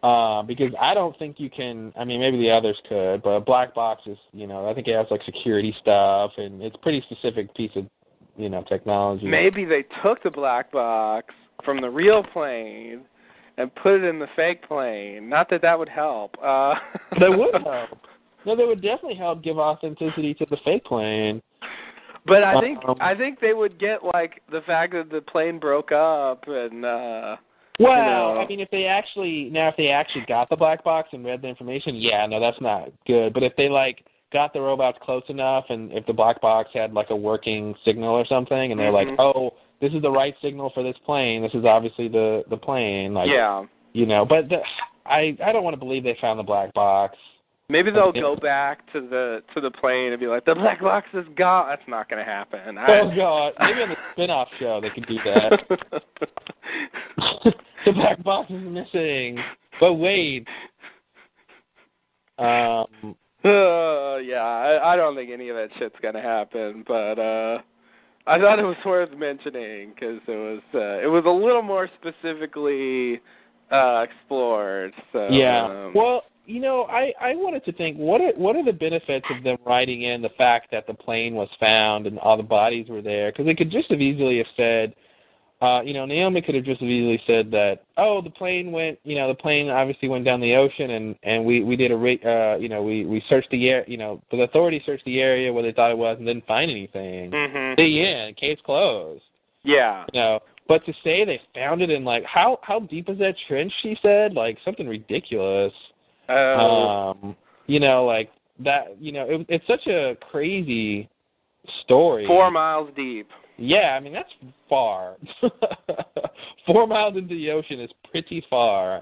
S1: Uh, because I don't think you can. I mean, maybe the others could, but a black box is, you know, I think it has like security stuff, and it's a pretty specific piece of, you know, technology.
S2: Maybe they took the black box from the real plane and put it in the fake plane. Not that that would help. Uh,
S1: That would help. No, that would definitely help give authenticity to the fake plane.
S2: But I think
S1: Um,
S2: I think they would get like the fact that the plane broke up and uh
S1: Well,
S2: know.
S1: I mean, if they actually now if they actually got the black box and read the information, yeah, no, that's not good. But if they like got the robots close enough, and if the black box had like a working signal or something, and they're
S2: Mhm.
S1: like, oh, this is the right signal for this plane. This is obviously the the plane. Like,
S2: yeah.
S1: you know. But the, I I don't want to believe they found the black box.
S2: Maybe they'll go back to the to the plane and be like, the black box is gone. That's not going to happen. I-
S1: Oh god, maybe on the spin-off show they could do that. the black box is missing. But wait. Um.
S2: Uh, yeah, I, I don't think any of that shit's gonna happen, but uh, I thought it was worth mentioning because it was uh, it was a little more specifically uh, explored. So
S1: Yeah.
S2: um,
S1: well, you know, I I wanted to think what are what are the benefits of them writing in the fact that the plane was found and all the bodies were there? Because they could just have easily have said, uh, you know, Naomi could have just as easily said that, oh, the plane went, you know, the plane obviously went down the ocean and and we we did a re- uh, you know, we we searched the air, you know, the authorities searched the area where they thought it was and didn't find anything.
S2: mhm.
S1: They, yeah, and case closed.
S2: yeah,
S1: You know, but to say they found it in like how how deep is that trench? She said like something ridiculous
S2: uh,
S1: um you know like that you know it, it's such a crazy story
S2: four miles deep.
S1: yeah i mean that's far four miles into the ocean is pretty far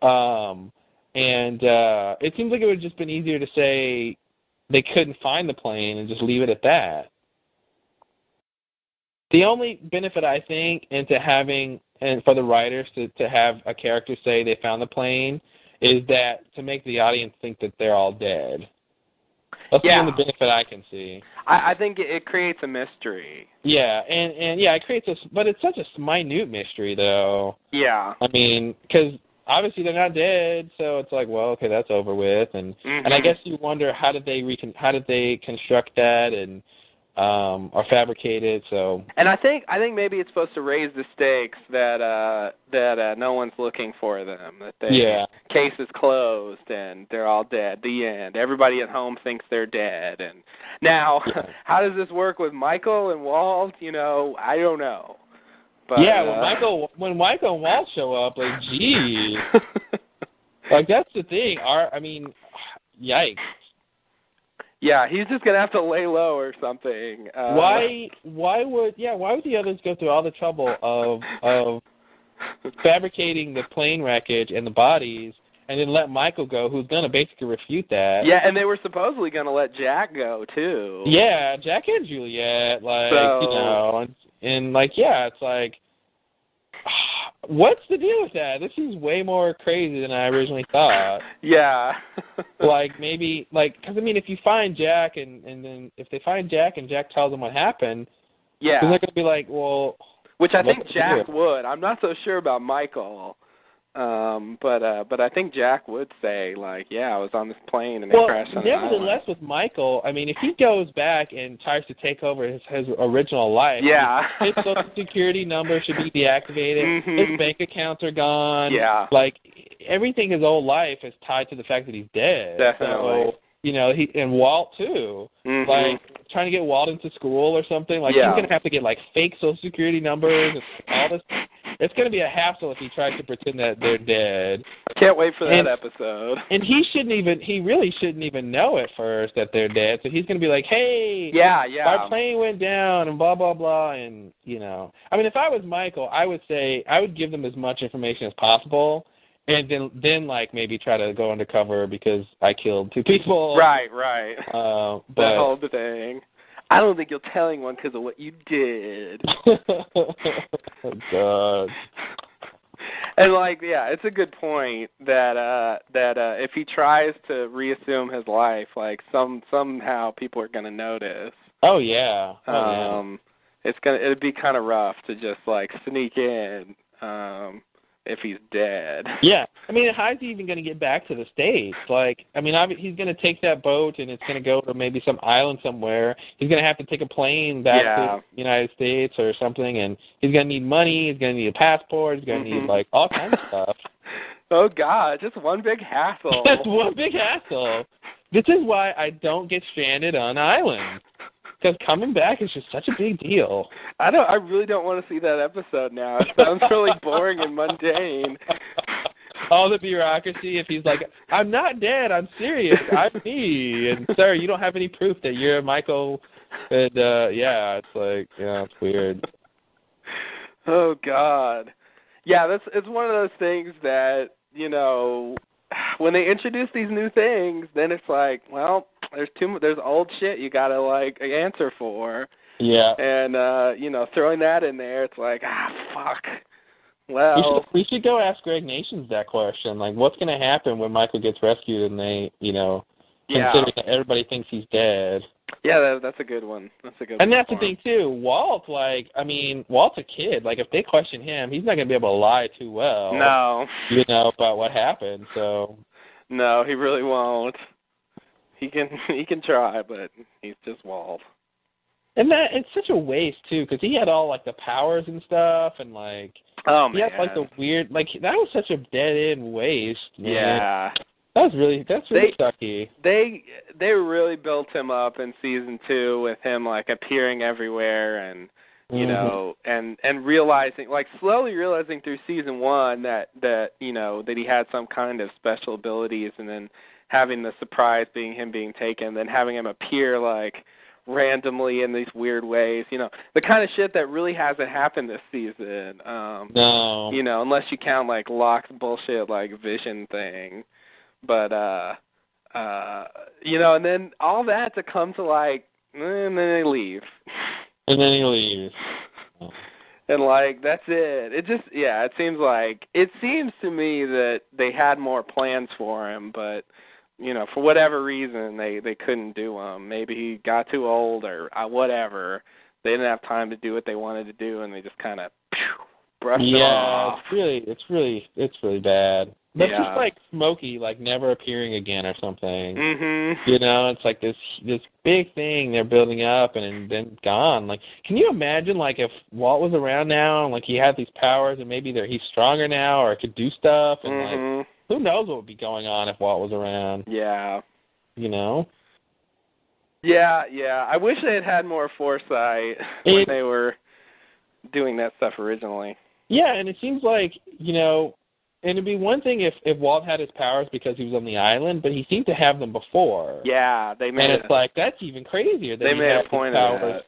S1: um and uh it seems like it would have just been easier to say they couldn't find the plane and just leave it at that the only benefit i think into having and for the writers to to have a character say they found the plane is that to make the audience think that they're all dead. That's the
S2: Yeah.
S1: only benefit I can see.
S2: I, I think it, it creates a mystery.
S1: Yeah, and and yeah, it creates a s- but it's such a s- minute mystery though.
S2: Yeah.
S1: I mean, because obviously they're not dead, so it's like, well, okay, that's over with, and and I
S2: Mhm.
S1: guess you wonder how did they recon how did they construct that and um or fabricate it? So
S2: And I think I think maybe it's supposed to raise the stakes that uh that uh no one's looking for them. That they
S1: yeah,
S2: case is closed and they're all dead. The end. Everybody at home thinks they're dead. And now,
S1: Yeah.
S2: how does this work with Michael and Walt? You know, I don't know. But
S1: yeah.
S2: uh,
S1: When Michael when Michael and Walt show up, like, geez, like that's the thing. Our I mean, yikes.
S2: yeah, he's just gonna have to lay low or something. Uh,
S1: why why would yeah why would the others go through all the trouble of of fabricating the plane wreckage and the bodies and then let Michael go who's gonna basically refute that
S2: Yeah, and they were supposedly gonna let Jack go too.
S1: yeah Jack and Juliet like
S2: So-
S1: you know and, and like yeah it's like what's the deal with that this is way more crazy than I originally thought
S2: Yeah.
S1: like maybe like because I mean if you find Jack and and then if they find Jack and Jack tells them what happened
S2: yeah.
S1: then they're gonna be like well
S2: Which I think
S1: Let's do it.
S2: Jack would. I'm not so sure about Michael. Um, but uh but I think Jack would say like, yeah, I was on this plane and it
S1: well,
S2: crashed on an
S1: nevertheless, with Michael, I mean, if he goes back and tries to take over his, his original life,
S2: island. Yeah.
S1: his social security number should be deactivated.
S2: Mhm.
S1: His bank accounts are gone.
S2: Yeah.
S1: like everything his whole life is tied to the fact that he's dead.
S2: Definitely.
S1: So, you know, he and Walt too.
S2: Mhm.
S1: Like trying to get Walt into school or something. Like
S2: Yeah.
S1: he's gonna have to get like fake social security numbers and all this. It's gonna be a hassle if he tries to pretend that they're dead
S2: I can't wait for that
S1: and-
S2: episode.
S1: and he shouldn't even he really shouldn't even know at first that they're dead so he's going to be like hey
S2: Yeah, yeah.
S1: our plane went down and blah blah blah and you know i mean if i was michael i would say i would give them as much information as possible and then then like maybe try to go undercover because i killed two people
S2: Right, right.
S1: uh,
S2: that
S1: but
S2: whole thing. I don't think you'll tell anyone because of what you did.
S1: God.
S2: and like yeah it's a good point that uh that uh if he tries to reassume his life like some somehow people are going to notice
S1: oh yeah oh, yeah.
S2: um it's going to it'd be kind of rough to just like sneak in um if he's dead
S1: Yeah, I mean, how's he even going to get back to the states? Like, I mean, obvi- he's going to take that boat and it's going to go to maybe some island somewhere. He's going to have to take a plane back
S2: Yeah.
S1: to the United States or something, and he's going to need money. He's going to need a passport. He's going to
S2: Mhm.
S1: need like all kinds of stuff.
S2: oh god just one big hassle
S1: That's one big hassle. This is why I don't get stranded on islands because coming back is just such a big deal.
S2: i don't i really don't want to see that episode now it sounds really boring and mundane
S1: all the bureaucracy if he's like, I'm not dead, I'm serious, I'm me and sir, you don't have any proof that you're Michael and uh yeah, it's like yeah, it's weird.
S2: Oh God. Yeah, that's it's one of those things that, you know, when they introduce these new things, then it's like, well, there's too mu- there's old shit you got to like answer for.
S1: Yeah.
S2: And uh, you know, throwing that in there, it's like, ah, fuck.
S1: We
S2: Well,
S1: should, we should go ask Greg Nations that question. Like what's gonna happen when Michael gets rescued and they you know
S2: yeah.
S1: considering that everybody thinks he's dead.
S2: Yeah, that, that's a good one. That's a good one.
S1: And that's the
S2: for
S1: thing too, Walt like I mean, Walt's a kid. Like if they question him, he's not gonna be able to lie too well.
S2: him. No.
S1: You know, about what happened. So
S2: No, he really won't. He can he can try, but he's just walled.
S1: And that it's such a waste too, because he had all like the powers and stuff, and like
S2: Oh
S1: he
S2: man.
S1: had like the weird, like that was such a dead end waste. Man.
S2: yeah.
S1: that was really that's really
S2: They-
S1: sucky.
S2: they they really built him up in season two with him like appearing everywhere and you
S1: Mhm.
S2: know and and realizing like slowly realizing through season one that that you know that he had some kind of special abilities and then having the surprise being him being taken then having him appear like randomly in these weird ways you know the kind of shit that really hasn't happened this season um
S1: no,
S2: you know, unless you count like Locke's bullshit like vision thing. But uh uh you know, and then all that to eh, come to like and then they leave.
S1: and then he leaves.
S2: and like that's it. It just yeah, it seems like it seems to me that they had more plans for him, but you know for whatever reason they they couldn't do them. Maybe he got too old or uh, whatever. They didn't have time to do what they wanted to do, and they just kind of brushed it
S1: yeah,
S2: off.
S1: it's really, it's really, it's really bad. That's
S2: Yeah.
S1: just like Smokey, like never appearing again or something.
S2: Mhm.
S1: You know, it's like this this big thing they're building up and then gone. Like, can you imagine like if Walt was around now and like he had these powers and maybe they're, he's stronger now or could do stuff and like um,
S2: Mhm.
S1: who knows what would be going on if Walt was around?
S2: Mm-hmm. Yeah.
S1: You know,
S2: Yeah, yeah. I wish they had had more foresight when
S1: It-
S2: they were doing that stuff originally.
S1: yeah. And it seems like you know, and it'd be one thing if if Walt had his powers because he was on the island, but he seemed to have them before.
S2: Yeah, they made
S1: and
S2: a,
S1: it's like that's even crazier. That
S2: they
S1: he
S2: made
S1: had
S2: a
S1: these
S2: point of
S1: powers.
S2: that.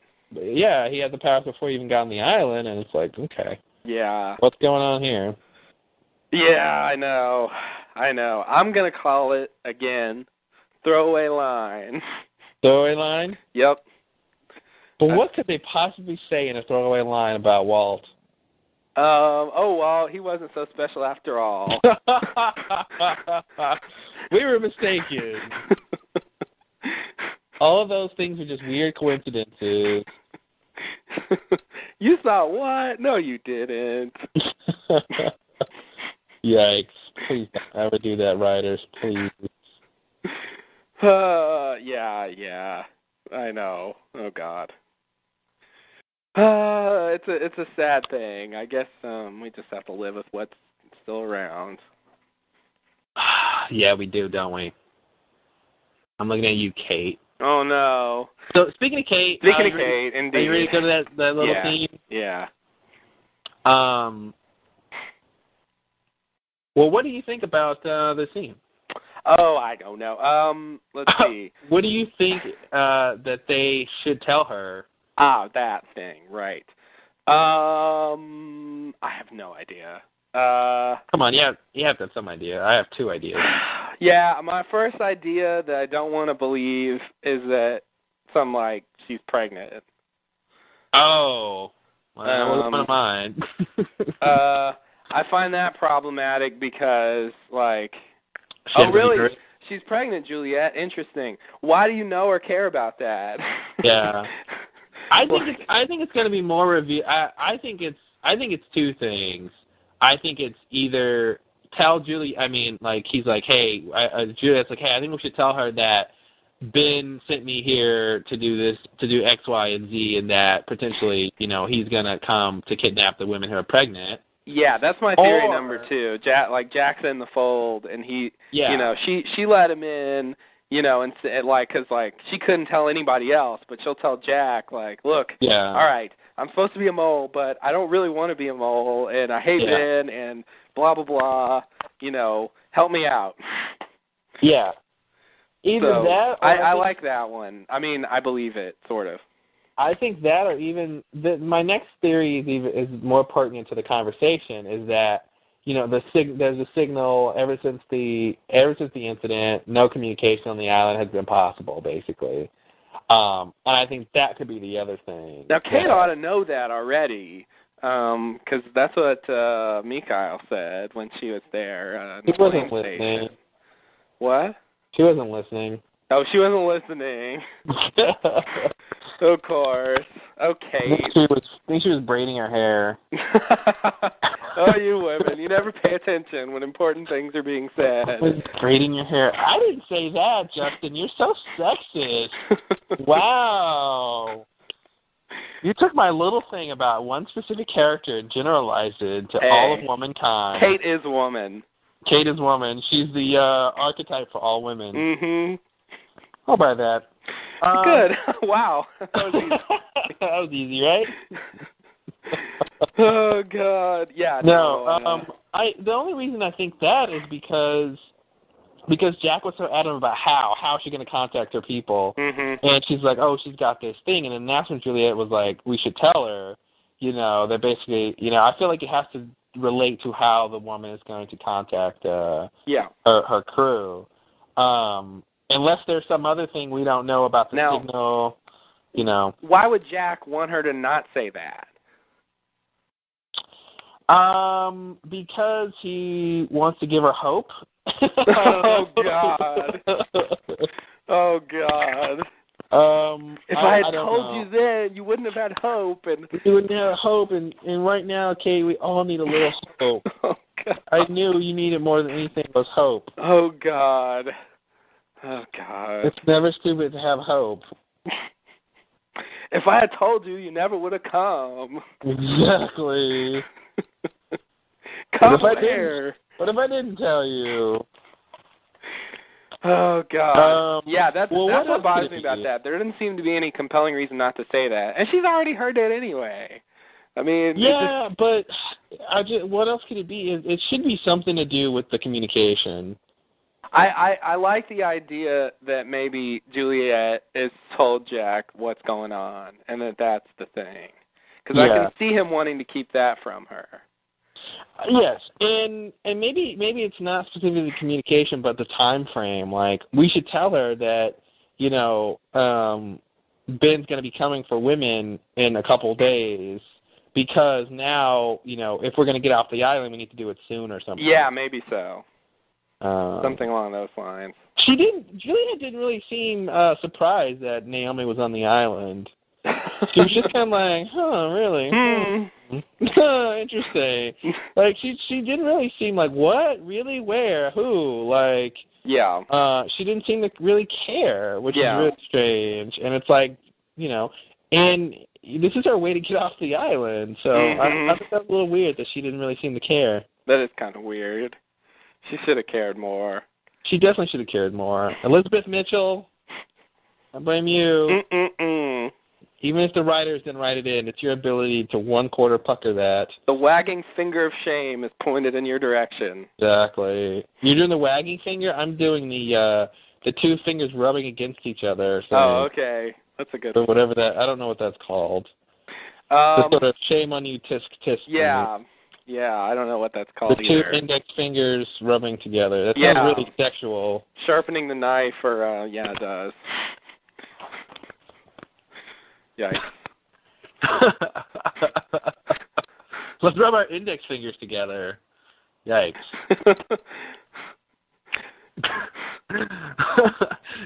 S1: Yeah, he had the powers before he even got on the island, and it's like, okay,
S2: Yeah.
S1: what's going on here?
S2: Yeah, I know. I know. I'm gonna call it again. Throwaway line.
S1: Throwaway line.
S2: yep.
S1: But
S2: Uh,
S1: what could they possibly say in a throwaway line about Walt?
S2: Um, oh well, he wasn't so special after all.
S1: we were mistaken. All of those things are just weird coincidences.
S2: you saw what? No, you didn't.
S1: Yikes! Please don't ever do that, writers. Please.
S2: Uh, yeah, yeah. I know. Oh God. Uh, it's a it's a sad thing. I guess um we just have to live with what's still around.
S1: yeah, we do, don't we? I'm looking at you, Kate.
S2: Oh no.
S1: So speaking of Kate,
S2: Speaking
S1: uh,
S2: of Kate, indeed.
S1: Are you ready to go to that, that little
S2: Yeah.
S1: theme?
S2: Yeah.
S1: Um, well, what do you think about uh, the scene?
S2: Oh, I don't know. Um, let's see.
S1: What do you think uh, that they should tell her?
S2: Ah, that thing, right. Um, I have no idea. Uh,
S1: Come on, you have you have to have some idea. I have two ideas.
S2: yeah, my first idea that I don't want to believe is that some like she's pregnant.
S1: Oh, well, that was
S2: Um,
S1: one of mine.
S2: Uh, I find that problematic because like,
S1: She had
S2: oh
S1: to be
S2: really?
S1: great.
S2: She's pregnant, Juliet. Interesting. Why do you know or care about that?
S1: Yeah. I think it's, I think it's going to be more review. I I think it's I think it's two things. I think it's either tell Julie. I mean, like he's like, hey, I, uh, Juliet's like, hey, I think we should tell her that Ben sent me here to do this, to do X, Y, and Z, and that potentially, you know, he's gonna come to kidnap the women who are pregnant.
S2: Yeah, that's my theory
S1: Or-
S2: number two. Jack, like Jack's in the fold, and he,
S1: Yeah.
S2: you know, she she let him in, you know, and said like, cause like she couldn't tell anybody else, but she'll tell Jack like, look,
S1: Yeah.
S2: all right, I'm supposed to be a mole, but I don't really want to be a mole, and I hate
S1: Yeah.
S2: Ben, and blah blah blah, you know, help me out.
S1: Yeah. Either
S2: so
S1: that. Or
S2: I, I
S1: think-
S2: like that one. I mean, I believe it, sort of.
S1: I think that, or even the, my next theory is even is more pertinent to the conversation. Is that you know the sig- there's a signal ever since the ever since the incident, no communication on the island has been possible, basically. Um, and I think that could be the other thing.
S2: Now, Kate
S1: Yeah.
S2: ought to know that already, um, 'cause that's what uh, Mikhail said when she was there. Uh, in
S1: She
S2: the
S1: wasn't
S2: plane
S1: listening.
S2: station. What?
S1: She wasn't listening.
S2: Oh, she wasn't listening. of course. Oh,
S1: I think
S2: Kate.
S1: she was. I think she was braiding her hair.
S2: oh, you women! You never pay attention when important things are being
S1: She was
S2: said.
S1: braiding your hair. I didn't say that, Justin. You're so sexist. Wow. You took my little thing about one specific character and generalized it to
S2: Hey.
S1: all of womankind.
S2: Kate is a woman.
S1: Kate is woman. She's the uh, archetype for all women.
S2: Mhm.
S1: I'll buy that. Um,
S2: Good. wow. That
S1: that
S2: was easy.
S1: was easy, right?
S2: oh God. Yeah.
S1: No,
S2: uh,
S1: um, I the only reason I think that is because because Jack was so adamant about how how is she going to contact her people,
S2: mhm.
S1: and she's like, oh, she's got this thing, and then that's when Juliet was like, we should tell her, you know, that basically, you know, I feel like it has to relate to how the woman is going to contact uh,
S2: Yeah.
S1: her her crew, um, unless there's some other thing we don't know about the
S2: Now-
S1: signal, you know.
S2: Why would Jack want her to not say that?
S1: Um, because he wants to give her hope.
S2: Oh, God. Oh God!
S1: Um,
S2: If
S1: I,
S2: I had
S1: I don't
S2: told
S1: know.
S2: you then, you wouldn't have had hope. And
S1: We would have hope, and, and right now, Kate, we all need a little hope.
S2: oh God!
S1: I knew you needed more than anything was hope.
S2: Oh God! Oh God!
S1: It's never stupid to have hope.
S2: If I had told you, you never would have come.
S1: Exactly.
S2: come
S1: If I didn't-
S2: here.
S1: What if I didn't tell you?
S2: Oh God!
S1: Um,
S2: yeah, that's
S1: well,
S2: that's
S1: what
S2: what
S1: else
S2: bothers
S1: could it
S2: me about
S1: be?
S2: that. There didn't seem to be any compelling reason not to say that, and she's already heard it anyway. I mean, it just-
S1: Yeah, but I just, what else could it be? It, it should be something to do with the communication.
S2: I, I I like the idea that maybe Juliet is told Jack what's going on, and that that's the thing, because I
S1: Yeah.
S2: can see him wanting to keep that from her.
S1: Yes, and and maybe maybe it's not specifically communication, but the time frame. Like we should tell her that you know um, Ben's going to be coming for women in a couple days because now you know if we're going to get off the island, we need to do it soon or something.
S2: Yeah, maybe so.
S1: um,
S2: Something along those lines.
S1: She didn't. Julia didn't really seem uh, surprised that Naomi was on the island. She was just kind of like, "Huh, really? Hmm. Interesting."
S2: Hmm.
S1: Like she she didn't really seem like what really where who like
S2: Yeah.
S1: uh she didn't seem to really care, which
S2: Yeah.
S1: is really strange. And it's like you know, and this is her way to get off the island. So
S2: Mhm.
S1: I, I thought that was a little weird that she didn't really seem to care.
S2: That is kind of weird. She should have cared more.
S1: She definitely should have cared more. Elizabeth Mitchell, I blame you.
S2: Mm. Mm-mm-mm.
S1: Even if the writers didn't write it in, it's your ability to one quarter pucker that.
S2: The wagging finger of shame is pointed in your direction.
S1: Exactly. You're doing the wagging finger. I'm doing the uh the two fingers rubbing against each other. So
S2: Oh, okay. That's a good
S1: Or whatever that. I don't know what that's called. The
S2: one.
S1: sort
S2: Um,
S1: of shame on you, tisk tisk.
S2: yeah. Yeah, I don't know what that's
S1: thing.
S2: called
S1: The two
S2: either.
S1: index fingers rubbing together. That
S2: Yeah.
S1: sounds really sexual.
S2: Sharpening the knife or uh yeah, it does. Yikes.
S1: Let's rub our index fingers together. Yikes.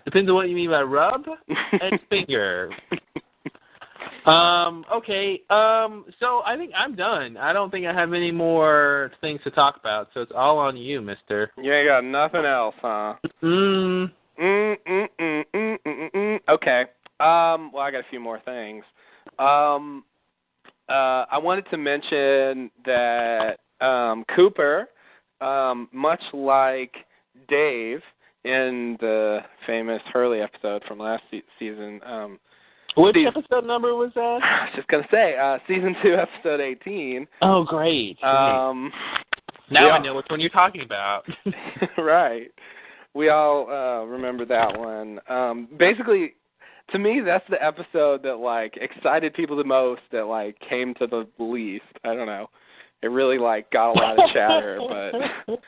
S1: Depends on what you mean by rub and finger. Um, okay. Um, so I think I'm done. I don't think I have any more things to talk about, so it's all on you, mister.
S2: you ain't got nothing else, huh?
S1: Mm.
S2: Mm, mm, mm, mm, mm, mm. Okay. Um, well, I got a few more things. Um, uh, I wanted to mention that um, Cooper, um, much like Dave in the famous Hurley episode from last se- season, um,
S1: Which
S2: Steve.
S1: episode number was that?
S2: I was just gonna say uh, season two, episode eighteen.
S1: Oh, great.
S2: Um,
S1: now I
S2: yeah.
S1: know which one you're talking about.
S2: right. We all uh remember that one. Um basically to me that's the episode that like excited people the most that like came to the least. I don't know. It really like got a lot of chatter, but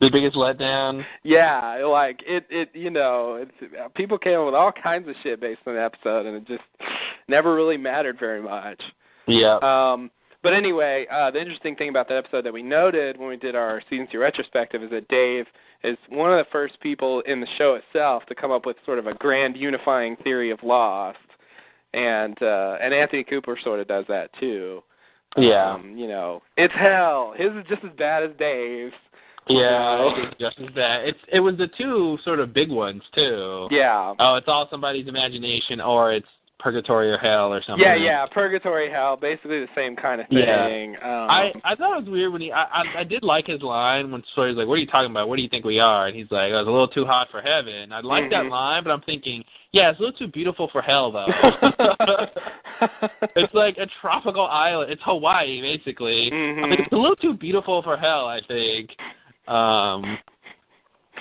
S1: the biggest letdown.
S2: yeah, like it it you know, it's uh, people came up with all kinds of shit based on the episode and it just never really mattered very much.
S1: Yeah.
S2: Um, but anyway, uh, the interesting thing about that episode that we noted when we did our season two retrospective is that Dave is one of the first people in the show itself to come up with sort of a grand unifying theory of Lost, and uh, and Anthony Cooper sort of does that too.
S1: Yeah.
S2: um, you know, it's hell. His is just as bad as Dave's.
S1: yeah.
S2: no.
S1: I think Just as bad. It's it was the two sort of big ones too.
S2: Yeah.
S1: Oh, it's all somebody's imagination, or it's purgatory or hell or something.
S2: Yeah, yeah, purgatory hell, basically the same kind of
S1: Yeah.
S2: thing. Um,
S1: I I thought it was weird when he I I, I did like his line when Sawyer's like, "What are you talking about? What do you think we are?" And he's like, "I was a little too hot for heaven." I like
S2: Mhm.
S1: that line, but I'm thinking, yeah, it's a little too beautiful for hell though. uh, it's like a tropical island. It's Hawaii basically. I
S2: Mhm.
S1: mean, it's a little too beautiful for hell. I think. Um.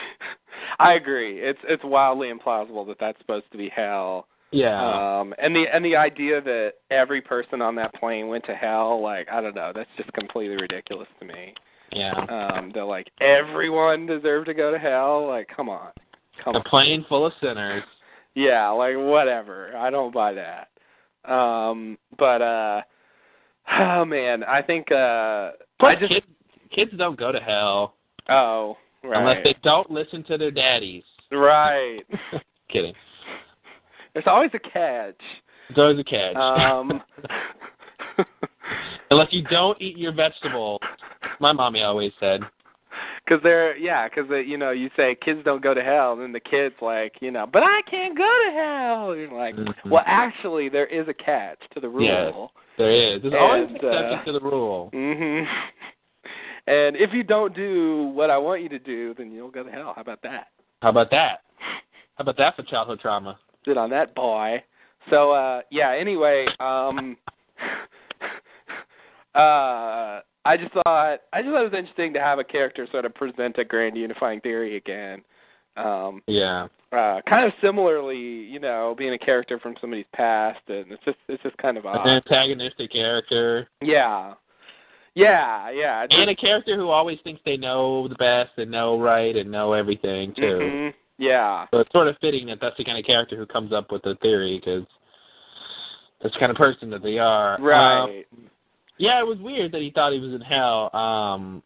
S2: I agree. It's it's wildly implausible that that's supposed to be hell.
S1: Yeah.
S2: Um, and the and the idea that every person on that plane went to hell, like I don't know, that's just completely ridiculous to me.
S1: yeah.
S2: Um, that like everyone deserved to go to hell, like come on, come
S1: A
S2: on,
S1: plane full of sinners.
S2: yeah, like whatever. I don't buy that. Um, but uh, Oh man, I think uh
S1: Plus,
S2: I just
S1: kids, kids don't go to hell
S2: oh right
S1: unless they don't listen to their daddies.
S2: right.
S1: Kidding.
S2: There's always a catch.
S1: There's always a catch.
S2: Um
S1: unless you don't eat your vegetables. My mommy always said.
S2: Cause they're yeah, cause they, you know you say kids don't go to hell, and then the kids like you know, but I can't go to hell. You're like,
S1: Mhm.
S2: well, actually, there is a catch to the
S1: Yes.
S2: rule.
S1: There is. There's always an
S2: And, uh,
S1: exception to the rule.
S2: Mhm. Mm-hmm. And if you don't do what I want you to do, then you'll go to hell. How about that?
S1: How about that? How about that for childhood trauma?
S2: Sit on that boy. So uh yeah, anyway, um uh I just thought I just thought it was interesting to have a character sort of present a grand unifying theory again. Um
S1: Yeah.
S2: uh kind of similarly, you know, being a character from somebody's past and it's just it's just kind of
S1: An
S2: odd.
S1: antagonistic character.
S2: Yeah. Yeah, yeah. it's just-
S1: And a character who always thinks they know the best and know right and know everything too.
S2: Mhm. Yeah.
S1: So it's sort of fitting that that's the kind of character who comes up with the theory because that's the kind of person that they are. Um,
S2: Right.
S1: yeah, it was weird that he thought he was in hell. Um,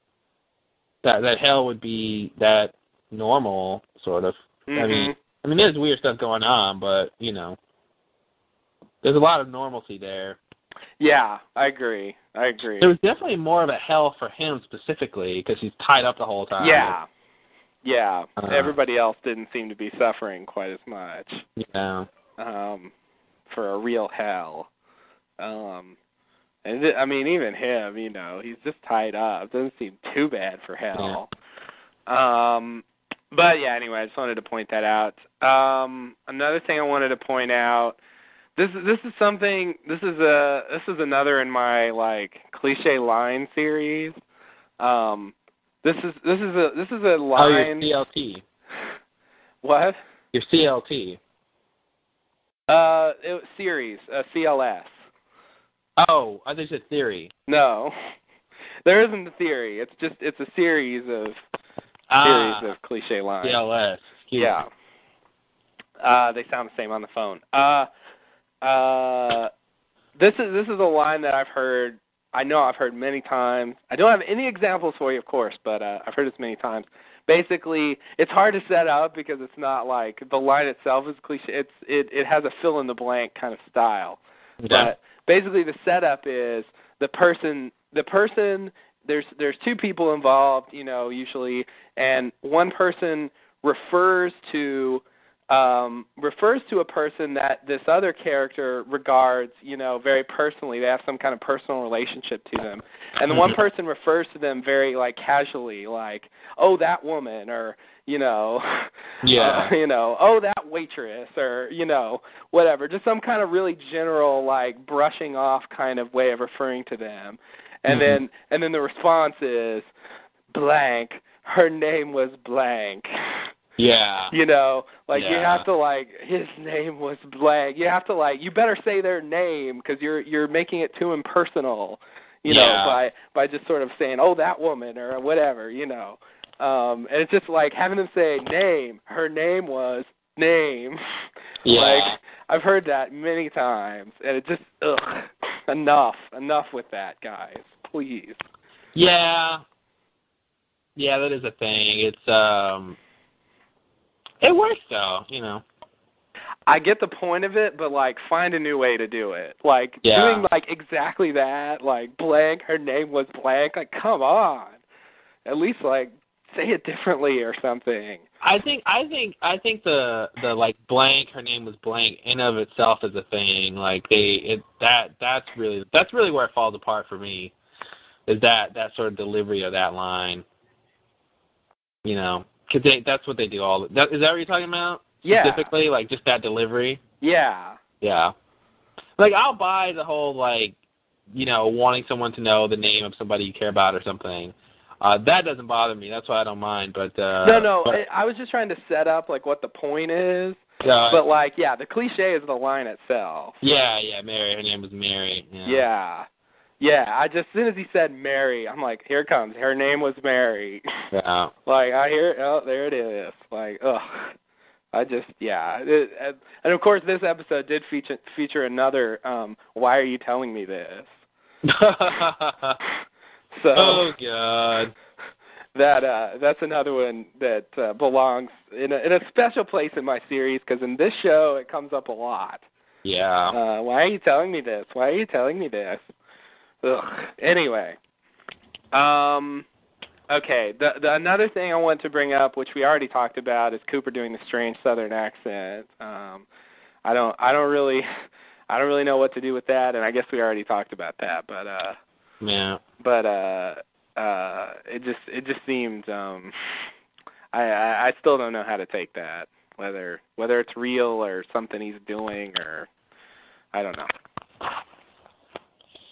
S1: that that hell would be that normal sort of. I mean,
S2: Mhm.
S1: I mean, there's weird stuff going on, but you know, there's a lot of normalcy there.
S2: yeah, I agree. I agree.
S1: There was definitely more of a hell for him specifically because he's tied up the whole time.
S2: yeah. Yeah.
S1: Uh,
S2: Everybody else didn't seem to be suffering quite as much
S1: You know.
S2: um for a real hell. Um and th- I mean even him, you know, he's just tied up. Doesn't seem too bad for hell. Um but yeah, anyway, I just wanted to point that out. Um another thing I wanted to point out this is this is something this is a this is another in my like cliche line series. Um this is this is a this is a
S1: Oh,
S2: line
S1: your CLT.
S2: what?
S1: Your CLT.
S2: Uh, it, series, uh, CLS.
S1: Oh, I think it's a theory.
S2: No, there isn't a theory. It's just it's a series of
S1: Ah,
S2: series of cliche lines.
S1: CLS. Excuse me.
S2: Yeah. Uh, they sound the same on the phone. Uh, uh, this is this is a line that I've heard. I know I've heard many times. I don't have any examples for you, of course, but uh, I've heard this many times. Basically, it's hard to set up because it's not like the line itself is cliche. It's it it has a fill in the blank kind of style.
S1: Okay.
S2: But basically, the setup is the person. The person. There's there's two people involved, you know, usually, and one person refers to um, refers to a person that this other character regards, you know, very personally. They have some kind of personal relationship to them, and the one
S1: Mhm.
S2: person refers to them very like casually, like, "Oh, that woman," or you know,
S1: yeah.
S2: uh, you know, oh that waitress or you know, whatever. Just some kind of really general like brushing off kind of way of referring to them. And
S1: Mhm.
S2: then and then the response is blank. Her name was blank.
S1: yeah.
S2: You know, like you
S1: Yeah.
S2: have to like his name was blank. You have to like you better say their name cuz you're you're making it too impersonal, you know,
S1: Yeah.
S2: by by just sort of saying, "Oh, that woman" or whatever, you know. Um and it's just like having them say name. Her name was name.
S1: Yeah.
S2: Like I've heard that many times and it just ugh, enough, enough with that, guys. Please.
S1: yeah. Yeah, that is a thing. It's um it works though, you know.
S2: I get the point of it, but like find a new way to do it. Like
S1: Yeah.
S2: doing like exactly that, like blank, her name was blank, like come on. At least like say it differently or something.
S1: I think I think I think the the like blank her name was blank in of itself is a thing. Like they it that that's really that's really where it falls apart for me is that that sort of delivery of that line. You know, cuz they that's what they do all that, is that what you're talking about?
S2: Yeah.
S1: Uh, Specifically like just that delivery?
S2: Yeah.
S1: Yeah. Like I'll buy the whole like you know, wanting someone to know the name of somebody you care about or something. Uh that doesn't bother me. That's why I don't mind. But uh
S2: no, no,
S1: but,
S2: I, I was just trying to set up like what the point is.
S1: uh,
S2: but like yeah, the cliche is the line itself.
S1: yeah, yeah, Mary. Her name was Mary. Yeah.
S2: Yeah. Yeah, I just as soon as he said Mary, I'm like, here it comes. Her name was Mary.
S1: Yeah.
S2: Like I hear, oh, there it is. Like, ugh. I just, yeah. It, and- and of course, this episode did feature feature another. um Why are you telling me this? so
S1: oh God.
S2: that uh that's another one that uh, belongs in a, in a special place in my series because in this show it comes up a lot.
S1: Yeah.
S2: Uh, why are you telling me this? Why are you telling me this? Ugh. Anyway, um, okay. The, the another thing I want to bring up, which we already talked about, is Cooper doing the strange Southern accent. Um, I don't, I don't really, I don't really know what to do with that, and I guess we already talked about that. But, uh,
S1: Yeah.
S2: but uh, uh, it just, it just seemed, um, I, I, I still don't know how to take that. Whether, whether it's real or something he's doing, or I don't know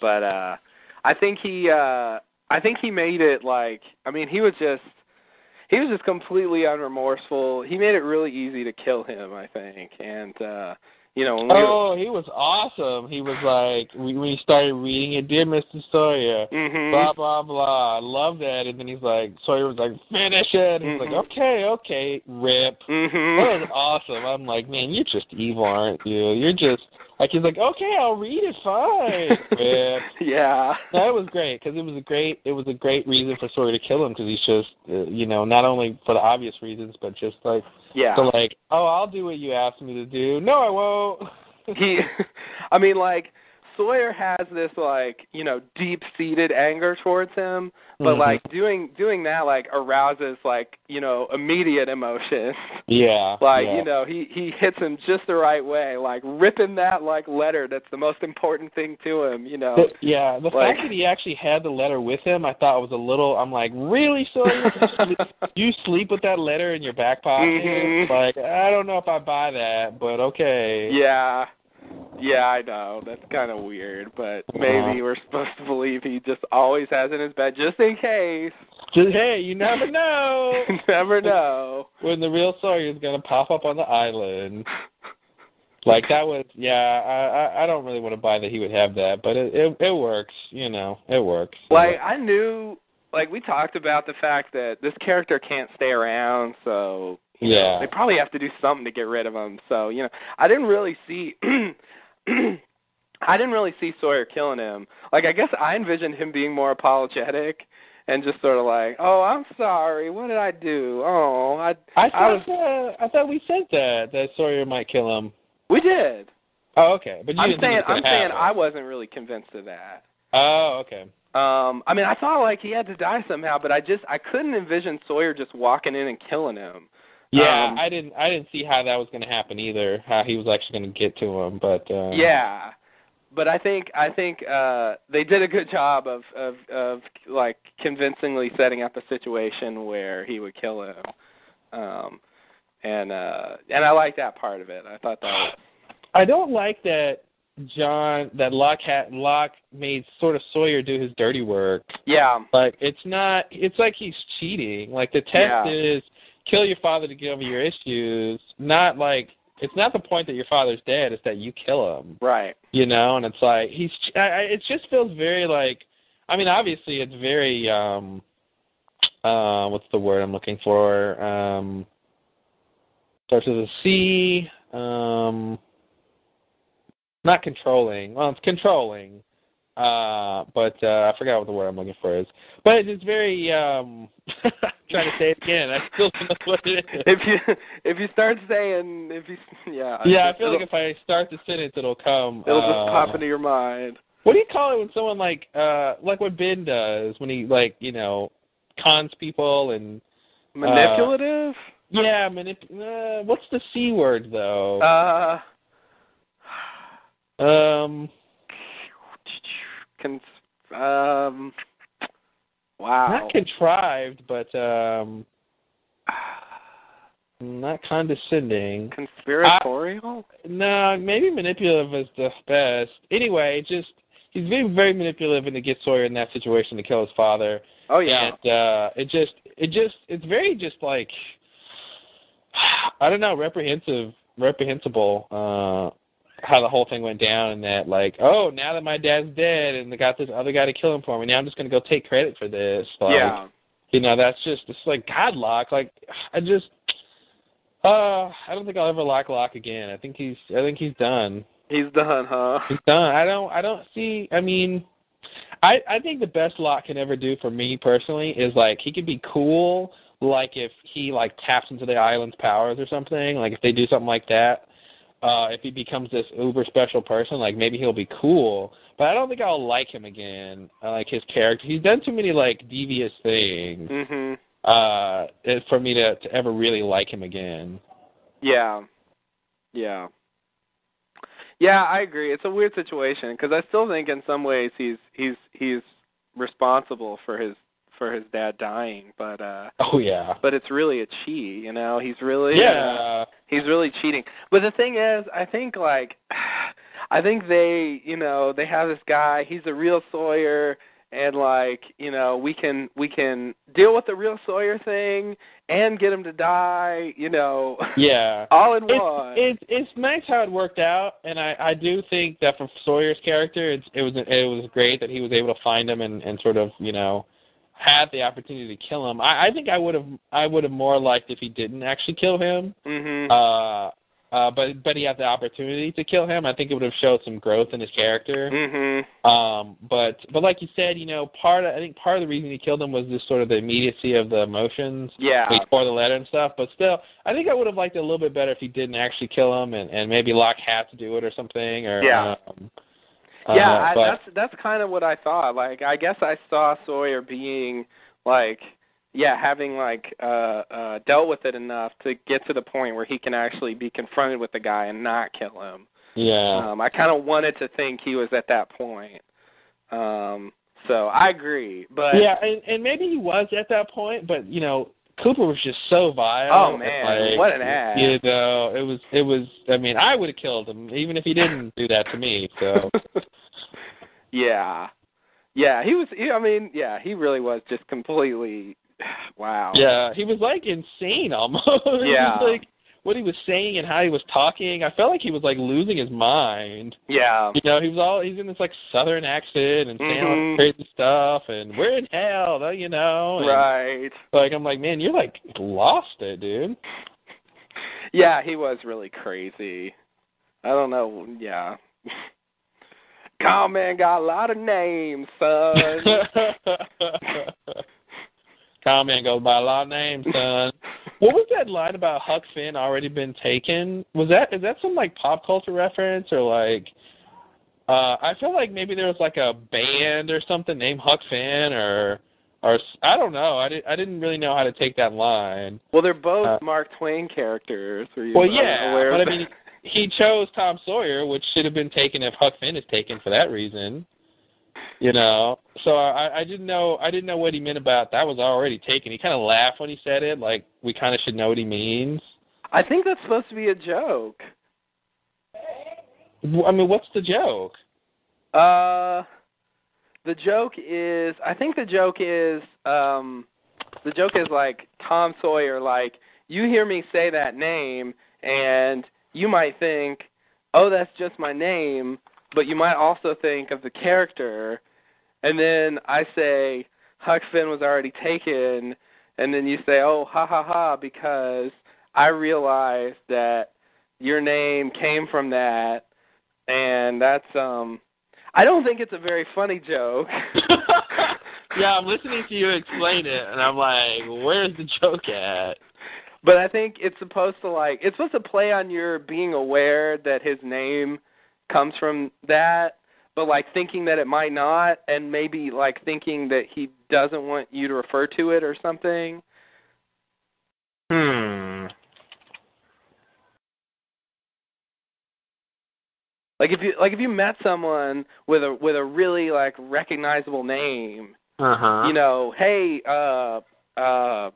S2: but uh I think he uh I think he made it like I mean he was just he was just completely unremorseful. He made it really easy to kill him, I think. And uh you know, when we
S1: Oh, he was awesome. He was like, we, we started reading it, dear Mr. Sawyer,
S2: Mhm.
S1: blah blah blah. I love that. And then he's like, Sawyer was like, finish it. And he's
S2: Mhm.
S1: like, okay, okay, rip. That
S2: Mhm.
S1: was awesome. I'm like, man, you're just evil, aren't you? You're just like he's like, okay, I'll read it, fine. rip.
S2: yeah.
S1: That was great because it was a great it was a great reason for Sawyer to kill him because he's just uh, you know not only for the obvious reasons but just like
S2: Yeah.
S1: so like oh I'll do what you asked me to do no I won't
S2: he I mean like Sawyer has this like, you know, deep-seated anger towards him, but
S1: Mhm.
S2: like doing doing that like arouses like, you know, immediate emotions.
S1: yeah
S2: like
S1: yeah.
S2: you know he he hits him just the right way like ripping that like letter that's the most important thing to him you know
S1: But, yeah, the
S2: Like-
S1: fact that he actually had the letter with him, I thought was a little. I'm like, really, Sawyer? You sleep- you sleep with that letter in your back pocket?
S2: Mhm.
S1: Like, I don't know if I buy that, but okay.
S2: yeah yeah i know that's kind of weird but maybe we're supposed to believe he just always has it in his bed just in case
S1: Just hey, you never know
S2: never know
S1: when the real Sawyer's gonna pop up on the island. Like that was, yeah. I I, I don't really want to buy that he would have that, but it it, it works. You know, it works.
S2: like i knew like we talked about the fact that this character can't stay around so you know,
S1: Yeah.
S2: they probably have to do something to get rid of him so you know i didn't really see i didn't really see sawyer killing him like i guess i envisioned him being more apologetic and just sort of like oh i'm sorry what did i do oh i
S1: I
S2: I
S1: thought
S2: was
S1: uh, I thought we said that that Sawyer might kill him.
S2: we did
S1: Oh, okay. But you
S2: i'm
S1: didn't think
S2: saying
S1: it was
S2: i'm
S1: gonna
S2: saying i
S1: happen.
S2: wasn't really convinced of that
S1: Oh, okay.
S2: Um, I mean, I thought like he had to die somehow, but I just I couldn't envision Sawyer just walking in and killing him.
S1: Yeah,
S2: Um,
S1: I didn't I didn't see how that was going to happen either. How he was actually going to get to him, but uh,
S2: yeah, but I think I think uh, they did a good job of of of like convincingly setting up a situation where he would kill him. Um, and uh, and I like that part of it. I thought that was,
S1: I don't like that John that Locke had Locke made sort of Sawyer do his dirty work.
S2: yeah,
S1: Like it's not it's like he's cheating. Like the test
S2: Yeah.
S1: is kill your father to get over your issues, not like it's not the point that your father's dead, it's that you kill him.
S2: right.
S1: you know and it's like he's I, I, it just feels very like i mean obviously it's very um uh what's the word i'm looking for um starts with a c um not controlling well it's controlling uh but uh i forgot what the word i'm looking for is but it's just very um trying to say it again i still don't know what it is
S2: if you if you start saying if you yeah
S1: yeah i feel like
S2: it'll,
S1: if i start the sentence it'll come
S2: it'll
S1: uh,
S2: just pop into your mind.
S1: What do you call it when someone like uh like what Ben does when he like, you know, cons people and uh,
S2: Manipulative.
S1: yeah, manip- uh, what's the C word though?
S2: Uh,
S1: um
S2: cons- um, wow.
S1: not contrived but um not condescending.
S2: Conspiratorial?
S1: No, maybe manipulative is the best. Anyway, just he's being very manipulative and to get Sawyer in that situation to kill his father.
S2: oh yeah.
S1: And uh it just it just it's very just like I don't know, reprehensive reprehensible uh how the whole thing went down and that like, oh, now that my dad's dead and they got this other guy to kill him for me, now I'm just gonna go take credit for this. Like
S2: yeah.
S1: you know, that's just it's like God lock. Like I just uh I don't think I'll ever lock lock again. I think he's I think he's done.
S2: He's done, huh?
S1: He's done. I don't I don't see I mean I I think the best Locke can ever do for me personally is like he could be cool, like if he like taps into the island's powers or something, like if they do something like that. Uh, if he becomes this uber special person, like maybe he'll be cool, but I don't think I'll like him again. I like his character, he's done too many like devious things
S2: Mhm.
S1: uh, it- for me to, to ever really like him again.
S2: Yeah. Yeah. Yeah, I agree. It's a weird situation because I still think in some ways he's he's he's responsible for his for his dad dying, but uh
S1: Oh yeah,
S2: but it's really a cheat, you know. He's really uh,
S1: yeah,
S2: he's really cheating. But the thing is, I think like I think they, you know, they have this guy, he's a real Sawyer and like, you know, we can we can deal with the real Sawyer thing and get him to die, you know.
S1: yeah.
S2: All in one.
S1: It's, it's it's nice how it worked out, and I I do think that for Sawyer's character, it's it was it was great that he was able to find him and and sort of you know had the opportunity to kill him. I I think I would have I would have more liked if he didn't actually kill him.
S2: hmm
S1: Uh, uh, but but he had the opportunity to kill him. I think it would have showed some growth in his character.
S2: hmm
S1: Um, but but like you said, you know, part of, I think part of the reason he killed him was just sort of the immediacy of the emotions.
S2: Yeah.
S1: He tore the letter and stuff, but still, I think I would have liked it a little bit better if he didn't actually kill him, and and maybe Locke had to do it or something, or
S2: Yeah.
S1: um,
S2: yeah,
S1: uh,
S2: I,
S1: but
S2: that's that's kind of what I thought. Like, I guess I saw Sawyer being like, yeah, having like uh uh dealt with it enough to get to the point where he can actually be confronted with the guy and not kill him.
S1: yeah,
S2: Um, I kind of wanted to think he was at that point. Um, so I agree, but
S1: yeah, and and maybe he was at that point, but you know. Cooper was just so vile.
S2: Oh, man,
S1: like,
S2: what an ass.
S1: You know, it was it was. I mean, I would have killed him even if he didn't do that to me. So
S2: yeah, yeah, he was. He, I mean, yeah, he really was just completely. Wow.
S1: Yeah, he was like insane almost.
S2: Yeah.
S1: Just, like what he was saying and how he was talking. I felt like he was like losing his mind.
S2: Yeah.
S1: You know, he was all he's in this like southern accent and saying all
S2: Mhm.
S1: this crazy stuff and we're in hell, though, you know. and,
S2: Right.
S1: Like I'm like, man, you're like lost it, dude.
S2: Yeah, he was really crazy. I don't know. Yeah. Common got a lot of names, son.
S1: Comment goes by a lot of names, son. What was that line about Huck Finn already been taken? Was that is that some like pop culture reference or like uh I feel like maybe there was like a band or something named Huck Finn or or s- I don't know. I did I didn't really know how to take that line.
S2: well, they're both
S1: Uh,
S2: Mark Twain characters. Were you
S1: Well, yeah,
S2: aware
S1: but
S2: of
S1: I
S2: that?
S1: mean he chose Tom Sawyer, which should have been taken if Huck Finn is taken for that reason. You know, so I, I didn't know I didn't know what he meant about that was already taken. He kind of laughed when he said it, like we kind of should know what he means.
S2: I think that's supposed to be a joke.
S1: W- I mean, what's the joke?
S2: Uh, the joke is, I think the joke is, um, the joke is like Tom Sawyer. Like you hear me say that name, and you might think, "Oh, that's just my name," but you might also think of the character. And then I say, "Huck Finn was already taken," and then you say, "Oh, ha ha ha," because I realized that your name came from that, and that's um. I don't think it's a very funny joke.
S1: yeah, I'm listening to you explain it, and I'm like, where's the joke at?
S2: But I think it's supposed to like it's supposed to play on your being aware that his name comes from that, but like thinking that it might not, and maybe like thinking that he doesn't want you to refer to it or something.
S1: Hmm.
S2: Like if you like if you met someone with a with a really like recognizable name,
S1: Uh huh.
S2: you know, hey, uh, uh,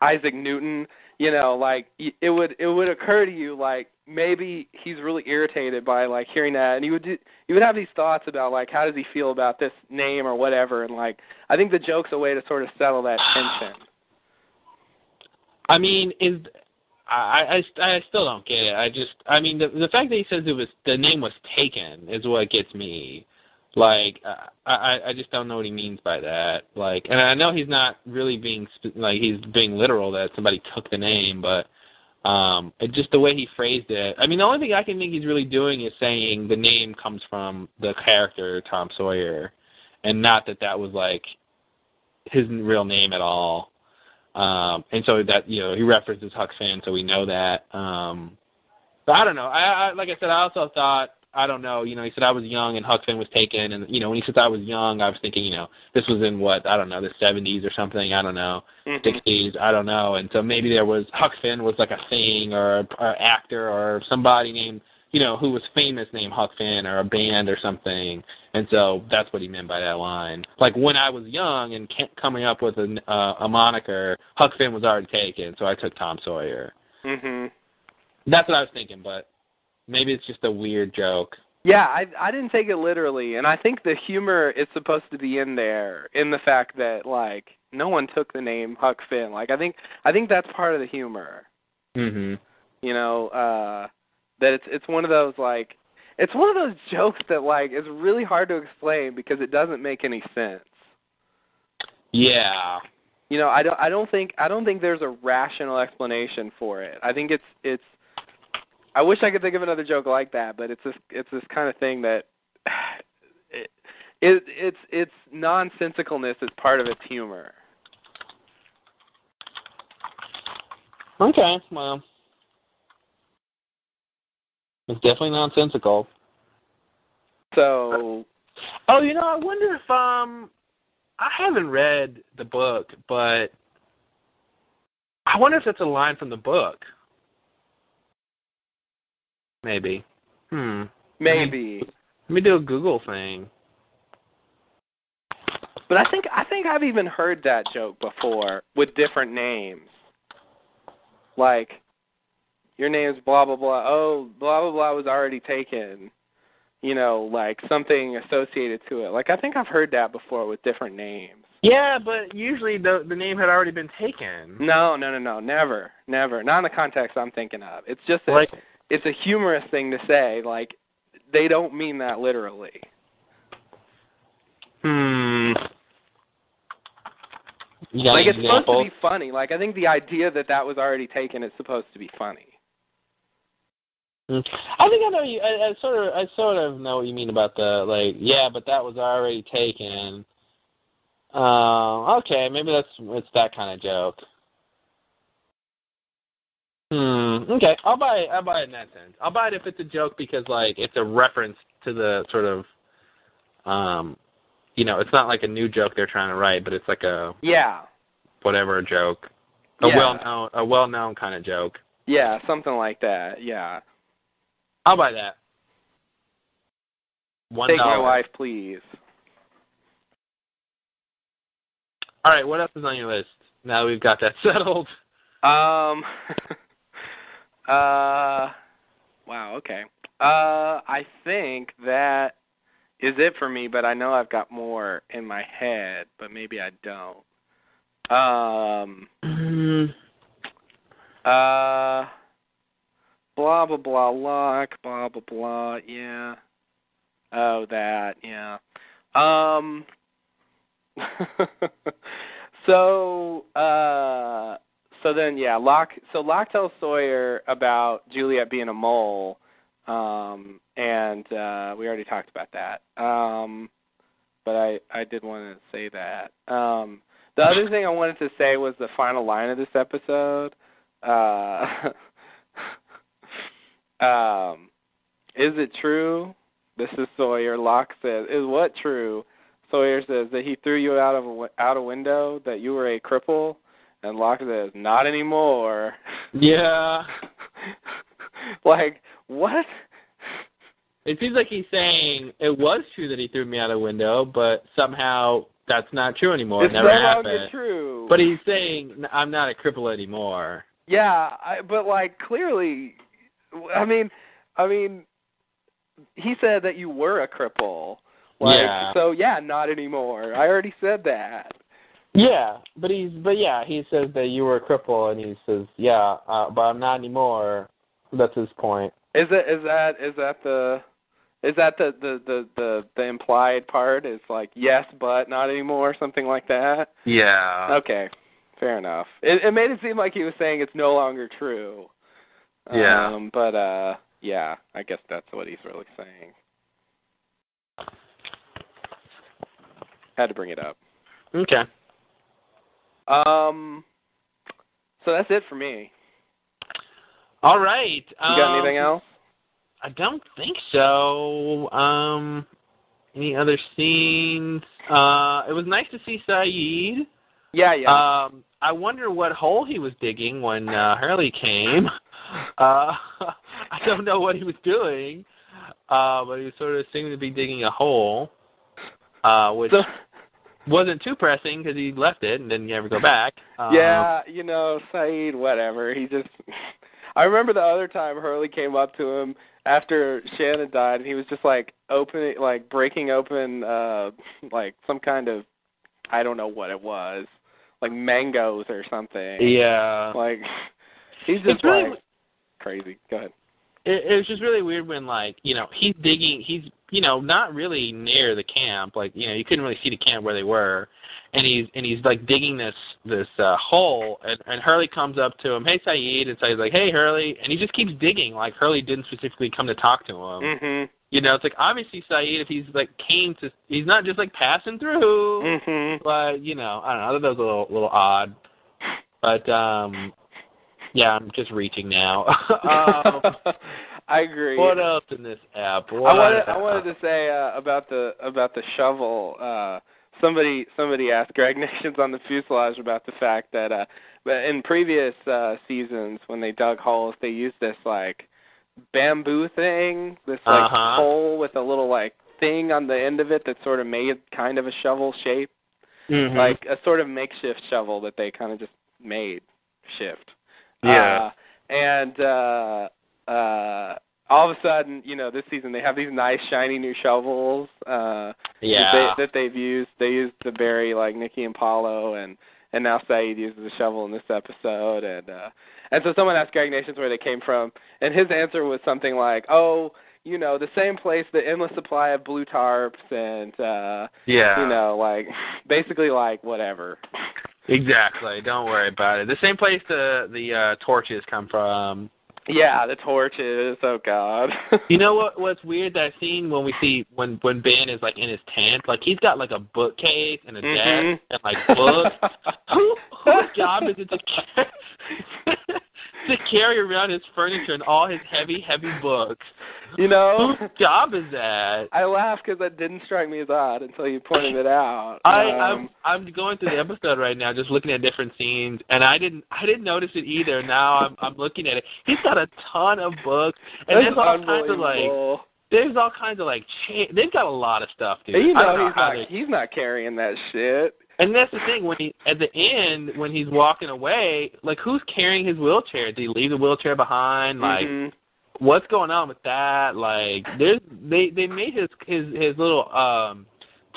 S2: Isaac Newton, you know, like y- it would it would occur to you like maybe he's really irritated by like hearing that, and you would do, you would have these thoughts about like how does he feel about this name or whatever, and like I think the joke's a way to sort of settle that tension.
S1: I mean, is I, I I still don't get it. I just I mean the the fact that he says it was the name was taken is what gets me. Like uh, I I, I just don't know what he means by that. Like, and I know he's not really being sp- like he's being literal that somebody took the name, but um, it, just the way he phrased it. I mean, the only thing I can think he's really doing is saying the name comes from the character Tom Sawyer, and not that that was like his real name at all. Um, and so that you know he references Huck Finn, so we know that. Um, but I don't know. I, I like I said, I also thought I don't know. You know, he said I was young and Huck Finn was taken, and you know when he said I was young, I was thinking you know this was in what I don't know the 70s or something. I don't know
S2: Mhm.
S1: 60s. I don't know. And so maybe there was Huck Finn was like a thing or or actor or somebody named you know who was famous named Huck Finn or a band or something. And so that's what he meant by that line. Like when I was young and ca- coming up with an, uh, a moniker, Huck Finn was already taken, so I took Tom Sawyer.
S2: Mhm.
S1: That's what I was thinking, but maybe it's just a weird joke.
S2: Yeah, I I didn't take it literally, and I think the humor is supposed to be in there in the fact that like no one took the name Huck Finn. Like I think I think that's part of the humor.
S1: Mhm.
S2: You know, uh that it's it's one of those like it's one of those jokes that like is really hard to explain because it doesn't make any sense.
S1: Yeah.
S2: You know, I don't I don't think I don't think there's a rational explanation for it. I think it's it's I wish I could think of another joke like that, but it's this it's this kind of thing that it, it it's it's nonsensicalness is part of its humor.
S1: Okay. Well, it's definitely nonsensical.
S2: So
S1: Oh, you know, I wonder if um, I haven't read the book, but I wonder if that's a line from the book. Maybe. Hmm.
S2: maybe.
S1: Let me do a Google thing.
S2: But I think I think I've even heard that joke before with different names. Like your name's blah blah blah. Oh, blah blah blah was already taken. You know, like something associated to it. Like I think I've heard that before with different names.
S1: Yeah, but usually the the name had already been taken.
S2: No, no, no, no, never, never. Not in the context I'm thinking of. It's just a,
S1: Like,
S2: it's a humorous thing to say. Like they don't mean that literally.
S1: hmm. You got
S2: Like
S1: an
S2: it's supposed
S1: example?
S2: to be funny. Like I think the idea that that was already taken is supposed to be funny.
S1: Mm. I think I know you. I, I sort of, I sort of know what you mean about the like. Yeah, but that was already taken. Um. Okay, maybe that's it's that kind of joke. Hmm. Okay, I'll buy it. I'll buy it in that sense. I'll buy it if it's a joke because like it's a reference to the sort of, um, you know, it's not like a new joke they're trying to write, but it's like a
S2: Yeah.
S1: whatever joke, a
S2: Yeah.
S1: well known, a well known kind of joke.
S2: Yeah, something like that. Yeah.
S1: I'll buy that. One
S2: Take my
S1: dollar.
S2: wife, please.
S1: All right, what else is on your list? Now that we've got that settled.
S2: Um. uh. Wow. Okay. Uh. I think that is it for me, but I know I've got more in my head, but maybe I don't. Um.
S1: Mm-hmm.
S2: Uh. Blah blah blah lock blah blah blah yeah. Oh that yeah. Um. so uh. So then yeah, Locke. So Locke tells Sawyer about Juliet being a mole. Um. And uh, we already talked about that. Um. But I I did want to say that. Um. The other thing I wanted to say was the final line of this episode uh, um, is it true? This is Sawyer. Locke says, "Is what true?" Sawyer says that he threw you out of a, wi- out a window, that you were a cripple, and Locke says, "Not anymore."
S1: yeah.
S2: like what?
S1: It seems like he's saying it was true that he threw me out a window, but somehow that's not true anymore.
S2: it's
S1: it never
S2: no longer
S1: happened.
S2: true.
S1: But he's saying "N- I'm not a cripple anymore.
S2: Yeah, I, but like clearly, I mean, I mean, he said that you were a cripple. Like,
S1: Yeah.
S2: So yeah, not anymore. I already said that.
S1: Yeah, but he's but yeah, he says that you were a cripple, and he says yeah, uh, but I'm not anymore. That's his point.
S2: Is that is that is that the is that the the the the, the implied part? Is like yes, but not anymore, something like that.
S1: Yeah.
S2: Okay, fair enough. It, it made it seem like he was saying it's no longer true.
S1: Yeah.
S2: Um, but uh, yeah, I guess that's what he's really saying. had to bring it up.
S1: Okay.
S2: Um, so that's it for me.
S1: All right.
S2: You got
S1: um,
S2: anything else?
S1: I don't think so. Um, any other scenes? Uh, it was nice to see Saeed.
S2: Yeah, yeah.
S1: Um, I wonder what hole he was digging when uh, Hurley came. Uh, I don't know what he was doing, uh, but he sort of seemed to be digging a hole, uh, which
S2: So-
S1: wasn't too pressing because he left it and didn't ever go back. Um,
S2: yeah, you know, Saeed, whatever. He just. I remember the other time Hurley came up to him after Shannon died, and he was just like opening, like breaking open, uh like some kind of, I don't know what it was, like mangoes or something.
S1: Yeah.
S2: Like he's
S1: It's
S2: just
S1: really
S2: like crazy. Go ahead.
S1: it, it was just really weird when like you know he's digging he's you know not really near the camp like you know you couldn't really see the camp where they were and he's and he's like digging this this uh hole and and hurley comes up to him hey saeed and saeed's like hey hurley and he just keeps digging like hurley didn't specifically come to talk to him
S2: Mhm.
S1: you know it's like obviously saeed if he's like came to he's not just like passing through
S2: Mhm.
S1: but you know i don't know i thought that was a little little odd but um yeah i'm just reaching now um,
S2: Uh, Oh. I agree.
S1: What uh, else in this app? What
S2: I wanted
S1: up?
S2: I wanted to say uh, about the about the shovel. Uh, somebody somebody asked Greg Nations on the fuselage about the fact that uh, but in previous uh, seasons when they dug holes, they used this like bamboo thing, this like
S1: Uh-huh.
S2: hole with a little like thing on the end of it that sort of made kind of a shovel shape,
S1: Mhm.
S2: like a sort of makeshift shovel that they kind of just made shift.
S1: yeah.
S2: Uh, and uh uh all of a sudden, you know, this season they have these nice shiny new shovels uh
S1: yeah.
S2: that, they, that they've used. They used the Barry like Nikki and Paulo and and now Saeed uses a shovel in this episode and uh and so someone asked Greg Nations where they came from and his answer was something like, "Oh, you know, the same place the endless supply of blue tarps and uh
S1: yeah.
S2: you know, like basically like whatever."
S1: Exactly. Don't worry about it. The same place the the uh torches come from.
S2: Yeah, the torches. Oh god.
S1: You know what what's weird that scene when we see when when Ben is like in his tent, like he's got like a bookcase and a
S2: Mhm.
S1: desk and like books. who whose job is it to carry, to carry around his furniture and all his heavy, heavy books?
S2: You know,
S1: Whose job is that?
S2: I laugh because that didn't strike me as odd until you pointed it out.
S1: I,
S2: um,
S1: I'm I'm going through the episode right now, just looking at different scenes, and I didn't I didn't notice it either. Now I'm I'm looking at it. He's got a ton of books, and
S2: that's
S1: there's all kinds of like
S2: unbelievable.
S1: there's all kinds of like cha- they've got a lot of stuff, dude.
S2: you
S1: I don't
S2: know
S1: know
S2: he's
S1: how
S2: not
S1: they-
S2: he's not carrying that shit.
S1: and that's the thing when he at the end when he's walking away, like who's carrying his wheelchair? Did he leave the wheelchair behind? Like
S2: Mhm.
S1: what's going on with that? Like there's they they made his his his little um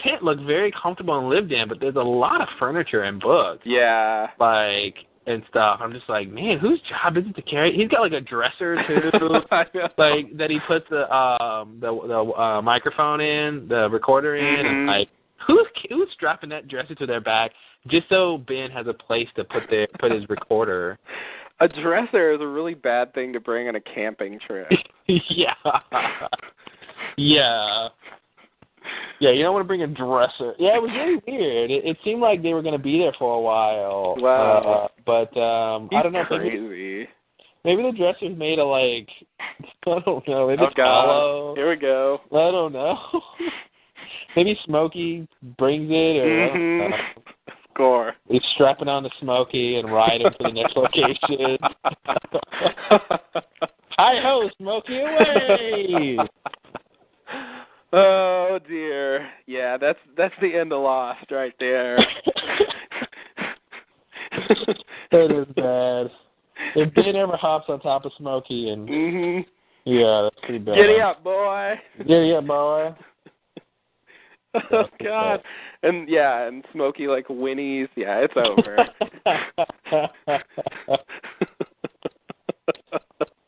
S1: tent look very comfortable and lived in, but there's a lot of furniture and books
S2: yeah.
S1: like and stuff. I'm just like, man, whose job is it to carry? He's got like a dresser too,
S2: I know.
S1: like that he puts the um the the uh, microphone in, the recorder in, and
S2: Mhm.
S1: like who's who's strapping that dresser to their back just so Ben has a place to put their put his recorder.
S2: a dresser is a really bad thing to bring on a camping trip.
S1: yeah, yeah. Yeah, you don't want to bring a dresser. Yeah, it was really weird. It, it seemed like they were going to be there for a while.
S2: Wow.
S1: Uh, but um
S2: He's
S1: I don't know. maybe-
S2: Crazy.
S1: Maybe the dresser's made of like I don't know. Maybe
S2: Oh
S1: it's
S2: god.
S1: hollow.
S2: Here we go.
S1: I don't know. maybe Smokey brings it, or I don't
S2: Mhm.
S1: know.
S2: Score.
S1: he's strapping on to Smokey and riding to the next location. Hi ho, Smokey away!
S2: oh dear. Yeah, that's that's the end of Lost right there.
S1: That is bad. If Ben ever hops on top of Smokey, and
S2: hmm
S1: yeah, that's pretty bad.
S2: Giddy up, boy.
S1: Giddy up, boy.
S2: Oh God. And yeah, and Smokey like whinnies. Yeah, it's over.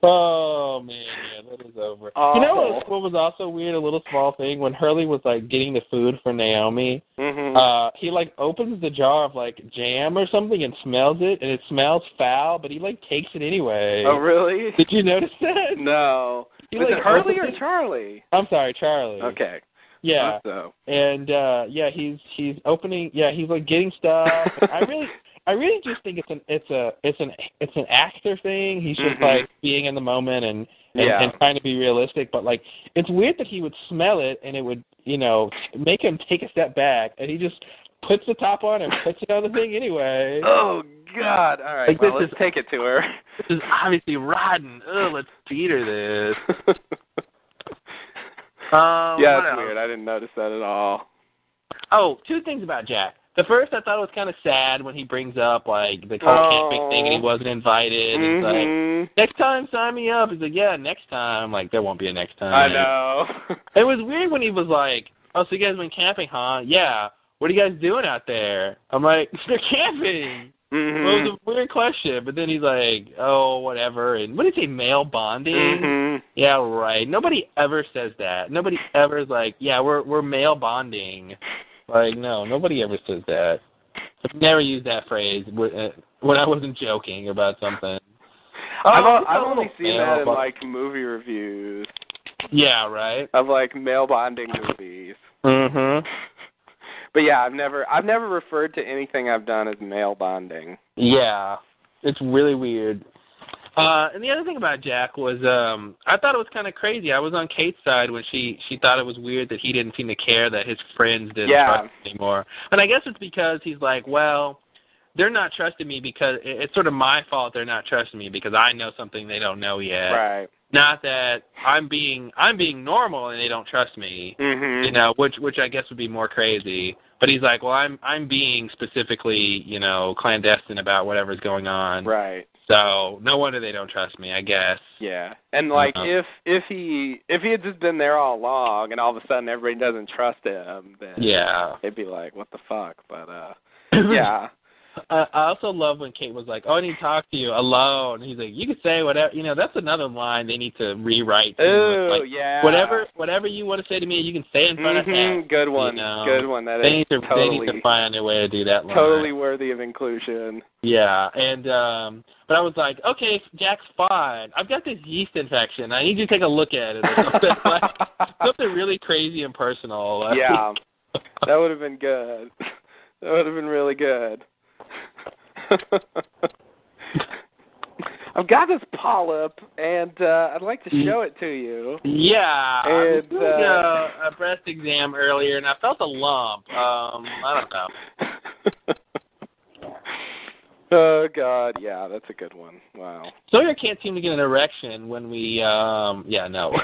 S1: Oh man, yeah, that is over.
S2: Awful.
S1: You know what was- what was also weird? A little small thing when Hurley was like getting the food for Naomi.
S2: hmm
S1: Uh, he like opens the jar of like jam or something and smells it, and it smells foul, but he like takes it anyway.
S2: oh really?
S1: Did you notice that?
S2: No.
S1: He,
S2: Was
S1: like,
S2: it Hurley
S1: opens
S2: or Charlie?
S1: I'm sorry, Charlie.
S2: Okay.
S1: Yeah.
S2: thought so.
S1: and uh yeah he's he's opening yeah he's like getting stuff i really i really just think it's an it's a it's an it's an actor thing he's just
S2: Mhm.
S1: like being in the moment and and,
S2: Yeah.
S1: and trying to be realistic but like it's weird that he would smell it and it would you know make him take a step back and he just puts the top on and puts it on the thing anyway
S2: Oh God! All right,
S1: Like,
S2: well,
S1: this
S2: let's
S1: is-
S2: take it to her.
S1: this is obviously rotten Ugh, let's feeder this um
S2: yeah,
S1: what
S2: it's
S1: else?
S2: weird. I didn't notice that at all.
S1: Oh, two things about Jack. The first, I thought it was kind of sad when he brings up like the Cole
S2: Oh.
S1: camping thing and he wasn't invited. He's like,
S2: Mhm.
S1: next time, sign me up. He's like, yeah, next time. Like, there won't be a next time.
S2: Mm-hmm. I know.
S1: It was weird when he was like, oh, so you guys went camping, huh? Yeah. What are you guys doing out there? I'm like, they're camping. Well,
S2: Mhm.
S1: It was a weird question, but then he's like, oh, whatever. And what did he say, male bonding?
S2: Mhm.
S1: Yeah, right. Nobody ever says that. Nobody ever is like, yeah, we're we're male bonding. Like, no, nobody ever says that. I've never used that phrase wh- uh, when I wasn't joking about something.
S2: I've,
S1: Oh,
S2: al-
S1: it's
S2: I've
S1: a
S2: only
S1: little
S2: seen that in
S1: male-
S2: like movie reviews
S1: Yeah, right.
S2: of like male bonding movies. Mm-hmm.
S1: Mhm.
S2: But yeah, I've never I've never referred to anything I've done as male bonding.
S1: Yeah, it's really weird. Uh, and the other thing about Jack was, um, I thought it was kind of crazy. I was on Kate's side when she she thought it was weird that he didn't seem to care that his friends didn't
S2: Yeah.
S1: trust him anymore. And I guess it's because he's like, well, they're not trusting me because it- it's sort of my fault they're not trusting me because I know something they don't know yet.
S2: Right.
S1: Not that I'm being I'm being normal and they don't trust me
S2: Mhm.
S1: you know, which which I guess would be more crazy. But he's like, well, I'm I'm being specifically, you know, clandestine about whatever's going on.
S2: Right.
S1: So no wonder they don't trust me. I guess.
S2: Yeah. And like
S1: Uh-huh.
S2: if if he if he had just been there all along and all of a sudden everybody doesn't trust him, then
S1: Yeah.
S2: they'd be like, What the fuck? But uh
S1: I,
S2: yeah.
S1: Uh, I also love when Kate was like, "Oh, I need to talk to you alone." He's like, "You can say whatever." You know, that's another line they need to rewrite. too.
S2: Ooh,
S1: Like,
S2: yeah.
S1: Whatever, whatever you want to say to me, you can say in front of
S2: Mhm.
S1: him.
S2: Good one.
S1: You know,
S2: Good one. That
S1: They
S2: is
S1: need to
S2: totally
S1: they need to find a way to do that line.
S2: totally worthy of inclusion.
S1: Yeah, and um but I was like, okay, Jack's fine. I've got this yeast infection. I need you to take a look at it or something like something really crazy and personal. Like,
S2: yeah. That would have been good. That would have been really good. I've got this polyp, and uh, I'd like to
S1: Mm.
S2: show it to you.
S1: yeah. I was
S2: And,
S1: doing
S2: uh,
S1: a, a breast exam earlier, and I felt a lump. Um, I don't know.
S2: oh God, yeah, that's a good one. Wow.
S1: Sawyer can't seem to get an erection when we. um Yeah, no.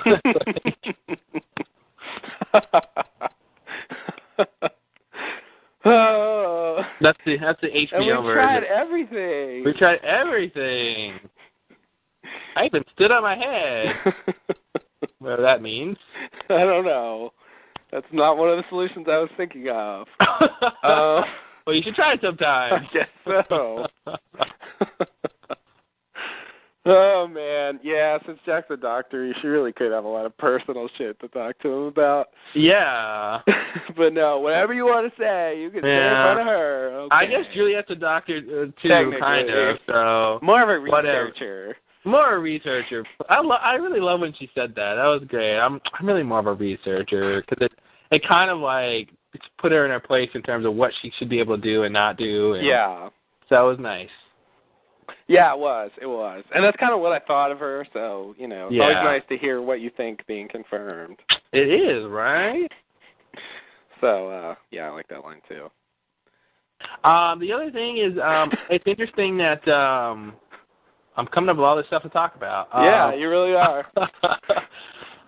S2: oh.
S1: that's the that's the HBO
S2: And we tried
S1: version.
S2: everything.
S1: We tried everything. I even stood on my head. Whatever that means.
S2: I don't know. That's not one of the solutions I was thinking of. Uh,
S1: well, you should try it
S2: I
S1: sometime.
S2: guess so. oh man, yeah. Since Jack's a doctor, you should really could have a lot of personal shit to talk to him about.
S1: yeah.
S2: but no, whatever you want to say, you can say in
S1: Yeah.
S2: front of her.
S1: I
S2: Okay.
S1: guess Juliet's a doctor uh, too,
S2: Technically.
S1: kind of. So
S2: more of a
S1: Whatever.
S2: researcher.
S1: more a researcher. I lo- I really love when she said that. That was great. I'm I'm really more of a researcher because it it kind of like it's put her in her place in terms of what she should be able to do and not do. And
S2: Yeah.
S1: So that was nice.
S2: Yeah, it was. It was. And that's kind of what I thought of her, so, you know, it's always
S1: Yeah.
S2: nice to hear what you think being confirmed.
S1: It is right.
S2: So, uh, yeah, I like that line too.
S1: Um, the other thing is, um, it's interesting that um, I'm coming up with all this stuff to talk about.
S2: yeah,
S1: Um,
S2: you really are.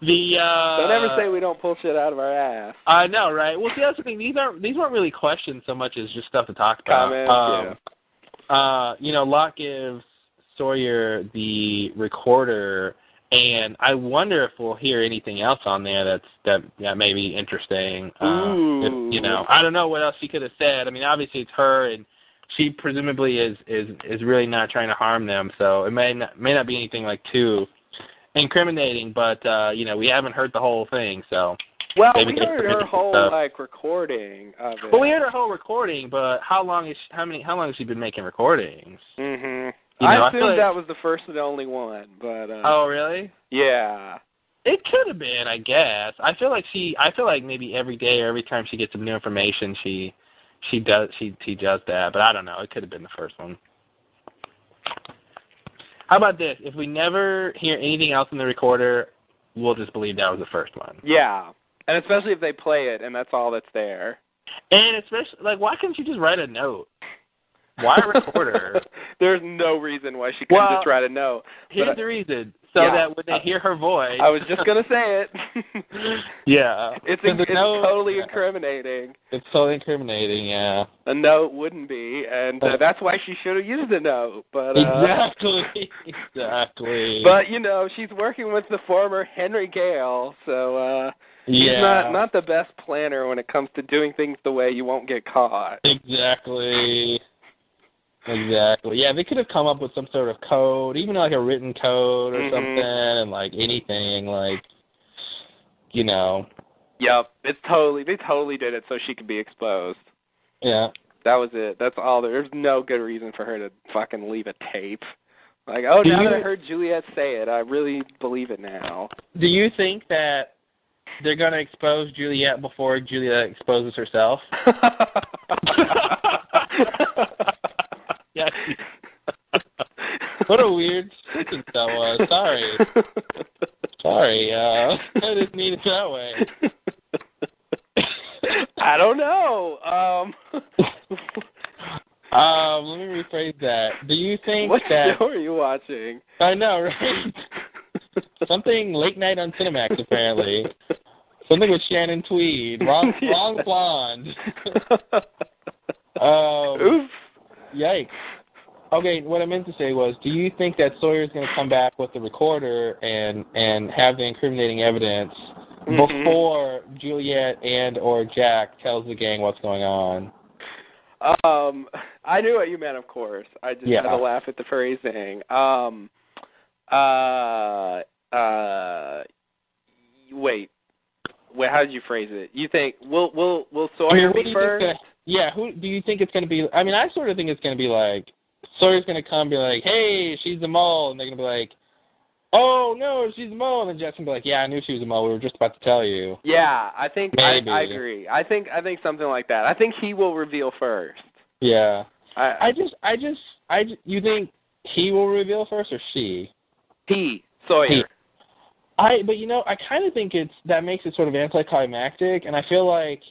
S1: the uh,
S2: Don't ever say we don't pull shit out of our ass.
S1: I know, right? Well, see, that's the thing. These aren't these weren't really questions so much as just stuff to talk about.
S2: Comments,
S1: um, uh, you know, Locke gives Sawyer the recorder, and I wonder if we'll hear anything else on there that's that that may be interesting. Uh,
S2: Ooh.
S1: if, you know, I don't know what else she could have said. I mean, obviously it's her, and she presumably is is is really not trying to harm them, so it may not may not be anything like too incriminating. But uh, you know, we haven't heard the whole thing, so.
S2: Well,
S1: Maybe
S2: we
S1: they
S2: heard
S1: forget
S2: her whole,
S1: stuff.
S2: like, recording of it.
S1: Well, we heard her whole recording, but how long is how many how long has she been making recordings?
S2: Mm-hmm.
S1: You know,
S2: I
S1: I feel like-
S2: assumed that was the first and only one, but, uh,
S1: Oh, really?
S2: yeah.
S1: It could have been, I guess. I feel like she. I feel like maybe every day or every time she gets some new information, she she does she she does that. But I don't know. It could have been the first one. How about this? If we never hear anything else in the recorder, we'll just believe that was the first one.
S2: Yeah, and especially if they play it and that's all that's there.
S1: And especially, like, why couldn't you just write a note? Why a recorder?
S2: There's no reason why she couldn't
S1: Well,
S2: just write a note.
S1: Here's
S2: But
S1: the reason, so
S2: Yeah.
S1: that when they hear her voice,
S2: I was just gonna say it.
S1: yeah,
S2: it's
S1: So the
S2: it's
S1: note-
S2: totally
S1: yeah.
S2: incriminating.
S1: It's so incriminating, yeah.
S2: A note wouldn't be, and uh,
S1: Uh,
S2: that's why she should have used a note. But uh,
S1: exactly, exactly.
S2: But you know, she's working with the former Henry Gale, so uh
S1: yeah,
S2: she's not not the best planner when it comes to doing things the way you won't get caught.
S1: exactly, exactly. Yeah, they could have come up with some sort of code, even like a written code or
S2: Mhm.
S1: something, and like anything, like you know,
S2: Yep, it's totally they totally did it so she could be exposed.
S1: yeah.
S2: That was it. That's all. There's no good reason for her to fucking leave a tape. Like, oh,
S1: Do
S2: now that I
S1: you-
S2: heard Juliet say it, I really believe it now.
S1: Do you think that they're gonna expose Juliet before Juliet exposes herself? Yes. What a weird sentence that was. Sorry. Sorry, uh, I didn't mean it that way.
S2: I don't know. Um,
S1: Um, let me rephrase that. Do you think
S2: what
S1: that
S2: show are you watching?
S1: I know, right? Something late night on Cinemax apparently. Something with Shannon Tweed, wrong,
S2: Yeah.
S1: wrong blonde. um,
S2: Oof.
S1: yikes. Okay, what I meant to say was, do you think that Sawyer's going to come back with the recorder and and have the incriminating evidence
S2: Mhm.
S1: before Juliet and or Jack tells the gang what's going on?
S2: Um, I knew what you meant, of course. I just had
S1: Yeah.
S2: to laugh at the phrasing. Um, uh, uh, wait, wait. How did you phrase it? You think will will will Sawyer
S1: what do
S2: be
S1: you
S2: first?
S1: Think that, yeah, who do you think it's going to be? I mean, I sort of think it's going to be like Sawyer's going to come and be like, "Hey, she's the mole," and they're going to be like, "Oh no, she's the mole," and then Jackson be like, "Yeah, I knew she was a mole. We were just about to tell you."
S2: Yeah, I think I,
S1: Maybe.
S2: I agree. I think I think something like that. I think he will reveal first.
S1: Yeah,
S2: I,
S1: I just, I just, I ju- you think he will reveal first or she?
S2: he Sawyer.
S1: He. I, but you know, I kind of think it's that makes it sort of anticlimactic, and I feel like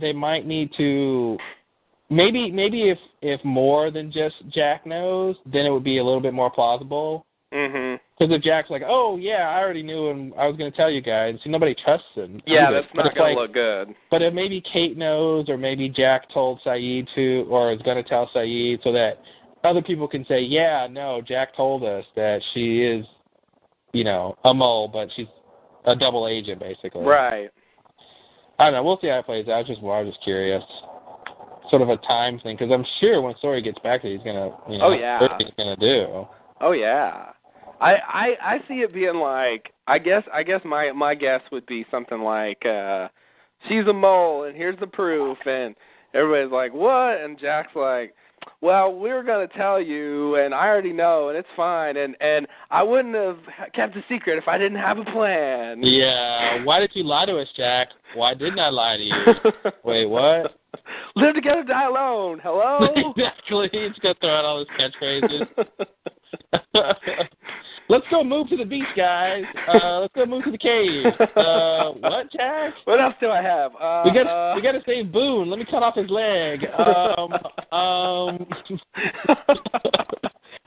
S1: they might need to. Maybe maybe if if more than just Jack knows, then it would be a little bit more plausible.
S2: Mhm.
S1: Because if Jack's like, "Oh yeah, I already knew, and I was going to tell you guys," see, nobody trusts him.
S2: Yeah,
S1: either.
S2: that's
S1: But
S2: not
S1: if,
S2: gonna
S1: like,
S2: look good.
S1: But if maybe Kate knows, or maybe Jack told Saeed to, or is going to tell Saeed, so that other people can say, "Yeah, no, Jack told us that she is, you know, a mole, but she's a double agent, basically."
S2: Right.
S1: I don't know. We'll see how it plays out. I was just, well, I was just curious. Sort of a time thing, because I'm sure when Sori gets back there, he's gonna, you know,
S2: Oh, yeah.
S1: what he's gonna do.
S2: Oh yeah. I, I I see it being like I guess I guess my my guess would be something like uh she's a mole and here's the proof and everybody's like what and Jack's like well we're going to tell you and I already know and it's fine and and I wouldn't have kept a secret if I didn't have a plan.
S1: Yeah. Why did you lie to us, Jack? Why didn't I lie to you? Wait, what?
S2: Live together, die alone. Hello.
S1: exactly. He's gonna throw out all his catchphrases. let's go move to the beach, guys. Uh, let's go move to the cave. Uh, what, Jack?
S2: What else do I have? Uh,
S1: We got
S2: uh,
S1: to we got to save Boone. Let me cut off his leg. Um, um,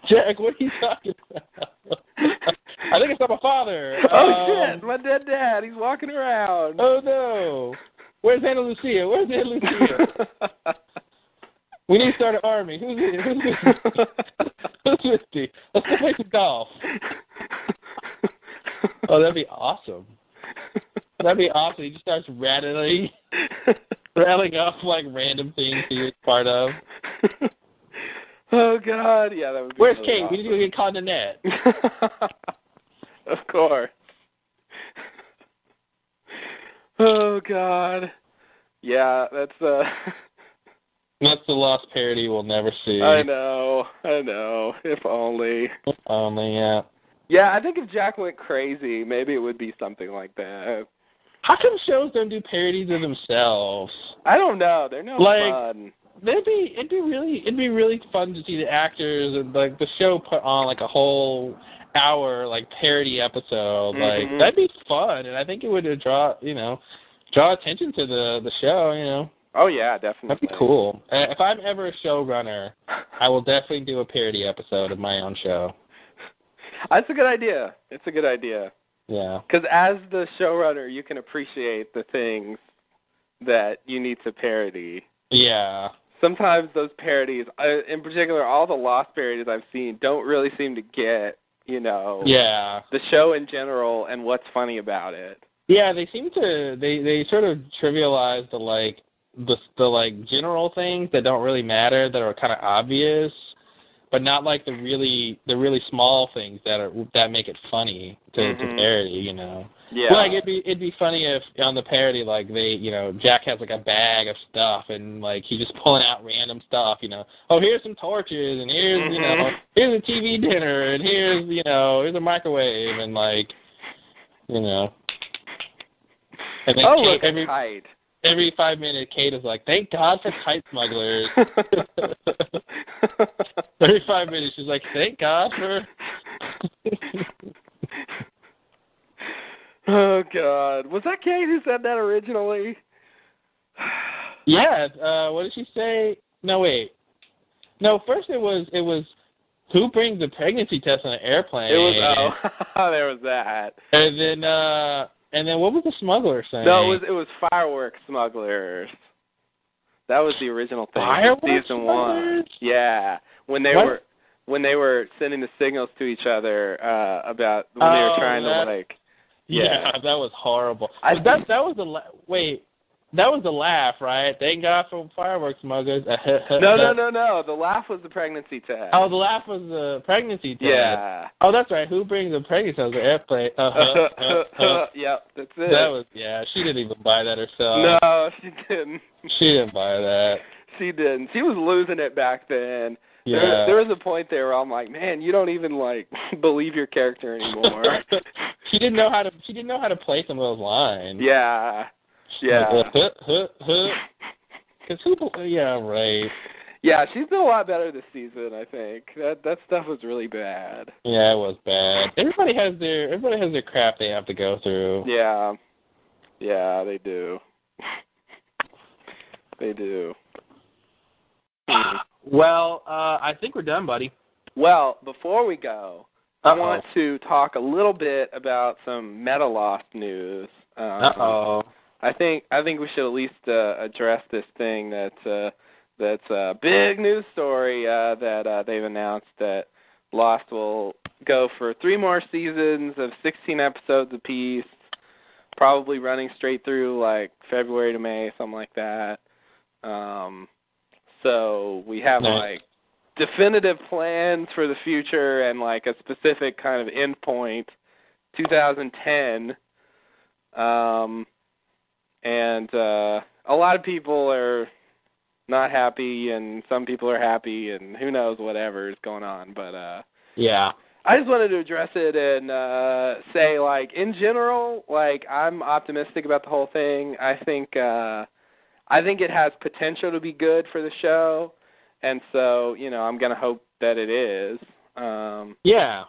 S1: Jack, what are you talking about? I think it's not my father.
S2: oh shit,
S1: Um,
S2: my dead dad, he's walking around.
S1: Oh no! Where's Anna Lucia? Where's Anna Lucia? We need to start an army. Who's who's who's fifty? Let's go play some golf. Oh, that'd be awesome. That'd be awesome. He just starts rattling, rattling off like random things he was part of.
S2: oh god, yeah, that would be
S1: Where's
S2: really
S1: Kate? We need to go get caught in the net.
S2: awesome. of course. Oh god. Yeah, that's uh
S1: That's the lost parody we'll never see.
S2: I know, I know. If only.
S1: Only, yeah.
S2: Yeah, I think if Jack went crazy, maybe it would be something like that.
S1: How come shows don't do parodies of themselves?
S2: I don't know. They're no
S1: Like-
S2: fun.
S1: It'd be it'd be really it'd be really fun to see the actors and like the show put on like a whole hour like parody episode.
S2: Mhm.
S1: Like that'd be fun, and I think it would uh, draw you know draw attention to the the show. You know
S2: Oh yeah, definitely.
S1: that'd be cool. Uh, if I'm ever a showrunner, I will definitely do a parody episode of my own show.
S2: That's a good idea. It's a good idea.
S1: Yeah.
S2: Because as the showrunner, you can appreciate the things that you need to parody.
S1: Yeah.
S2: Sometimes those parodies, I, in particular, all the lost parodies I've seen, don't really seem to get, you know,
S1: Yeah.
S2: the show in general and what's funny about it.
S1: Yeah, they seem to they they sort of trivialize the like the the like general things that don't really matter that are kind of obvious, but not like the really the really small things that are that make it funny to, to
S2: Mhm.
S1: parody. You know,
S2: Yeah.
S1: like it'd be it'd be funny if on the parody like they you know Jack has like a bag of stuff and like he's just pulling out random stuff. You know, oh here's some torches and here's you know
S2: Mhm.
S1: here's a TV dinner and here's you know here's a microwave and like you know. And then
S2: oh,
S1: Kate-
S2: look,
S1: every
S2: tight.
S1: every five minutes, Kate is like, "Thank God for kite smugglers." every five minutes, she's like, "Thank God for."
S2: oh God, was that Kate who said that originally?
S1: yeah. Uh, what did she say? No, wait. No, first it was it was who brings the pregnancy test on an airplane?
S2: It was oh, there was that.
S1: And then uh, and then what was the smuggler saying?
S2: No, it was it was firework smugglers. That was the original thing.
S1: Firework
S2: season one.
S1: smugglers?
S2: Yeah, when they
S1: What?
S2: were when they were sending the signals to each other uh about when they were
S1: Oh,
S2: trying
S1: that-
S2: to like.
S1: yeah.
S2: yeah.
S1: that was horrible.
S2: I-
S1: that that was the la- wait. That was the laugh, right? Thank God for fireworks smugglers.
S2: No, no, no, no. The laugh was the pregnancy test.
S1: Oh, the laugh was the pregnancy test.
S2: yeah.
S1: Oh, that's right. Who brings the pregnancy on the airplane? Uh-huh, uh-huh.
S2: yep, that's it.
S1: That was uh, yeah. She didn't even buy that herself.
S2: no, she didn't.
S1: She didn't buy that.
S2: She didn't. She was losing it back then.
S1: Yeah.
S2: There, there was a point there where I'm like, man, you don't even like believe your character anymore.
S1: she didn't know how to. She didn't know how to play some of those lines.
S2: yeah, yeah,
S1: Because who? bel- Yeah, right.
S2: yeah. She's been a lot better this season. I think that that stuff was really bad.
S1: Yeah, it was bad. Everybody has their. Everybody has their crap they have to go through.
S2: Yeah, yeah, they do. They do. Hmm.
S1: Well, uh, I think we're done, buddy.
S2: Well, before we go, I
S1: Uh-oh.
S2: want to talk a little bit about some meta lost news. Um,
S1: Uh oh.
S2: I think I think we should at least uh, address this thing that's uh, that's a big news story uh, that uh, they've announced that Lost will go for three more seasons of 16 episodes apiece, probably running straight through like February to May, something like that. Um, so we have
S1: Nice.
S2: like definitive plans for the future and like a specific kind of endpoint, 2010. Um, and uh, a lot of people are not happy, and some people are happy, and who knows whatever is going on. But uh,
S1: Yeah.
S2: I just wanted to address it and uh, say, like in general, like I'm optimistic about the whole thing. I think uh, I think it has potential to be good for the show, and so you know I'm gonna hope that it is. Um,
S1: Yeah.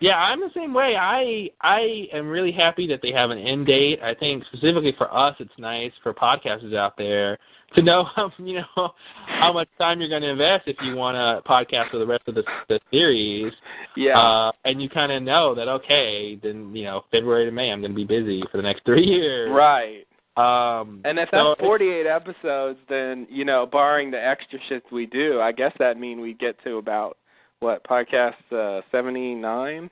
S1: Yeah, I'm the same way. I I am really happy that they have an end date. I think specifically for us, it's nice for podcasters out there to know how you know how much time you're going to invest if you want to podcast for the rest of the, the series.
S2: yeah.
S1: Uh, and you kind of know that okay, then you know February to May, I'm going to be busy for the next three years.
S2: Right.
S1: Um,
S2: And if
S1: so
S2: that's 48 episodes, then, you know, barring the extra shit we do, I guess that mean we get to about, what, podcast uh, 79?
S1: it's-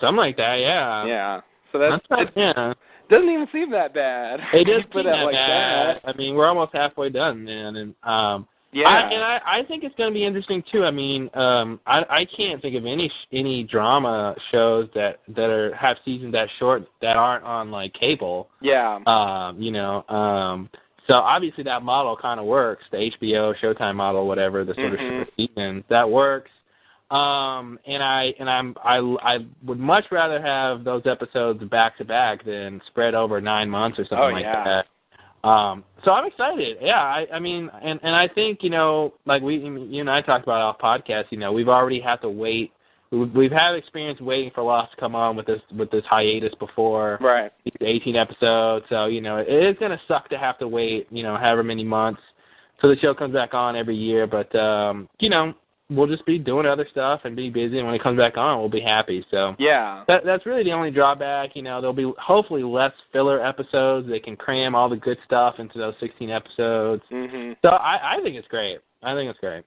S1: something like that, yeah.
S2: yeah. So that's,
S1: That's not, yeah.
S2: it doesn't even seem that bad.
S1: It is
S2: Put
S1: seem
S2: it
S1: that
S2: like
S1: bad. I mean, we're almost halfway done, man, and um.
S2: Yeah.
S1: I, and I, I think it's going to be interesting too. I mean, um, I, I can't think of any any drama shows that that are have seasons that short that aren't on like cable.
S2: yeah.
S1: Um, you know, um, so obviously that model kind of works. The HBO Showtime model, whatever the sort
S2: Mhm.
S1: of short seasons that works. Um, and I and I'm I I would much rather have those episodes back to back than spread over nine months or something
S2: Oh,
S1: like
S2: yeah.
S1: that. Um, so I'm excited. Yeah, I, I mean, and and I think you know, like we you and I talked about off podcast. You know, we've already had to wait. We've we've had experience waiting for Lost to come on with this with this hiatus before
S2: Right.
S1: these 18 episodes. So, you know, it is going to suck to have to wait, you know, however many months till the show comes back on every year. But, um, you know, we'll just be doing other stuff and be busy. And when it comes back on, we'll be happy. So
S2: Yeah.
S1: that, that's really the only drawback. You know, there'll be hopefully less filler episodes. They can cram all the good stuff into those 16 episodes.
S2: Mhm.
S1: So I, I think it's great. I think it's great.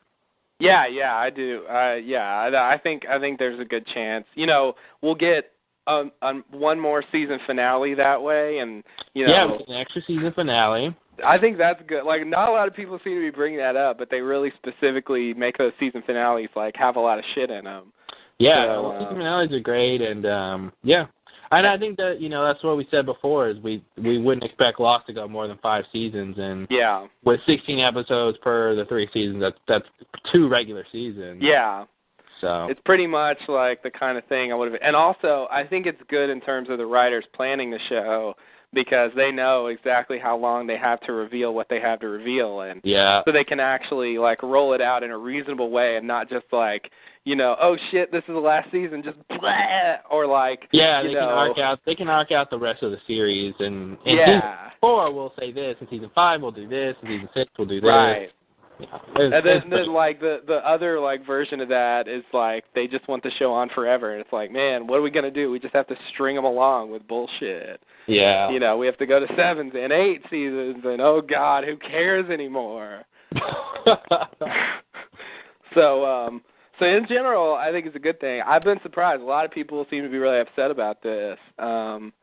S2: Yeah, yeah, I do. Uh yeah, I, I think I think there's a good chance. You know, we'll get um, um one more season finale that way and you know
S1: yeah, it's an extra season finale.
S2: I think that's good. Like, not a lot of people seem to be bringing that up, but they really specifically make those season finales like have a lot of shit in them.
S1: Yeah,
S2: So,
S1: well,
S2: uh,
S1: season finales are great, and um, yeah, and I think that you know that's what we said before is we we wouldn't expect Lost to go more than five seasons, and
S2: Yeah,
S1: with 16 episodes per the three seasons, that's that's two regular seasons.
S2: yeah.
S1: So
S2: It's pretty much like the kind of thing I would have. And also, I think it's good in terms of the writers planning the show because they know exactly how long they have to reveal what they have to reveal, and
S1: yeah,
S2: so they can actually like roll it out in a reasonable way and not just like you know, oh shit, this is the last season, just blah, or like
S1: yeah,
S2: you
S1: they can
S2: know,
S1: arc out they can arc out the rest of the series, and, and season
S2: yeah.
S1: four we'll say this, and season five we'll do this, and season six we'll do this.
S2: Right.
S1: Yeah. It's-
S2: And
S1: it's
S2: then, then like the the other like version of that is like they just want the show on forever, and it's like, man, what are we gonna do? We just have to string them along with bullshit.
S1: pretty- yeah.
S2: You know, we have to go to sevens and eight seasons, and oh god, who cares anymore? so, um, so in general, I think it's a good thing. I've been surprised. A lot of people seem to be really upset about this, um,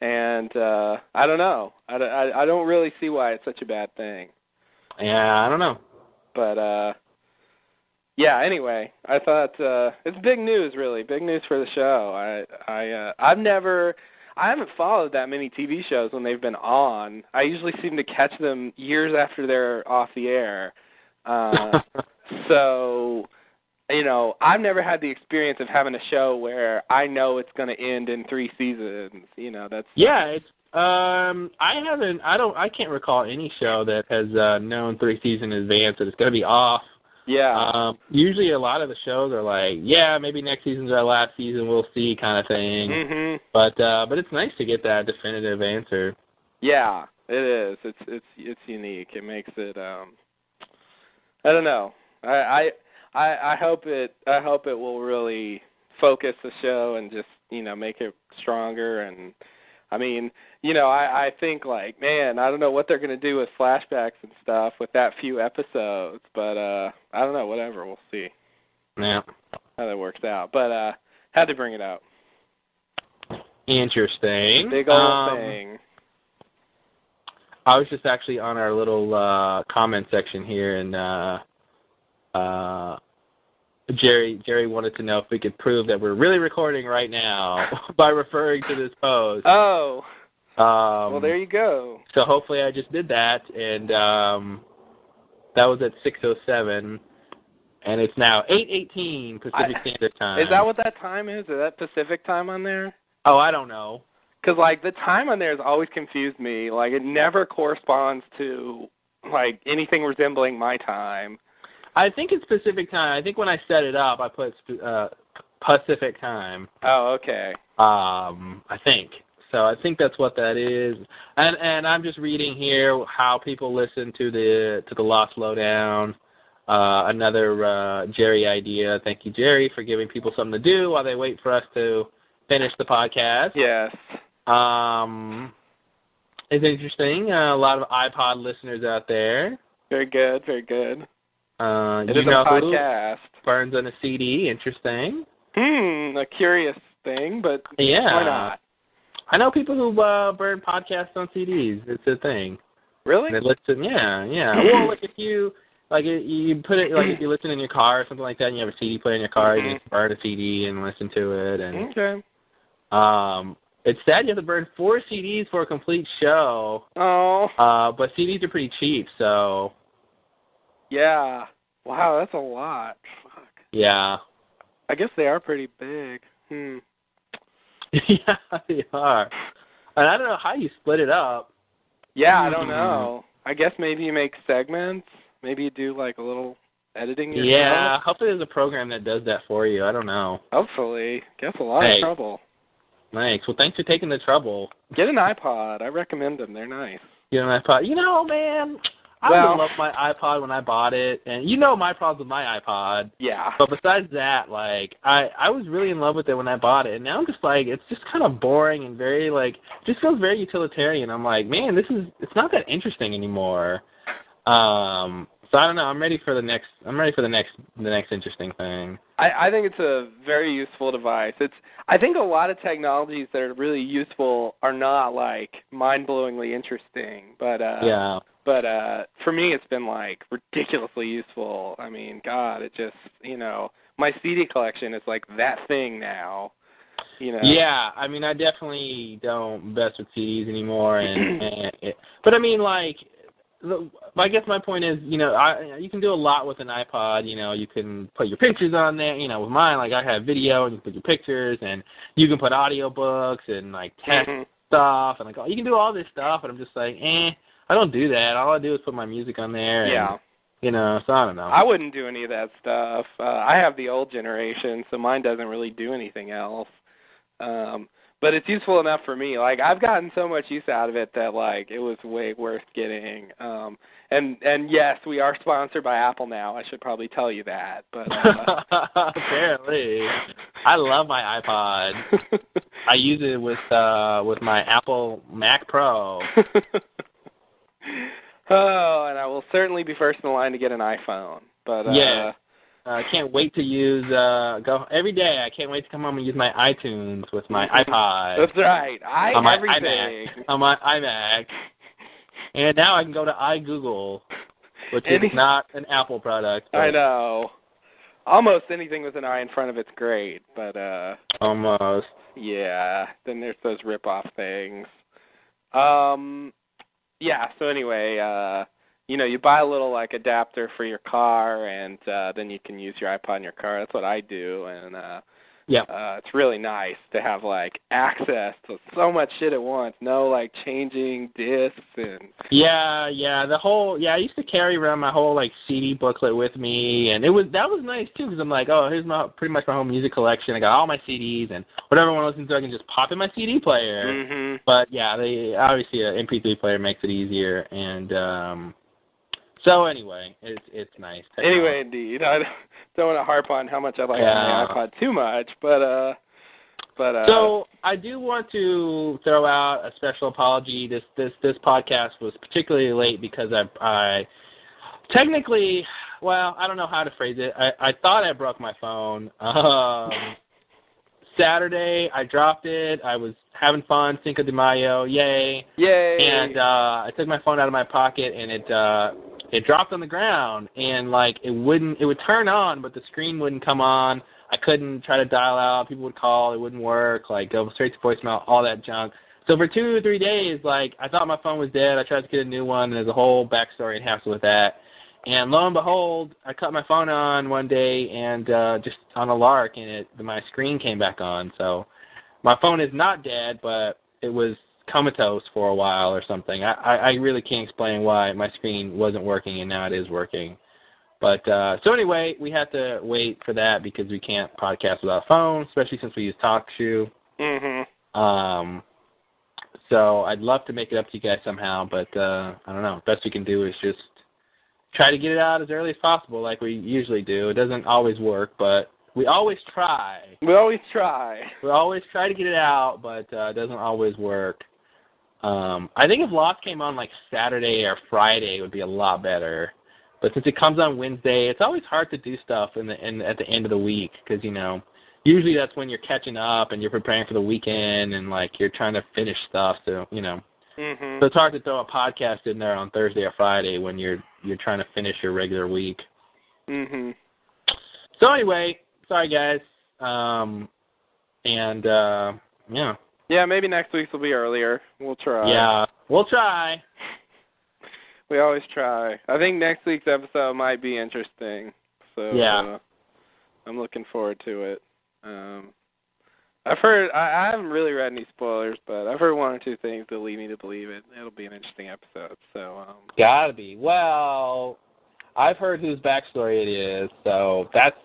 S2: and uh, I don't know. I, don't- I, I don't really see why it's such a bad thing.
S1: yeah, I don't know.
S2: but uh yeah anyway i thought uh it's big news really big news for the show i i uh i've never i haven't followed that many tv shows when they've been on i usually seem to catch them years after they're off the air uh so you know i've never had the experience of having a show where i know it's going to end in three seasons you know that's
S1: Yeah, it's um I haven't I don't I can't recall any show that has uh known three season in advance that it's gonna be off.
S2: yeah
S1: Um usually a lot of the shows are like, Yeah, maybe next season's our last season, we'll see kind of thing.
S2: mhm
S1: But uh but it's nice to get that definitive answer.
S2: Yeah, it is. It's it's it's unique. It makes it um I don't know. I I I I hope it I hope it will really focus the show and just, you know, make it stronger and I mean, you know, I I think like, man, I don't know what they're going to do with flashbacks and stuff with that few episodes, but uh I don't know, whatever, we'll see
S1: Yeah.
S2: how that works out. But uh had to bring it up.
S1: Interesting.
S2: Big old
S1: Um,
S2: thing.
S1: I was just actually on our little uh comment section here and uh uh Jerry Jerry wanted to know if we could prove that we're really recording right now by referring to this post.
S2: Oh,
S1: Um,
S2: well there you go.
S1: So hopefully I just did that, and um, that was at 6:07, and it's now 8:18 Pacific
S2: I-
S1: Standard Time.
S2: Is that what that time is? Is that Pacific time on there?
S1: Oh, I don't know.
S2: Because like the time on there has always confused me. Like it never corresponds to like anything resembling my time.
S1: I think it's Pacific Time. I think when I set it up, I put uh, Pacific Time.
S2: Oh, okay.
S1: Um, I think. So I think that's what that is. And and I'm just reading here how people listen to the to the Lost Lowdown. Uh, another uh, Jerry idea. Thank you, Jerry, for giving people something to do while they wait for us to finish the podcast.
S2: Yes.
S1: Um, it's interesting. Uh, a lot of iPod listeners out there.
S2: Very good. Very good.
S1: Uh,
S2: It
S1: you
S2: is
S1: know
S2: a podcast.
S1: who burns on a CD. Interesting.
S2: Hmm. A curious thing, but
S1: Yeah.
S2: why not?
S1: I know people who uh, burn podcasts on CDs. It's a thing.
S2: Really?
S1: They listen, yeah, yeah. Well, like if you like you- you put it like if you listen in your car or something like that, and you have a CD player in your car, you
S2: Mhm.
S1: just burn a CD and listen to it. And
S2: Okay. Mm-hmm.
S1: um, it's sad you have to burn four CDs for a complete show.
S2: Oh.
S1: Uh, but CDs are pretty cheap, so
S2: Yeah. Wow, that's a lot. Fuck.
S1: yeah.
S2: I guess they are pretty big. Hmm.
S1: yeah, they are. And I don't know how you split it up.
S2: Yeah, I don't
S1: Hmm.
S2: know. I guess maybe you make segments. Maybe you do like a little editing yourself.
S1: Yeah, hopefully there's a program that does that for you. I don't know.
S2: Hopefully, gets a lot
S1: Hey.
S2: of trouble.
S1: Nice. Well, thanks for taking the trouble.
S2: Get an iPod. I recommend them. They're nice.
S1: You know, my iPod. You know, man, I
S2: Well-
S1: loved my iPod when I bought it, and you know my problems with my iPod.
S2: Yeah.
S1: But besides that, like I I was really in love with it when I bought it, and now I'm just like it's just kind of boring and very like just feels very utilitarian. I'm like, man, this is it's not that interesting anymore. Um, so I don't know. I'm ready for the next. I'm ready for the next the next interesting thing.
S2: I, I think it's a very useful device. It's I think a lot of technologies that are really useful are not like mind-blowingly interesting, but uh
S1: yeah.
S2: but uh for me it's been like ridiculously useful. I mean, god, it just, you know, my CD collection is like that thing now. You know.
S1: Yeah, I mean, I definitely don't best with CDs anymore, and, and it, but I mean, like, the, I guess my point is, you know, I you can do a lot with an iPod. You know, you can put your pictures on there. You know, with mine, like, I have video, and you can put your pictures, and you can put audio books and like text
S2: Mhm.
S1: stuff, and like, all- you can do all this stuff. And I'm just like, eh, I don't do that. All I do is put my music on there. and, um,
S2: Yeah.
S1: you know, so I don't know.
S2: I wouldn't do any of that stuff. Uh, I have the old generation, so mine doesn't really do anything else. Um, but it's useful enough for me. Like I've gotten so much use out of it that like it was way worth getting. Um, and and yes, we are sponsored by Apple now. I should probably tell you that. But uh,
S1: Apparently, I love my iPod. I use it with uh with my Apple Mac Pro.
S2: oh, and I will certainly be first in line to get an iPhone. But uh,
S1: Yeah. I can't wait to use uh go every day. I can't wait to come home and use my iTunes with my iPod
S2: that's right. I
S1: on my
S2: everything.
S1: iMac on my iMac. And now I can go to iGoogle, which is
S2: Any-
S1: not an Apple product. but
S2: I know. Almost anything with an eye in front of it's great, but uh
S1: Almost.
S2: yeah, then there's those rip off things. Um yeah, so anyway, uh you know, you buy a little like adapter for your car and uh then you can use your iPod in your car. That's what I do and uh
S1: Yeah.
S2: uh it's really nice to have like access to so much shit at once. No like changing discs and
S1: Yeah, yeah. The whole yeah, I used to carry around my whole like CD booklet with me, and it was that was nice too because I'm like, oh, here's my pretty much my whole music collection. I got all my CDs and whatever one listens to, I can just pop in my CD player.
S2: Mhm.
S1: But yeah, they obviously an MP3 player makes it easier, and um, so anyway, it's it's nice.
S2: Anyway, indeed, I don't want to harp on how much I like
S1: Yeah.
S2: my iPod too much, but uh, but uh,
S1: So I do want to throw out a special apology. This this this podcast was particularly late because I I technically well I don't know how to phrase it. I I thought I broke my phone. Um, Saturday I dropped it. I was having fun Cinco de Mayo, yay!
S2: yay!
S1: And uh, I took my phone out of my pocket and it uh, it dropped on the ground and like it wouldn't it would turn on but the screen wouldn't come on. I couldn't try to dial out. People would call. It wouldn't work. Like go straight to voicemail. All that junk. So for two or three days, like I thought my phone was dead. I tried to get a new one. And there's a whole backstory and hassle with that. And lo and behold, I cut my phone on one day and uh, just on a lark, and it my screen came back on. So my phone is not dead, but it was comatose for a while or something. I, I, I really can't explain why my screen wasn't working and now it is working. But uh, so anyway, we had to wait for that because we can't podcast without a phone, especially since we use TalkShoe.
S2: Mhm.
S1: Um, so I'd love to make it up to you guys somehow, but uh, I don't know. Best we can do is just try to get it out as early as possible, like we usually do. It doesn't always work, but we always try.
S2: we always try.
S1: We always try to get it out, but uh, it doesn't always work. Um, I think if Lost came on like Saturday or Friday, it would be a lot better. But since it comes on Wednesday, it's always hard to do stuff in the in, at the end of the week because you know usually that's when you're catching up and you're preparing for the weekend and like you're trying to finish stuff. So you know,
S2: Mhm.
S1: so it's hard to throw a podcast in there on Thursday or Friday when you're you're trying to finish your regular week.
S2: Mhm.
S1: So anyway, sorry guys. Um, and uh, yeah.
S2: Yeah, maybe next week's will be earlier. We'll try.
S1: Yeah, we'll try.
S2: we always try. I think next week's episode might be interesting. So
S1: Yeah.
S2: uh, I'm looking forward to it. Um, I've heard I, I haven't really read any spoilers, but I've heard one or two things that lead me to believe it. It'll be an interesting episode. So um,
S1: Gotta be. Well, I've heard whose backstory it is, so that's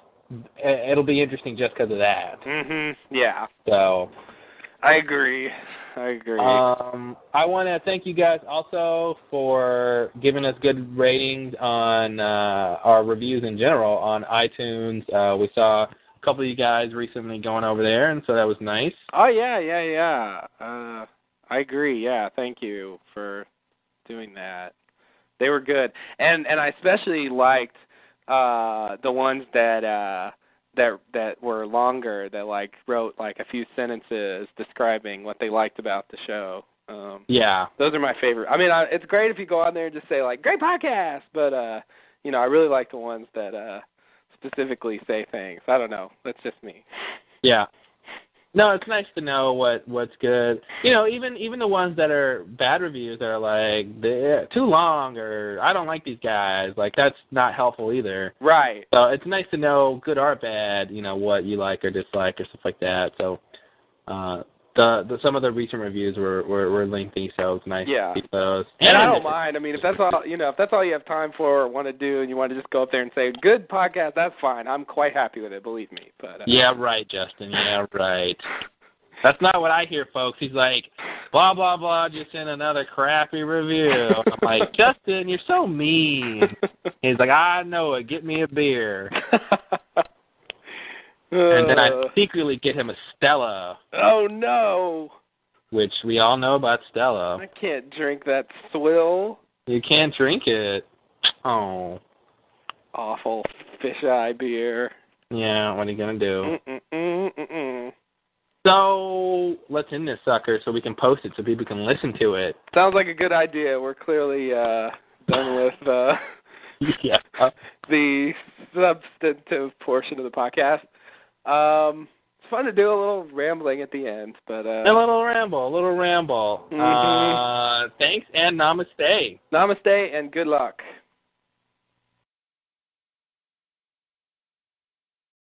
S1: it- it'll be interesting just because of that.
S2: mhm, yeah,
S1: So,
S2: I agree. I agree.
S1: um, I want to thank you guys also for giving us good ratings on uh, our reviews in general on iTunes. Uh, we saw a couple of you guys recently going over there, and so that was nice.
S2: oh yeah, yeah, yeah. Uh, I agree. Yeah, thank you for doing that. They were good, and and I especially liked uh the ones that uh that that were longer that like wrote like a few sentences describing what they liked about the show. Um,
S1: Yeah,
S2: those are my favorite. I mean, I, it's great if you go on there and just say like "great podcast," but uh, you know, I really like the ones that uh specifically say things. I don't know. That's just me.
S1: yeah. No, it's nice to know what what's good. You know, even even the ones that are bad reviews that are like "They're too long or I don't like these guys. Like that's not helpful either.
S2: Right.
S1: So it's nice to know good or bad, you know, what you like or dislike or stuff like that. So uh the, the some of the recent reviews were, were, were lengthy, so it's nice
S2: Yeah.
S1: to see those.
S2: And I don't mind. I mean, if that's all you know, if that's all you have time for or want to do, and you want to just go up there and say "good podcast," that's fine. I'm quite happy with it. Believe me. But uh,
S1: Yeah, right, Justin. Yeah, right. That's not what I hear, folks. He's like, blah blah blah, just in another crappy review. I'm like, Justin, you're so mean. He's like, I know it. Get me a beer, and then I
S2: Uh,
S1: secretly get him a Stella,
S2: oh no,
S1: which we all know about Stella.
S2: I can't drink that swill.
S1: You can't drink it. Oh,
S2: Awful fisheye beer.
S1: yeah. What are you gonna do?
S2: Mm-mm-mm-mm-mm.
S1: So let's end this sucker so we can post it so people can listen to it.
S2: Sounds like a good idea. We're clearly uh, done with uh,
S1: yeah.
S2: the substantive portion of the podcast. Um, it's fun to do a little rambling at the end, but
S1: A
S2: uh,
S1: little ramble, a little ramble.
S2: Mhm.
S1: Uh, thanks and namaste.
S2: namaste and good luck.